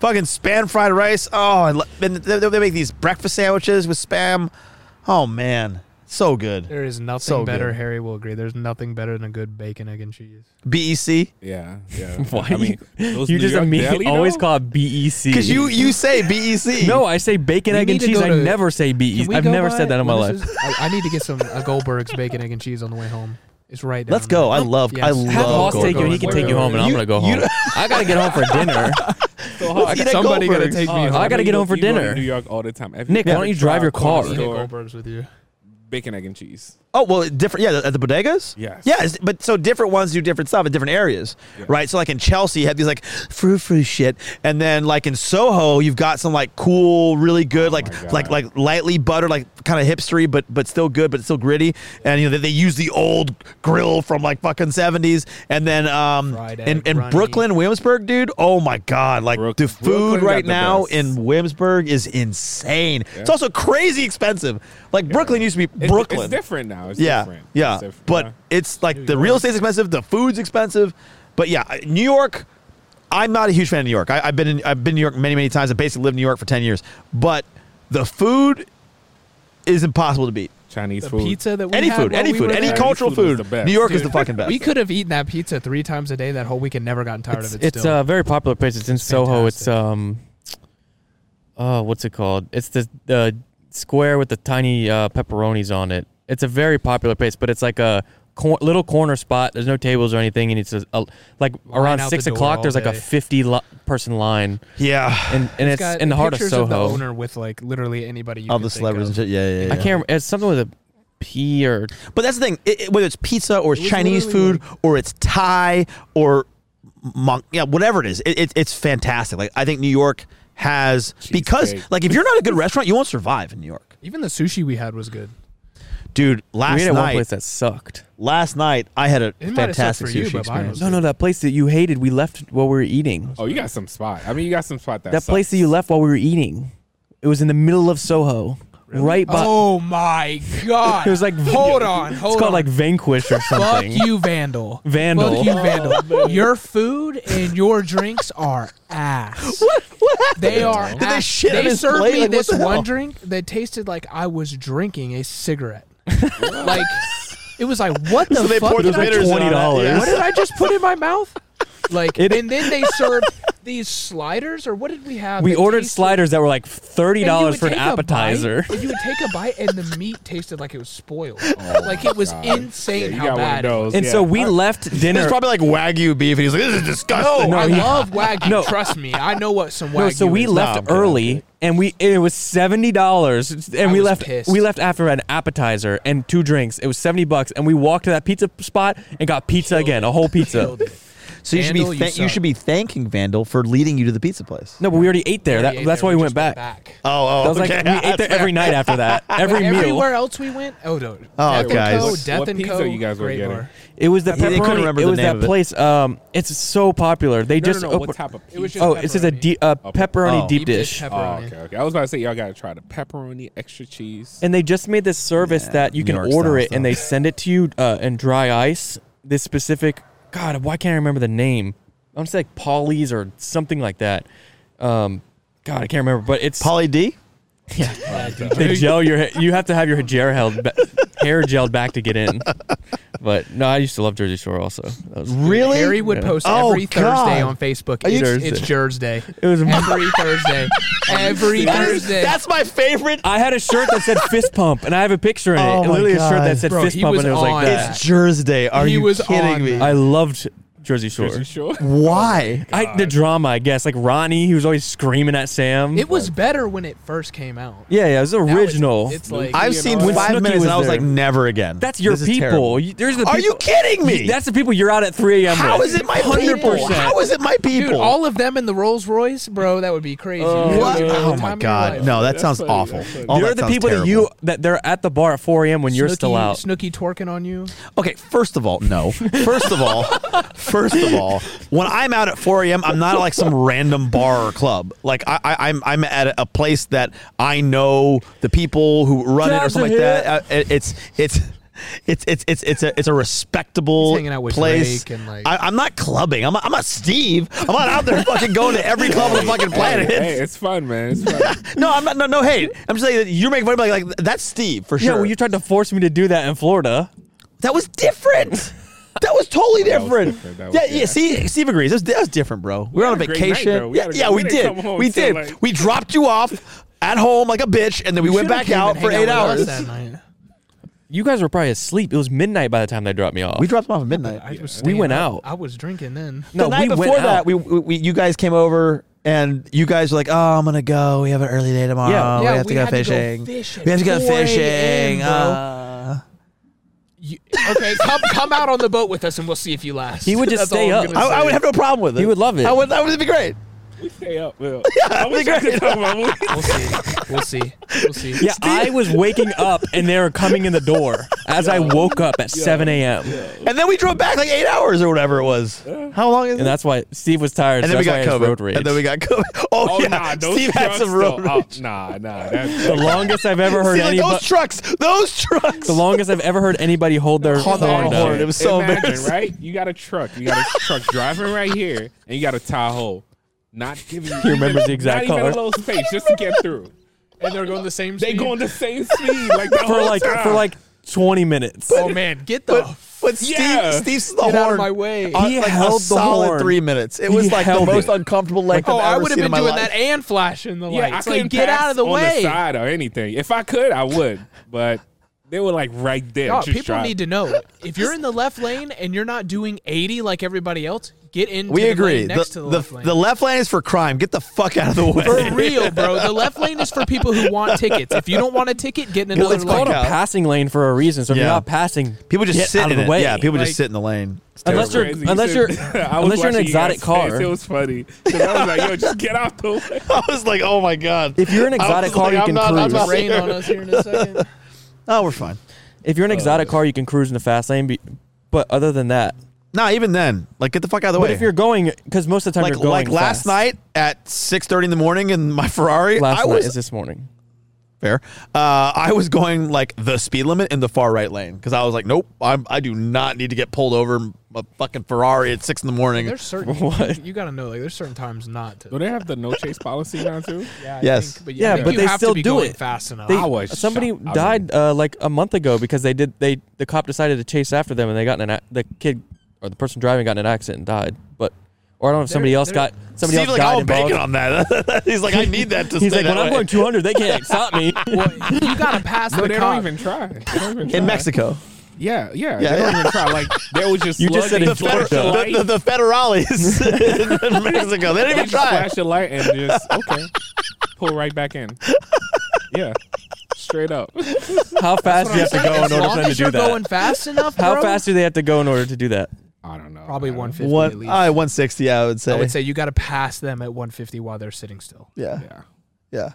Speaker 3: fucking spam fried rice. Oh, I lo- and they, they make these breakfast sandwiches with spam. Oh man, so good.
Speaker 4: There is nothing
Speaker 3: So
Speaker 4: better.
Speaker 3: good.
Speaker 4: Harry will agree. There's nothing better than a good bacon, egg, and cheese.
Speaker 3: Bec
Speaker 5: Yeah, yeah.
Speaker 1: Why
Speaker 5: I mean,
Speaker 1: you,
Speaker 5: those
Speaker 1: you
Speaker 5: New
Speaker 1: just
Speaker 5: York
Speaker 1: immediately
Speaker 5: deli, though?
Speaker 1: always call it E BEC?
Speaker 3: because you you say E bec.
Speaker 1: no, I say bacon,
Speaker 4: We
Speaker 1: egg, and
Speaker 4: need to
Speaker 1: cheese.
Speaker 4: go
Speaker 1: I
Speaker 4: to-
Speaker 1: never say BEC.
Speaker 4: Can we
Speaker 1: I've
Speaker 4: go
Speaker 1: never
Speaker 4: by-
Speaker 1: said that in my
Speaker 4: well,
Speaker 1: life.
Speaker 4: this is- I, I need to get some uh, Goldberg's bacon, egg, and cheese on the way home. It's right down
Speaker 3: Let's go. I
Speaker 4: there.
Speaker 3: love. I
Speaker 4: Yes.
Speaker 3: love.
Speaker 1: Have Hoss
Speaker 4: Goldberg.
Speaker 1: take you and he can take you home, and I'm
Speaker 3: You-
Speaker 1: gonna go
Speaker 3: you-
Speaker 1: home. I gotta get home for dinner.
Speaker 3: Let's eat at
Speaker 4: Somebody gotta
Speaker 3: Goldberg's.
Speaker 4: take me
Speaker 1: Oh,
Speaker 4: home.
Speaker 1: I gotta
Speaker 5: mean,
Speaker 1: get
Speaker 5: you
Speaker 1: home
Speaker 5: go-
Speaker 1: for
Speaker 5: you go to
Speaker 1: dinner.
Speaker 5: New York all the time. If
Speaker 1: Nick,
Speaker 5: you
Speaker 1: why don't you drive your
Speaker 5: corner
Speaker 1: car?
Speaker 4: Eat
Speaker 1: Goldberg's.
Speaker 4: at
Speaker 5: store,
Speaker 4: Goldberg's with you.
Speaker 5: Bacon, egg, and cheese.
Speaker 3: Oh well, different. Yeah, at the bodegas.
Speaker 5: Yes.
Speaker 3: Yeah, it's- but so different ones do different stuff in different areas, right? So like in Chelsea, you have these like frou frou shit, and then like in Soho, you've got some like cool, really good, like
Speaker 5: Oh God.
Speaker 3: like like lightly buttered, like kind of hipstery, but but still good, but still gritty. And you know they, they use the old grill from like fucking seventies, and then um
Speaker 4: Fried
Speaker 3: in,
Speaker 4: egg,
Speaker 3: in
Speaker 4: runny.
Speaker 3: Brooklyn, Williamsburg, dude. Oh my god, like
Speaker 5: Brook-
Speaker 3: the food
Speaker 5: Brooklyn got
Speaker 3: right
Speaker 5: the
Speaker 3: now
Speaker 5: best.
Speaker 3: in Williamsburg is insane. It's also crazy expensive. Like Brooklyn used to be
Speaker 5: It's-
Speaker 3: Brooklyn.
Speaker 5: It's different now. It's
Speaker 3: Yeah,
Speaker 5: different.
Speaker 3: yeah.
Speaker 5: It's different.
Speaker 3: But it's like the real estate's expensive, the food's expensive, but yeah, I- New York. I'm not a huge fan of New York. I, I've been in, I've been to New York many many times. I basically lived in New York for ten years, but the food is impossible to beat.
Speaker 5: Chinese
Speaker 4: The
Speaker 5: food.
Speaker 4: pizza that we
Speaker 3: any
Speaker 4: had
Speaker 3: food,
Speaker 4: while
Speaker 3: any
Speaker 4: we
Speaker 3: food,
Speaker 4: were
Speaker 3: any
Speaker 4: there.
Speaker 3: cultural
Speaker 5: Chinese food
Speaker 3: food.
Speaker 5: was the best.
Speaker 3: New York is
Speaker 4: Dude,
Speaker 3: the fucking best.
Speaker 4: We could have eaten that pizza three times a day that whole week and never gotten tired
Speaker 1: It's,
Speaker 4: of it.
Speaker 1: it's
Speaker 4: still.
Speaker 3: uh,
Speaker 1: a very popular place. It's in Soho. It's
Speaker 4: fantastic.
Speaker 1: um, oh, what's it called? It's the the square with the tiny uh, pepperonis on it. It's a very popular place, but it's like a cor- little corner spot. There's no tables or anything, and it's a, a- like around
Speaker 4: out the
Speaker 1: six
Speaker 4: door
Speaker 1: o'clock.
Speaker 4: all
Speaker 1: There's like a
Speaker 4: day.
Speaker 1: fifty li- person line,
Speaker 3: yeah,
Speaker 1: and and it's,
Speaker 4: got
Speaker 1: in the heart of
Speaker 4: pictures
Speaker 1: Soho.
Speaker 4: the owner with like literally anybody. You
Speaker 3: all
Speaker 4: could
Speaker 3: the
Speaker 4: think
Speaker 3: celebrities and
Speaker 4: of.
Speaker 3: shit. Yeah, yeah. yeah.
Speaker 1: I can't. rem- It's something with a P or
Speaker 3: But that's the thing. It, it- whether it's pizza or it's
Speaker 4: was
Speaker 3: Chinese
Speaker 4: literally
Speaker 3: food or it's Thai or monk, yeah, whatever it is, it, it, it's fantastic. Like I think New York has because
Speaker 5: Cheesecake.
Speaker 3: like if you're not a good restaurant, you won't survive in New York,
Speaker 4: Even the sushi we had was good.
Speaker 3: dude.
Speaker 1: we
Speaker 3: Last
Speaker 1: ate at one
Speaker 3: night,
Speaker 1: place that sucked.
Speaker 3: last night I had a
Speaker 4: It might have sucked
Speaker 3: fantastic
Speaker 4: for
Speaker 3: sushi
Speaker 4: you, but mine
Speaker 3: experience.
Speaker 4: was-
Speaker 1: No, no, that place that you hated. We left while we were eating.
Speaker 5: Oh, you got some spot. I mean, you got some spot that
Speaker 1: that place that you left while we were eating. It was in the middle of Soho, right by.
Speaker 4: oh my god!
Speaker 1: It was like
Speaker 4: hold on, hold
Speaker 1: it's called
Speaker 4: on.
Speaker 1: like Vanquish or
Speaker 4: Fuck
Speaker 1: something.
Speaker 4: you, Vandal.
Speaker 1: Vandal.
Speaker 4: Fuck you, Vandal. your food and your drinks are ass.
Speaker 3: What? What happened?
Speaker 4: They are.
Speaker 3: Did they
Speaker 4: ass.
Speaker 3: shit on
Speaker 4: They
Speaker 3: his
Speaker 4: served
Speaker 3: plate?
Speaker 4: me
Speaker 3: Like, what
Speaker 4: this
Speaker 3: the hell?
Speaker 4: one drink that tasted like I was drinking a cigarette. like it was like what the
Speaker 3: So they
Speaker 4: fuck?
Speaker 3: poured
Speaker 4: did
Speaker 3: the
Speaker 4: I
Speaker 3: bitters
Speaker 4: just-
Speaker 3: in on it.
Speaker 1: $20.
Speaker 3: Yeah.
Speaker 4: What did I just put in my mouth? Like, and then they served these sliders, or what did we have?
Speaker 1: we
Speaker 4: that
Speaker 1: ordered
Speaker 4: tasted-
Speaker 1: sliders that were like thirty
Speaker 4: and you
Speaker 1: dollars
Speaker 4: would
Speaker 1: for an
Speaker 4: take a
Speaker 1: appetizer.
Speaker 4: bite, and you would take a bite, and the meat tasted like it was spoiled.
Speaker 3: Oh
Speaker 4: like it was
Speaker 5: Yeah,
Speaker 4: insane
Speaker 5: you
Speaker 4: how
Speaker 5: got one
Speaker 4: bad.
Speaker 5: of
Speaker 4: it was.
Speaker 5: those.
Speaker 1: and
Speaker 5: yeah.
Speaker 1: so we
Speaker 5: I-
Speaker 1: left
Speaker 3: It's
Speaker 1: dinner.
Speaker 3: probably like wagyu beef, and he's like, "This is disgusting."
Speaker 4: I
Speaker 1: he-
Speaker 4: love wagyu.
Speaker 1: No.
Speaker 4: Trust me, I know what some wagyu.
Speaker 1: No, so we
Speaker 4: is.
Speaker 3: No, I'm
Speaker 1: left
Speaker 3: kidding, I'm
Speaker 1: early, and we and it was seventy dollars, and
Speaker 4: I
Speaker 1: we
Speaker 4: was
Speaker 1: left.
Speaker 4: pissed.
Speaker 1: We left after an appetizer and two drinks. It was seventy bucks, and we walked to that pizza spot and got pizza again, a whole pizza.
Speaker 4: Killed it.
Speaker 3: so you should
Speaker 4: Vandal,
Speaker 3: be
Speaker 4: you
Speaker 3: thank you
Speaker 4: suck.
Speaker 3: should be thanking Vandal for leading you to the pizza place.
Speaker 1: No, but we already ate there.
Speaker 4: Yeah,
Speaker 1: That, that's why we
Speaker 4: just
Speaker 1: went back.
Speaker 3: Oh,
Speaker 1: That was like we ate there every night after that. Every meal.
Speaker 4: Everywhere else we went, oh no,
Speaker 3: Oh,
Speaker 4: Death
Speaker 3: guys.
Speaker 4: and Co,
Speaker 3: What-
Speaker 4: Death
Speaker 5: what
Speaker 4: and
Speaker 5: pizza
Speaker 4: Co,
Speaker 5: you guys were
Speaker 4: great
Speaker 5: getting?
Speaker 4: bar.
Speaker 1: It was the
Speaker 3: They couldn't
Speaker 1: pepperoni.
Speaker 3: remember
Speaker 1: It
Speaker 3: the
Speaker 1: was
Speaker 3: name
Speaker 1: that
Speaker 3: of it.
Speaker 1: place. Um, it's so popular. They
Speaker 5: No,
Speaker 1: just
Speaker 5: no, no,
Speaker 1: opened-
Speaker 5: what type of pizza?
Speaker 4: It was just
Speaker 1: Oh, it says a
Speaker 4: pepperoni.
Speaker 1: de- uh, pepperoni
Speaker 3: Oh.
Speaker 1: deep
Speaker 4: Deep
Speaker 1: dish.
Speaker 4: dish pepperoni.
Speaker 5: Oh, okay, okay. I was about to say y'all gotta try the pepperoni, extra cheese.
Speaker 1: And they just made this service
Speaker 3: Yeah,
Speaker 1: that you
Speaker 3: New
Speaker 1: can
Speaker 3: York
Speaker 1: order
Speaker 3: style
Speaker 1: it
Speaker 3: stuff.
Speaker 1: and they send it to you uh, in dry ice. This specific, God, why can't I remember the name? I'm just like Polly's or something like that. Um, God, I can't remember, but it's
Speaker 3: Polly D.
Speaker 4: Uh,
Speaker 1: they gel your. ha- You have to have your hair gel held, ba- hair gelled back to get in. But no, I used to love Jersey Shore also. That was-
Speaker 3: Really?
Speaker 4: Harry would post
Speaker 3: Oh,
Speaker 4: every
Speaker 3: God.
Speaker 4: Thursday on Facebook.
Speaker 3: Are you-
Speaker 4: It's, it's Jers Day.
Speaker 1: It was-
Speaker 4: every Thursday. Every
Speaker 3: That is-
Speaker 4: Thursday.
Speaker 3: that's my favorite.
Speaker 1: I had a shirt that said fist pump, and I have a picture in it.
Speaker 3: Oh
Speaker 1: and
Speaker 3: my
Speaker 1: literally a shirt
Speaker 3: God.
Speaker 1: that said
Speaker 4: Bro,
Speaker 1: fist
Speaker 4: he
Speaker 1: pump,
Speaker 4: was
Speaker 1: and it was
Speaker 4: on
Speaker 1: like that.
Speaker 4: that.
Speaker 3: It's Jersey. Are
Speaker 4: He
Speaker 3: you
Speaker 4: was
Speaker 3: kidding
Speaker 4: on
Speaker 3: me?
Speaker 4: that.
Speaker 1: I loved Jersey Shore.
Speaker 5: Jersey Shore.
Speaker 3: Why?
Speaker 1: I, the drama, I guess. Like Ronnie, he was always screaming at Sam.
Speaker 4: it was better when it first came out.
Speaker 1: yeah, yeah, it was
Speaker 4: Now it's-
Speaker 1: original.
Speaker 4: It's, like
Speaker 3: I've
Speaker 5: you
Speaker 3: seen
Speaker 5: know, when
Speaker 3: five
Speaker 1: Snooki
Speaker 3: minutes
Speaker 1: was
Speaker 3: and I was
Speaker 1: there.
Speaker 3: like, never again.
Speaker 1: that's your
Speaker 3: This is terrible.
Speaker 1: people. You, there's the
Speaker 3: Are
Speaker 1: people-
Speaker 3: you kidding me?
Speaker 1: That's the people you're out at 3 a.m.
Speaker 3: how
Speaker 1: with.
Speaker 3: is it my people?
Speaker 1: 100%.
Speaker 3: How is it my people?
Speaker 4: dude, all of them in the Rolls Royce, bro. That would be crazy. You
Speaker 3: what?
Speaker 4: could do it
Speaker 3: Oh
Speaker 4: every
Speaker 3: my
Speaker 4: time in your
Speaker 3: god!
Speaker 4: life.
Speaker 3: No, that sounds
Speaker 5: funny,
Speaker 3: awful.
Speaker 5: that's funny.
Speaker 3: All
Speaker 1: You're
Speaker 3: Oh, that
Speaker 1: the
Speaker 3: sounds
Speaker 1: people that
Speaker 3: terrible.
Speaker 1: you that they're at the bar at 4 a.m. when you're still
Speaker 4: Snooki-
Speaker 1: out.
Speaker 4: Snooki twerking on you.
Speaker 3: Okay, first of all, no. First of all, first of all, when I'm out at 4 a.m., I'm not at like some random bar or club. Like I, I, I'm, I'm at a place that I know the people who run it or
Speaker 1: Jobs
Speaker 3: something
Speaker 1: are
Speaker 3: like that. Uh, it- it's, it's. It's it's it's it's a it's a respectable
Speaker 4: He's hanging out with
Speaker 3: place.
Speaker 4: Drake and, like-
Speaker 3: I, I'm not clubbing. I'm not, I'm not Steve. I'm not out there fucking going to every club on the fucking
Speaker 5: Hey,
Speaker 3: planet.
Speaker 5: hey, it's fun, man. It's fun.
Speaker 3: No, I'm not. No, no hate. I'm just saying that you're making fun of me. Like, like that's Steve for
Speaker 1: Yeah,
Speaker 3: sure.
Speaker 1: well, you tried to force me to do that in Florida.
Speaker 3: That was different. That was totally
Speaker 5: That was
Speaker 3: different.
Speaker 5: different. That was
Speaker 3: yeah, yeah,
Speaker 5: different.
Speaker 3: See, Steve agrees. That was, that was different, bro. We were on a
Speaker 5: had a great night,
Speaker 3: vacation.
Speaker 5: though. We
Speaker 3: yeah,
Speaker 5: had a-
Speaker 3: yeah,
Speaker 5: we
Speaker 3: we
Speaker 5: didn't
Speaker 3: did.
Speaker 5: come home
Speaker 3: We
Speaker 5: till,
Speaker 3: did.
Speaker 5: like-
Speaker 3: we dropped you off at home like a bitch, and then we went back
Speaker 4: Should've came
Speaker 3: out
Speaker 4: and
Speaker 3: for
Speaker 4: hang
Speaker 3: eight
Speaker 4: out with us
Speaker 3: hours.
Speaker 4: that night.
Speaker 1: You guys were probably asleep. It was midnight by the time they dropped me off.
Speaker 3: We dropped him off at midnight.
Speaker 4: I was
Speaker 1: We went
Speaker 4: staying
Speaker 1: out.
Speaker 4: up. I was drinking then.
Speaker 1: no,
Speaker 3: the night
Speaker 1: we
Speaker 3: before
Speaker 1: went
Speaker 3: that,
Speaker 1: out.
Speaker 3: we, we we- you guys came over. And you guys were like, "Oh, I'm gonna go. We have an early day tomorrow.
Speaker 1: Yeah.
Speaker 3: we
Speaker 4: Yeah,
Speaker 3: have to
Speaker 4: we
Speaker 3: go
Speaker 4: had to go
Speaker 3: fishing.
Speaker 4: fish at
Speaker 3: we have to go
Speaker 4: 4
Speaker 3: fishing.
Speaker 4: a.m., bro.
Speaker 3: Uh,
Speaker 4: You- okay, come come out on the boat with us and we'll see if you last.
Speaker 1: He would just
Speaker 4: That's all
Speaker 1: stay
Speaker 4: I'm
Speaker 1: up.
Speaker 4: gonna
Speaker 3: I,
Speaker 4: say.
Speaker 3: I would have no problem with it.
Speaker 1: He would love it.
Speaker 3: I would. That would be great.
Speaker 5: we stay up. Will. I wish I could tell my movie.
Speaker 4: We'll see. We'll see. We'll see.
Speaker 1: yeah, I was waking up and they were coming in the door as I woke up at 7 a.m.
Speaker 3: And then we drove back like eight hours or whatever it was. How long is
Speaker 1: And
Speaker 3: it?
Speaker 1: that's why Steve was tired.
Speaker 3: And
Speaker 1: so
Speaker 3: then we
Speaker 1: that's why
Speaker 3: got
Speaker 1: his
Speaker 3: COVID.
Speaker 1: road rage.
Speaker 3: And then we got COVID. Oh,
Speaker 5: Oh,
Speaker 3: yeah.
Speaker 5: nah, those
Speaker 3: Steve had
Speaker 5: trucks
Speaker 3: some road
Speaker 5: though. Oh,
Speaker 3: rage.
Speaker 5: nah, nah. That's,
Speaker 1: the longest I've ever heard
Speaker 3: See, like, oh,
Speaker 1: anybody.
Speaker 3: those trucks. Those trucks.
Speaker 1: the longest I've ever heard anybody hold their
Speaker 3: Hold their
Speaker 1: horn.
Speaker 3: horn.
Speaker 1: up.
Speaker 3: It was so
Speaker 5: Imagine,
Speaker 3: embarrassing.
Speaker 5: right? You got a truck. You got a truck driving right here, and you got a Tahoe. Not giving you. He
Speaker 1: remembers the exact
Speaker 5: Not even a
Speaker 1: color.
Speaker 5: little space just to get through.
Speaker 4: And they're going the same.
Speaker 5: They
Speaker 4: speed.
Speaker 5: going the same speed like the
Speaker 1: for
Speaker 5: whole
Speaker 1: like
Speaker 5: time.
Speaker 1: for like 20 minutes.
Speaker 4: Oh man, get the.
Speaker 3: But, but Steve,
Speaker 5: Yeah.
Speaker 3: Steve's the
Speaker 4: Get
Speaker 3: horn.
Speaker 4: out of my way.
Speaker 3: on,
Speaker 1: He
Speaker 3: like,
Speaker 1: held
Speaker 3: a
Speaker 1: the
Speaker 3: solid
Speaker 1: horn.
Speaker 3: three minutes. It
Speaker 1: He
Speaker 3: was like the
Speaker 1: held
Speaker 3: most
Speaker 1: it.
Speaker 3: uncomfortable length
Speaker 4: oh,
Speaker 3: I've
Speaker 4: I
Speaker 3: ever
Speaker 4: would have
Speaker 3: seen in
Speaker 4: been
Speaker 3: my
Speaker 4: doing
Speaker 3: life.
Speaker 4: that and flashing the
Speaker 5: Yeah,
Speaker 4: lights.
Speaker 5: I
Speaker 4: like,
Speaker 5: couldn't
Speaker 4: get
Speaker 5: pass
Speaker 4: out of the
Speaker 5: on
Speaker 4: way.
Speaker 5: the side or anything. If I could, I would. But they were like right there.
Speaker 4: Dog,
Speaker 5: just
Speaker 4: people
Speaker 5: drive.
Speaker 4: need to know if you're in the left lane and you're not doing 80 like everybody else. Get in.
Speaker 3: We
Speaker 4: the
Speaker 3: agree.
Speaker 4: Lane
Speaker 3: The,
Speaker 4: next to the,
Speaker 3: the,
Speaker 4: left lane.
Speaker 3: the left lane is for crime. Get the fuck out of the way.
Speaker 4: for real, bro. The left lane is for people who want tickets. If you don't want a ticket, get in
Speaker 3: Well,
Speaker 4: another
Speaker 3: it's
Speaker 4: lane.
Speaker 1: Called a
Speaker 3: out.
Speaker 1: passing lane for a reason. So if
Speaker 3: Yeah.
Speaker 1: you're not passing,
Speaker 3: people just
Speaker 1: get
Speaker 3: sit
Speaker 1: out
Speaker 3: in
Speaker 1: of the
Speaker 3: it.
Speaker 1: way.
Speaker 3: Yeah, people
Speaker 4: Like-
Speaker 3: just sit in the lane. It's
Speaker 1: Unless
Speaker 3: terrible.
Speaker 1: you're
Speaker 5: Crazy. You
Speaker 1: unless
Speaker 5: said-
Speaker 1: you're
Speaker 5: I was
Speaker 1: unless you're an
Speaker 5: watching you guys'
Speaker 1: exotic car.
Speaker 5: face. It was funny. 'Cause I was like, yo, just get off the way.
Speaker 3: I was like, oh my god.
Speaker 1: If you're an
Speaker 3: I was
Speaker 1: exotic car,
Speaker 3: like,
Speaker 1: you
Speaker 3: I'm
Speaker 1: can
Speaker 3: not- I'm
Speaker 1: cruise.
Speaker 3: not
Speaker 4: Rain
Speaker 3: here.
Speaker 4: on us here in a second.
Speaker 3: Oh, we're fine.
Speaker 1: If you're an
Speaker 3: Uh.
Speaker 1: exotic car, you can cruise in the fast lane. be- But other than that,
Speaker 3: Nah, even then, like get the fuck out of the way.
Speaker 1: but if you're going, because most of the time
Speaker 3: like
Speaker 1: you're going
Speaker 3: like last
Speaker 1: fast.
Speaker 3: night at six thirty in the morning in my Ferrari,
Speaker 1: Last
Speaker 3: I
Speaker 1: night
Speaker 3: was
Speaker 1: is this morning.
Speaker 3: fair. Uh, I was going like the speed limit in the far right lane because I was like, nope, I'm, I do not need to get pulled over a fucking Ferrari at six in the morning.
Speaker 4: There's certain
Speaker 1: What?
Speaker 4: you gotta know. Like there's certain times not to.
Speaker 5: Do they have the no chase policy now too?
Speaker 4: Yeah, I
Speaker 3: Yes.
Speaker 4: think- but
Speaker 1: Yeah,
Speaker 4: I think
Speaker 1: but
Speaker 4: you
Speaker 1: they
Speaker 4: have to
Speaker 1: still
Speaker 4: be
Speaker 1: do
Speaker 4: going
Speaker 1: it.
Speaker 4: fast enough.
Speaker 1: They,
Speaker 5: I was
Speaker 1: somebody
Speaker 5: shocked. I
Speaker 1: died uh, like a month ago because they did they the cop decided to chase after them and they got in an ac- the kid or the person driving got in an accident and died. But or I don't know if somebody
Speaker 4: They're-
Speaker 1: else
Speaker 4: they're-
Speaker 1: got somebody else
Speaker 3: Steve's like,
Speaker 1: died
Speaker 3: I'll
Speaker 1: involved.
Speaker 3: bank it on that. He's like, I need that to
Speaker 1: He's
Speaker 3: stay
Speaker 1: like,
Speaker 3: that
Speaker 1: when I'm
Speaker 3: way."
Speaker 1: going 200, they can't stop me.
Speaker 4: well, you gotta pass
Speaker 5: No,
Speaker 4: the
Speaker 5: they
Speaker 4: cop.
Speaker 5: don't even try. They don't even
Speaker 3: in
Speaker 5: try.
Speaker 3: Mexico.
Speaker 5: Yeah,
Speaker 3: Yeah,
Speaker 5: yeah, They
Speaker 3: yeah.
Speaker 5: don't even try. Like there was just
Speaker 1: You just said
Speaker 5: slugging
Speaker 1: in
Speaker 5: flash
Speaker 1: Florida.
Speaker 5: the light.
Speaker 3: The, the, the federales in Mexico. They didn't
Speaker 5: They
Speaker 3: even
Speaker 5: just
Speaker 3: try.
Speaker 5: flash the light and just okay, pull right back in. Yeah, straight up.
Speaker 1: How fast do you have to go
Speaker 4: As
Speaker 1: in order
Speaker 4: long
Speaker 1: for them to
Speaker 4: as
Speaker 1: do
Speaker 4: you're going
Speaker 1: that?
Speaker 4: fast enough,
Speaker 1: How
Speaker 4: bro,
Speaker 1: fast do they have to go in order to do that?
Speaker 5: I don't know.
Speaker 4: Probably
Speaker 5: I don't-
Speaker 4: 150 at
Speaker 3: One,
Speaker 4: least.
Speaker 3: uh, 160, I would say.
Speaker 4: I would say you got to pass them at 150 while they're sitting still.
Speaker 3: Yeah. Yeah.
Speaker 5: Yeah.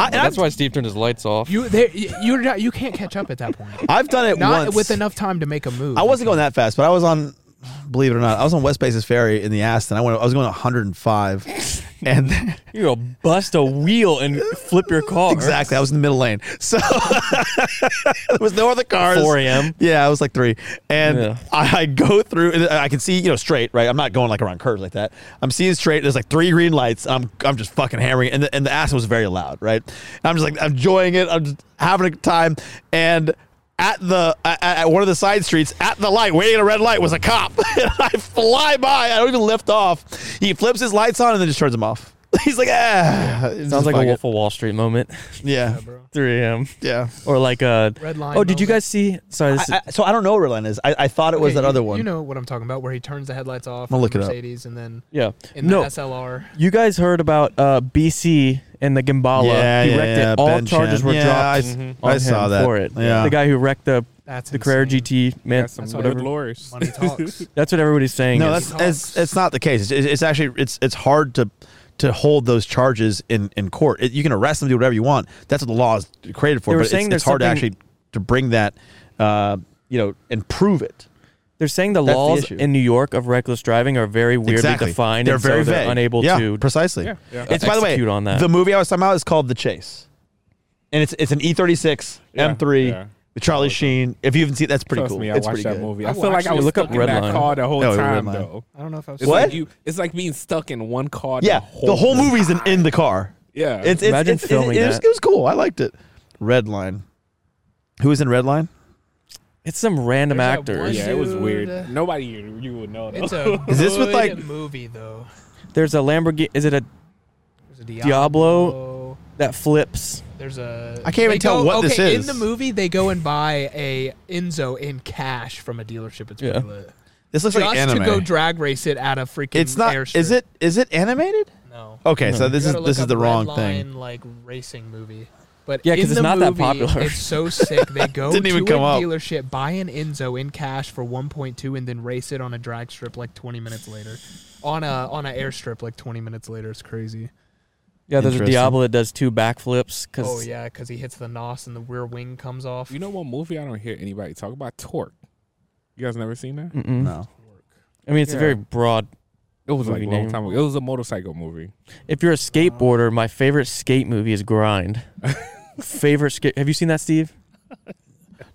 Speaker 3: I, and
Speaker 1: That's
Speaker 3: I've,
Speaker 1: why Steve turned his lights off.
Speaker 4: You they you're not, you can't catch up at that point.
Speaker 3: I've done it
Speaker 4: Not
Speaker 3: once.
Speaker 4: with enough time to make a move.
Speaker 3: I wasn't going that fast, but I was on. Believe it or not, I was on West Bases Ferry in the Aston. I went. I was going 105, and
Speaker 1: You go bust a wheel and flip your car.
Speaker 3: exactly, I was in the middle lane. So there was no other cars.
Speaker 1: 4 a.m.
Speaker 3: Yeah, I was like three, and
Speaker 1: Yeah.
Speaker 3: I, I go through. And I can see, you know, straight. Right, I'm not going like around curves like that. I'm seeing straight. There's like three green lights. And I'm I'm just fucking hammering. It. And the, and the Aston was very loud. Right, And I'm just like I'm enjoying it. I'm just having a good time, and at the at, at one of the side streets at the light, waiting at a red light, was a cop. and I fly by. I don't even lift off. He flips his lights on and then just turns them off. He's like, ah.
Speaker 1: Sounds like a Wolf of Wall Street moment.
Speaker 3: Yeah,
Speaker 1: 3 a.m.
Speaker 3: yeah.
Speaker 1: Or like a
Speaker 4: Red line
Speaker 1: Oh, did you
Speaker 4: moment.
Speaker 1: guys see? Sorry, this is-
Speaker 3: I, I- so I don't know where Len is. I, I thought it was
Speaker 4: Okay,
Speaker 3: that
Speaker 4: you-
Speaker 3: other one.
Speaker 4: You know what I'm talking about, where he turns the headlights off.
Speaker 3: I'll
Speaker 4: on
Speaker 3: look
Speaker 4: the
Speaker 3: it up.
Speaker 4: Mercedes, and then
Speaker 1: yeah.
Speaker 4: in
Speaker 1: no,
Speaker 4: the SLR.
Speaker 1: you guys heard about uh, BC and the Gambala.
Speaker 3: Yeah,
Speaker 1: he
Speaker 3: yeah,
Speaker 1: wrecked
Speaker 3: yeah,
Speaker 1: it. All
Speaker 3: Ben
Speaker 1: charges
Speaker 3: Chan.
Speaker 1: were
Speaker 3: Yeah,
Speaker 1: dropped.
Speaker 3: I s-
Speaker 1: on
Speaker 3: I saw
Speaker 1: him
Speaker 3: that.
Speaker 1: For it.
Speaker 3: Yeah.
Speaker 1: The guy who wrecked the
Speaker 4: That's
Speaker 1: the Carrera
Speaker 4: insane.
Speaker 1: GT man.
Speaker 5: That's some
Speaker 4: That's
Speaker 5: good
Speaker 4: what
Speaker 5: lorries.
Speaker 4: Money talks.
Speaker 1: That's what everybody's saying.
Speaker 3: No,
Speaker 1: is-
Speaker 3: that's it's, it's not the case. It's, it's actually it's it's hard to to hold those charges in in court. It, you can arrest them, do whatever you want. That's what the law is created for.
Speaker 1: They were
Speaker 3: But it's,
Speaker 1: saying
Speaker 3: it's
Speaker 1: there's
Speaker 3: hard to
Speaker 1: something-
Speaker 3: actually to bring that, uh, you know, and prove it.
Speaker 1: they're saying the
Speaker 3: that's the
Speaker 1: laws
Speaker 3: issue.
Speaker 1: in New York of reckless driving are very weirdly
Speaker 3: exactly.
Speaker 1: defined.
Speaker 3: They're
Speaker 1: and
Speaker 3: very
Speaker 1: so they're
Speaker 3: vague.
Speaker 1: unable
Speaker 3: yeah,
Speaker 1: to.
Speaker 3: precisely.
Speaker 5: Yeah, yeah.
Speaker 3: It's by the way,
Speaker 1: execute on that.
Speaker 3: the movie I was talking about is called The Chase, and it's it's an E thirty six
Speaker 5: Yeah,
Speaker 3: M three
Speaker 5: yeah.
Speaker 3: with Charlie Sheen. If you haven't seen, that's pretty
Speaker 5: Trust
Speaker 3: cool.
Speaker 5: me, I
Speaker 3: it's pretty
Speaker 5: watched that
Speaker 3: good.
Speaker 5: movie.
Speaker 4: I
Speaker 5: I, feel like
Speaker 4: watched
Speaker 5: I
Speaker 4: it.
Speaker 5: was
Speaker 1: Look up
Speaker 5: stuck in that
Speaker 1: Redline.
Speaker 5: car the whole
Speaker 3: No,
Speaker 5: time,
Speaker 3: Redline.
Speaker 5: though.
Speaker 4: I don't know if I was.
Speaker 5: It's
Speaker 3: What?
Speaker 5: Like you, it's like being stuck in one car.
Speaker 3: Yeah,
Speaker 5: the whole,
Speaker 3: the whole movie's an in the car.
Speaker 5: Yeah.
Speaker 3: It's, it's,
Speaker 1: Imagine
Speaker 3: it's, it's-
Speaker 1: filming
Speaker 3: it, was,
Speaker 1: that.
Speaker 3: it was cool. I liked it. Red Line. Who was in Red Line?
Speaker 1: It's some random
Speaker 4: There's that
Speaker 1: actors.
Speaker 4: one
Speaker 5: yeah, it was
Speaker 4: Dude.
Speaker 5: weird. Nobody you, you would know.
Speaker 4: It's
Speaker 5: though.
Speaker 4: a
Speaker 3: Is this with,
Speaker 4: good
Speaker 3: like-
Speaker 4: movie though?
Speaker 1: There's a Lamborghini. Is it a
Speaker 4: There's a
Speaker 1: Diablo. that flips?
Speaker 4: There's a.
Speaker 3: I can't even
Speaker 4: they
Speaker 3: tell
Speaker 4: go-
Speaker 3: what this
Speaker 4: okay,
Speaker 3: is.
Speaker 4: In the movie, they go and buy a Enzo in cash from a dealership. It's pretty
Speaker 1: Yeah.
Speaker 4: lit.
Speaker 3: This looks
Speaker 4: Just
Speaker 3: like anime.
Speaker 4: to go drag race it at a freaking.
Speaker 3: it's not.
Speaker 4: Airstrip.
Speaker 3: Is it? Is it animated?
Speaker 4: No.
Speaker 3: Okay, so this
Speaker 4: You
Speaker 3: is this
Speaker 4: gotta look
Speaker 3: is
Speaker 4: up
Speaker 3: the
Speaker 4: Red
Speaker 3: wrong
Speaker 4: Line,
Speaker 3: thing.
Speaker 4: Like racing movie, but
Speaker 1: Yeah, 'cause
Speaker 4: in
Speaker 1: it's
Speaker 4: the
Speaker 1: not that
Speaker 4: movie,
Speaker 1: popular.
Speaker 4: It's so sick. They go
Speaker 3: Didn't
Speaker 4: to
Speaker 3: even
Speaker 4: a
Speaker 3: come up.
Speaker 4: dealership, buy an Enzo in cash for 1.2, and then race it on a drag strip like 20 minutes later, on a on a airstrip like 20 minutes later. It's crazy.
Speaker 1: Yeah, there's a
Speaker 3: Interesting.
Speaker 1: Diablo that does two backflips. Cause
Speaker 4: Oh yeah, because he hits the nos and the rear wing comes off.
Speaker 5: You know what movie I don't hear anybody talk about? Torque. You guys never seen that?
Speaker 1: Mm-mm.
Speaker 3: No.
Speaker 1: I mean, it's a
Speaker 5: Yeah.
Speaker 1: very broad.
Speaker 5: It was like
Speaker 1: Movie
Speaker 5: a long
Speaker 1: name.
Speaker 5: time ago. It was a motorcycle movie.
Speaker 1: If you're a skateboarder, my favorite skate movie is Grind. favorite skate. Have you seen that, Steve?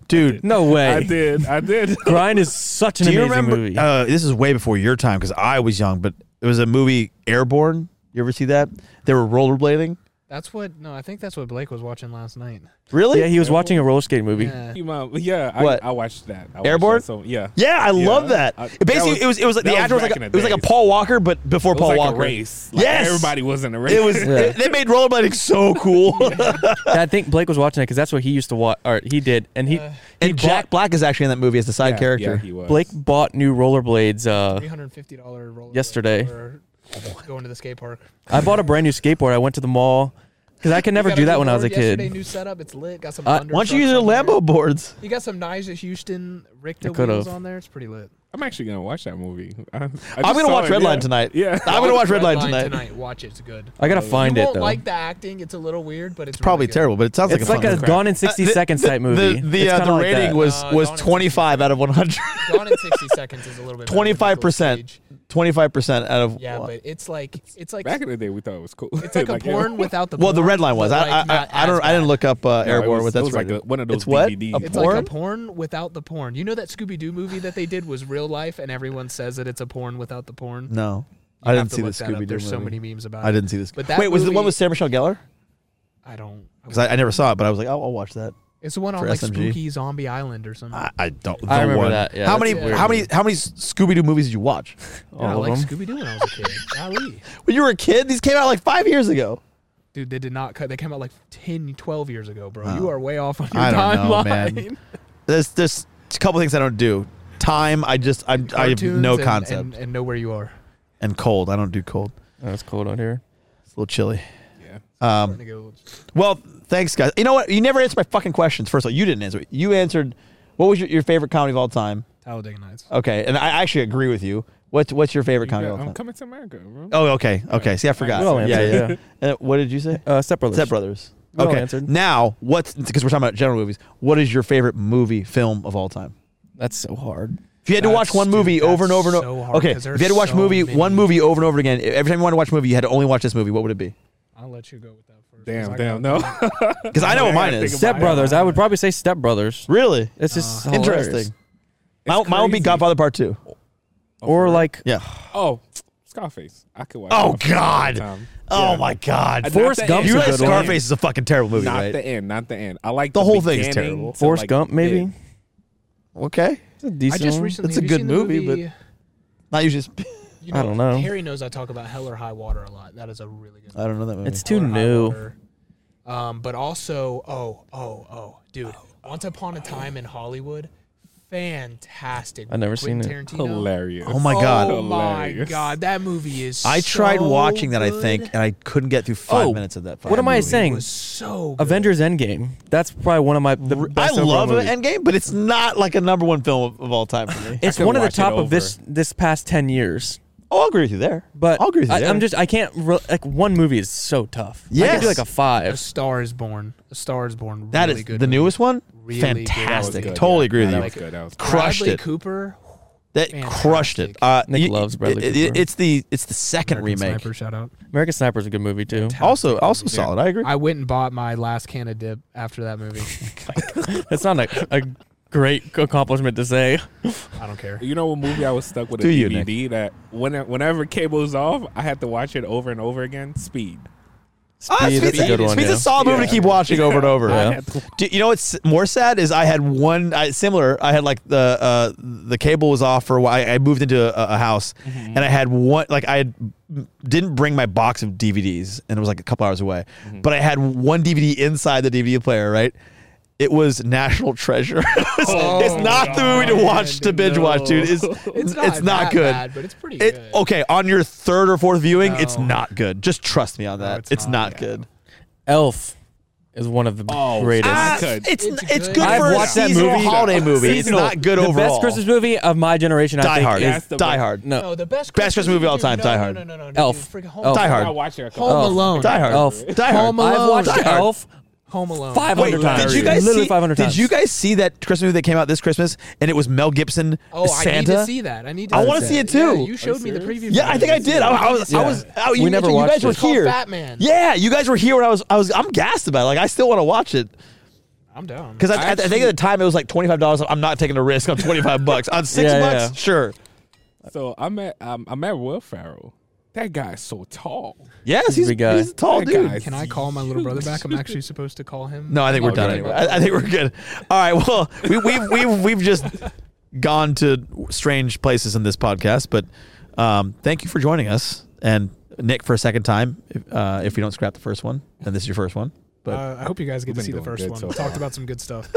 Speaker 3: Dude,
Speaker 1: No way.
Speaker 5: I did. I did.
Speaker 1: Grind is such an
Speaker 3: do you
Speaker 1: amazing
Speaker 3: remember?
Speaker 1: movie.
Speaker 3: Uh, this is way before your time because I was young, but it was a movie Airborne. You ever see that? They were rollerblading.
Speaker 4: That's what. No, I think that's what Blake was watching last night.
Speaker 3: Really?
Speaker 1: yeah, he was watching a roller skate movie.
Speaker 4: Yeah.
Speaker 5: You mom- yeah, I,
Speaker 3: What?
Speaker 5: I watched that. I watched
Speaker 3: Airborne?
Speaker 5: that, so yeah,
Speaker 3: Yeah, I
Speaker 5: Yeah.
Speaker 3: love that.
Speaker 5: I-
Speaker 3: It Basically,
Speaker 5: that
Speaker 3: it was it was like
Speaker 5: that
Speaker 3: the actor was
Speaker 5: back
Speaker 3: like
Speaker 5: in
Speaker 3: a,
Speaker 5: the
Speaker 3: it was like a
Speaker 5: days.
Speaker 3: Paul Walker, but before
Speaker 5: It was
Speaker 3: Paul
Speaker 5: like
Speaker 3: Walker.
Speaker 5: a race. Like,
Speaker 3: Yes!
Speaker 5: everybody was in a race.
Speaker 3: It was
Speaker 1: Yeah.
Speaker 3: they made rollerblading so cool.
Speaker 1: I think Blake was watching it because that's what he used to watch. Or he did, and he
Speaker 3: and Jack Black is actually in that movie as the side
Speaker 5: yeah,
Speaker 3: character.
Speaker 5: Yeah, he was.
Speaker 1: Blake bought new rollerblades.
Speaker 4: Three
Speaker 1: Uh,
Speaker 4: hundred fifty dollar roller.
Speaker 1: Yesterday.
Speaker 4: for Going to the skate park.
Speaker 1: I bought a brand new skateboard. I went to the mall because I could never
Speaker 4: You got
Speaker 1: do that when I was a
Speaker 4: board yesterday,
Speaker 1: kid.
Speaker 4: New setup. It's lit. Got some.
Speaker 1: Uh,
Speaker 4: thunder
Speaker 3: Why don't you
Speaker 4: trucks
Speaker 3: use your
Speaker 4: on there.
Speaker 3: Lambo boards?
Speaker 4: You got some nice Houston Richter
Speaker 1: I could've.
Speaker 4: wheels on there. It's pretty lit.
Speaker 5: I'm actually gonna watch that movie. I, am
Speaker 3: I'm gonna watch Redline tonight.
Speaker 5: Yeah,
Speaker 3: I'm gonna watch Redline
Speaker 4: Line
Speaker 3: tonight.
Speaker 4: Watch it. It's good.
Speaker 1: I gotta find
Speaker 4: you
Speaker 1: it
Speaker 4: won't
Speaker 1: though.
Speaker 4: like the acting. It's a little weird, but it's
Speaker 3: Probably
Speaker 4: really good.
Speaker 3: terrible, but it sounds
Speaker 1: it's
Speaker 3: like a
Speaker 1: like
Speaker 3: fun
Speaker 1: a
Speaker 3: movie.
Speaker 1: Gone in 60
Speaker 3: Uh, the-
Speaker 1: Seconds type movie.
Speaker 3: The the,
Speaker 1: It's
Speaker 3: uh,
Speaker 1: kinda
Speaker 3: the
Speaker 1: like
Speaker 3: rating
Speaker 1: that.
Speaker 3: was
Speaker 4: Uh,
Speaker 3: was
Speaker 4: Gone in 60
Speaker 3: 25 out of 100.
Speaker 4: Gone in sixty seconds is a little bit. better than Nicolas
Speaker 3: 25%.
Speaker 4: Cage.
Speaker 3: 25% out of
Speaker 4: Yeah, but it's like it's like
Speaker 5: Back in the day, we thought it was cool.
Speaker 4: it's like a porn without the.
Speaker 3: well, the
Speaker 4: porn,
Speaker 3: red line was.
Speaker 4: but,
Speaker 3: I,
Speaker 4: like,
Speaker 3: I,
Speaker 4: not
Speaker 3: I, I don't.
Speaker 4: as
Speaker 3: I didn't
Speaker 4: bad.
Speaker 3: look up uh,
Speaker 5: No, it
Speaker 3: Airborne.
Speaker 5: was-
Speaker 3: What
Speaker 5: it
Speaker 3: that's
Speaker 5: was like
Speaker 3: rated.
Speaker 5: a- one of those
Speaker 3: It's what?
Speaker 5: DVDs.
Speaker 3: A
Speaker 4: It's
Speaker 3: porn?
Speaker 4: like a porn without the porn. You know that Scooby Doo movie that they did was real life, and everyone says that it's a porn without the porn. You
Speaker 3: No, I
Speaker 4: have
Speaker 3: didn't
Speaker 4: to
Speaker 3: see the
Speaker 4: look that up.
Speaker 3: Scooby Doo.
Speaker 4: There's so many memes about
Speaker 3: I
Speaker 4: it.
Speaker 3: didn't see this.
Speaker 4: But that
Speaker 3: Wait, was the one
Speaker 4: movie-
Speaker 3: with Sarah Michelle Gellar?
Speaker 4: I don't.
Speaker 3: Because I, I never saw it, but I was like, oh, I'll watch that.
Speaker 4: it's the one on
Speaker 3: for
Speaker 4: like
Speaker 3: SMG.
Speaker 4: Spooky Zombie Island or something.
Speaker 3: I, I don't.
Speaker 1: I
Speaker 3: the
Speaker 1: remember
Speaker 3: one.
Speaker 1: that, yeah,
Speaker 3: how
Speaker 1: that's
Speaker 3: many?
Speaker 4: weird.
Speaker 3: How many? How many Scooby Doo movies did you watch?
Speaker 4: Dude, I
Speaker 1: all of
Speaker 4: liked
Speaker 1: them.
Speaker 4: Scooby Doo when I was a kid. Golly.
Speaker 3: When you were a kid, these came out like five years ago.
Speaker 4: Dude, they did not cut. They came out like 10, 12 years ago, bro.
Speaker 3: Oh.
Speaker 4: You are way off on your
Speaker 3: I don't know,
Speaker 4: timeline.
Speaker 3: man. There's there's a couple things I don't do. Time, I just I, I have
Speaker 4: Cartoons
Speaker 3: no
Speaker 4: and-
Speaker 3: concept.
Speaker 4: And, and know where you are.
Speaker 3: and cold. I don't do cold.
Speaker 1: Oh, it's cold out here.
Speaker 3: It's a little chilly.
Speaker 5: Yeah.
Speaker 3: Um,
Speaker 4: Starting to go-
Speaker 3: well, thanks, guys. You know what? You never answered my fucking questions. First of all, you didn't answer. it. You answered. What was your, your favorite comedy of all time?
Speaker 4: Talladega Nights.
Speaker 3: Okay, and I actually agree with you. What's what's your favorite comedy of all
Speaker 5: I'm
Speaker 3: time?
Speaker 5: coming to America, bro.
Speaker 3: Oh, okay, okay. See, I forgot.
Speaker 1: We all
Speaker 3: yeah,
Speaker 1: answered,
Speaker 3: yeah.
Speaker 1: yeah.
Speaker 3: And what did you say?
Speaker 1: Uh, Step Brothers.
Speaker 3: Step Brothers.
Speaker 1: We all
Speaker 3: Okay.
Speaker 1: answered.
Speaker 3: Now, what's because we're talking about general movies? What is your favorite movie film of all time?
Speaker 1: That's so hard.
Speaker 3: If you had to
Speaker 4: That's-
Speaker 3: watch one
Speaker 4: dude,
Speaker 3: movie
Speaker 4: that's
Speaker 3: over and over and
Speaker 4: so
Speaker 3: over,
Speaker 4: hard
Speaker 3: okay.
Speaker 4: 'cause
Speaker 3: If you
Speaker 4: there's
Speaker 3: had to watch
Speaker 4: so
Speaker 3: movie
Speaker 4: many.
Speaker 3: one movie over and over again, e-, every time you wanted to watch a movie, you had to only watch this movie. What would it be?
Speaker 4: I'll let you go with that first. 'cause
Speaker 5: Damn,
Speaker 4: I
Speaker 5: damn,
Speaker 4: got-
Speaker 5: no.
Speaker 3: Because I know what mine is.
Speaker 1: Step Brothers. I would probably say Step Brothers.
Speaker 3: Really
Speaker 1: It's
Speaker 3: Uh,
Speaker 1: just hilarious.
Speaker 3: interesting. Mine, mine would be
Speaker 5: crazy.
Speaker 3: Godfather Part Two.
Speaker 1: Or like
Speaker 3: Yeah.
Speaker 5: Oh, Scarface. I could watch.
Speaker 3: Oh
Speaker 5: Scarface all the
Speaker 3: God!
Speaker 5: time.
Speaker 3: Oh
Speaker 5: Yeah. Uh,
Speaker 3: my God!
Speaker 5: Not
Speaker 1: Forrest
Speaker 5: the
Speaker 1: Gump's a
Speaker 5: end.
Speaker 3: You realize
Speaker 1: good one.
Speaker 3: Scarface is a fucking terrible movie,
Speaker 5: Not
Speaker 3: right?
Speaker 5: the end. Not the end. I like
Speaker 3: The
Speaker 5: the,
Speaker 3: whole thing's
Speaker 5: beginning
Speaker 3: terrible.
Speaker 5: to,
Speaker 1: Forrest
Speaker 5: like,
Speaker 1: Gump, maybe.
Speaker 5: it.
Speaker 3: Okay,
Speaker 1: It's a decent.
Speaker 4: I just
Speaker 1: one.
Speaker 4: recently
Speaker 3: It's a
Speaker 4: have you
Speaker 3: good
Speaker 4: seen the
Speaker 3: movie, but- not usually.
Speaker 4: you
Speaker 1: I don't know.
Speaker 4: Harry knows I talk about Hell or High Water a lot. That is a really good.
Speaker 3: I don't know that movie.
Speaker 1: It's too
Speaker 4: Hell or High
Speaker 1: new.
Speaker 4: Water. Um, but also, oh, oh, oh, dude, Once Upon a Time in Hollywood, fantastic.
Speaker 1: I've never
Speaker 4: Quentin
Speaker 1: seen it.
Speaker 4: Tarantino.
Speaker 5: Hilarious.
Speaker 3: Oh my God.
Speaker 4: Oh my
Speaker 5: Hilarious.
Speaker 4: god, that movie is.
Speaker 3: I tried
Speaker 4: so
Speaker 3: watching that, I
Speaker 4: good.
Speaker 3: think, and I couldn't get through five
Speaker 1: Oh,
Speaker 3: minutes of that.
Speaker 1: What
Speaker 3: fucking
Speaker 1: am I
Speaker 3: movie.
Speaker 1: saying?
Speaker 4: It was so. Good.
Speaker 1: Avengers Endgame. That's probably one of my. The
Speaker 3: I
Speaker 1: best overall
Speaker 3: love
Speaker 1: movies.
Speaker 3: Endgame, but it's not like a number one film of, of all time for me.
Speaker 1: It's
Speaker 5: could
Speaker 1: one of the
Speaker 5: watch it
Speaker 1: top of
Speaker 5: over.
Speaker 1: this this past ten years.
Speaker 3: oh, I'll agree with you there.
Speaker 1: But
Speaker 3: I'll agree with you.
Speaker 1: I,
Speaker 3: there.
Speaker 1: am just I can't re- like one movie is so tough. I could
Speaker 3: Yes.
Speaker 1: do like a
Speaker 4: A
Speaker 1: five.
Speaker 4: Star is Born. A Star is Born.
Speaker 3: That
Speaker 4: really
Speaker 3: is
Speaker 4: good
Speaker 3: the
Speaker 4: movie.
Speaker 3: newest one.
Speaker 4: Really good movie.
Speaker 3: Fantastic.
Speaker 5: That was good,
Speaker 3: Totally
Speaker 5: yeah.
Speaker 3: agree with
Speaker 5: That
Speaker 3: you.
Speaker 5: was good. That was
Speaker 3: crushed
Speaker 4: Bradley
Speaker 3: it.
Speaker 4: Cooper.
Speaker 3: That crushed it.
Speaker 4: Fantastic.
Speaker 3: Uh,
Speaker 1: Nick
Speaker 3: you-
Speaker 1: loves Bradley
Speaker 3: it- it-
Speaker 1: Cooper.
Speaker 3: it's the it's the second
Speaker 4: American
Speaker 3: remake.
Speaker 4: Sniper, shout out.
Speaker 1: American Sniper is a good movie too.
Speaker 3: Also, also solid. I agree.
Speaker 4: I went and bought my last can of dip after that movie.
Speaker 1: That's not a, a great accomplishment to say.
Speaker 4: I don't care.
Speaker 5: You know what movie I was stuck with a
Speaker 3: Do you,
Speaker 5: DVD that when, whenever cable was off, I had to watch it over and over again. Speed.
Speaker 3: Ah,
Speaker 1: Speed, that's a good one,
Speaker 3: Speed's
Speaker 1: yeah.
Speaker 3: a solid movie to
Speaker 5: Yeah.
Speaker 3: keep watching over and over.
Speaker 5: I had to-
Speaker 3: Do, you know what's more sad is I had one I, similar. I had like the uh, the cable was off for a while. I, I moved into a, a house, and I had one like I had, didn't bring my box of DVDs, and it was like a couple hours away. But I had one DVD inside the DVD player, right? It was National Treasure. it's, it's not the movie to watch to binge watch, dude. It's it's not,
Speaker 4: that
Speaker 3: good.
Speaker 4: bad, but it's pretty
Speaker 3: It,
Speaker 4: good.
Speaker 3: okay, on your third or fourth viewing, it's
Speaker 4: No.
Speaker 3: not good. Just trust me on that. it's,
Speaker 4: it's
Speaker 3: not,
Speaker 4: not,
Speaker 3: good.
Speaker 1: Elf is one of the
Speaker 5: Oh,
Speaker 1: greatest.
Speaker 5: I
Speaker 3: Ah,
Speaker 5: could.
Speaker 3: It's it's,
Speaker 4: It's
Speaker 3: it's
Speaker 4: good.
Speaker 3: good
Speaker 1: I've
Speaker 3: for a
Speaker 1: watched that
Speaker 3: seasonal
Speaker 1: movie.
Speaker 3: holiday movie.
Speaker 1: Seasonal.
Speaker 3: It's not good
Speaker 1: the
Speaker 3: overall.
Speaker 1: best Christmas movie of my generation. I
Speaker 3: Die
Speaker 1: think
Speaker 3: Hard.
Speaker 1: Is,
Speaker 5: That's the Oh,
Speaker 3: Die
Speaker 5: best.
Speaker 3: Hard.
Speaker 1: No.
Speaker 4: No, Oh, the
Speaker 3: Best
Speaker 4: best
Speaker 3: Christmas movie of all time,
Speaker 4: no,
Speaker 3: Die
Speaker 4: no,
Speaker 3: Hard.
Speaker 4: No, no, no, no,
Speaker 1: Elf.
Speaker 4: dude, freaking Home,
Speaker 1: Elf.
Speaker 3: Die Hard.
Speaker 5: I watched it a couple
Speaker 4: Home
Speaker 1: Elf.
Speaker 4: Alone.
Speaker 3: Die Hard.
Speaker 1: Elf.
Speaker 3: Die Hard.
Speaker 4: Home Alone.
Speaker 1: I've watched
Speaker 3: Die Hard. Oh.
Speaker 1: Elf
Speaker 4: Home Alone.
Speaker 1: five
Speaker 3: Wait,
Speaker 1: hundred times.
Speaker 3: did you guys
Speaker 1: literally
Speaker 3: see?
Speaker 1: five hundred times?
Speaker 3: Did you guys see that Christmas movie that came out this Christmas? And it was Mel Gibson
Speaker 4: Oh,
Speaker 3: as
Speaker 4: I need
Speaker 3: Santa.
Speaker 4: to see that. I need to.
Speaker 3: I wanna
Speaker 4: that.
Speaker 3: see it
Speaker 4: Yeah,
Speaker 3: too.
Speaker 4: you showed me the preview.
Speaker 3: Yeah, I think I did. I, I was. I
Speaker 1: Yeah.
Speaker 3: was. I,
Speaker 1: We
Speaker 3: you,
Speaker 1: never
Speaker 3: you guys
Speaker 1: watched
Speaker 3: were
Speaker 1: it.
Speaker 4: Called
Speaker 3: here.
Speaker 4: Batman.
Speaker 3: Yeah, you guys were here when I was. I was. I'm gassed about it. Like I still want to watch it
Speaker 4: I'm down.
Speaker 3: because I, I, I think at the time it was like twenty five dollars. I'm not taking a risk on twenty five bucks. On six
Speaker 1: Yeah,
Speaker 3: bucks,
Speaker 1: yeah.
Speaker 3: sure.
Speaker 5: So I met um, I met Will Farrell. That guy's so tall.
Speaker 3: Yes, he's,
Speaker 1: Big guy.
Speaker 3: he's a tall
Speaker 5: That
Speaker 3: dude.
Speaker 5: guy's
Speaker 4: Can I call my little brother back? I'm actually supposed to call him. Oh,
Speaker 3: No, I think we're done
Speaker 5: Okay.
Speaker 3: anyway. I, I think we're good. All right. Well, we, we've we've we've just gone to strange places in this podcast, but um, thank you for joining us and Nick for a second time. If, uh, if you don't scrap the first one, then this is your first one. But
Speaker 4: Uh, I hope you guys get to
Speaker 5: We've
Speaker 4: see the
Speaker 5: been doing
Speaker 4: first
Speaker 5: good
Speaker 4: one.
Speaker 5: so
Speaker 4: We
Speaker 5: far.
Speaker 4: Talked about some good stuff.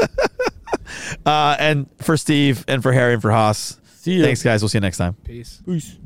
Speaker 3: uh, and for Steve and for Harry and for Haas,
Speaker 1: See ya.
Speaker 3: thanks guys. We'll see you next time.
Speaker 4: Peace.
Speaker 1: Peace.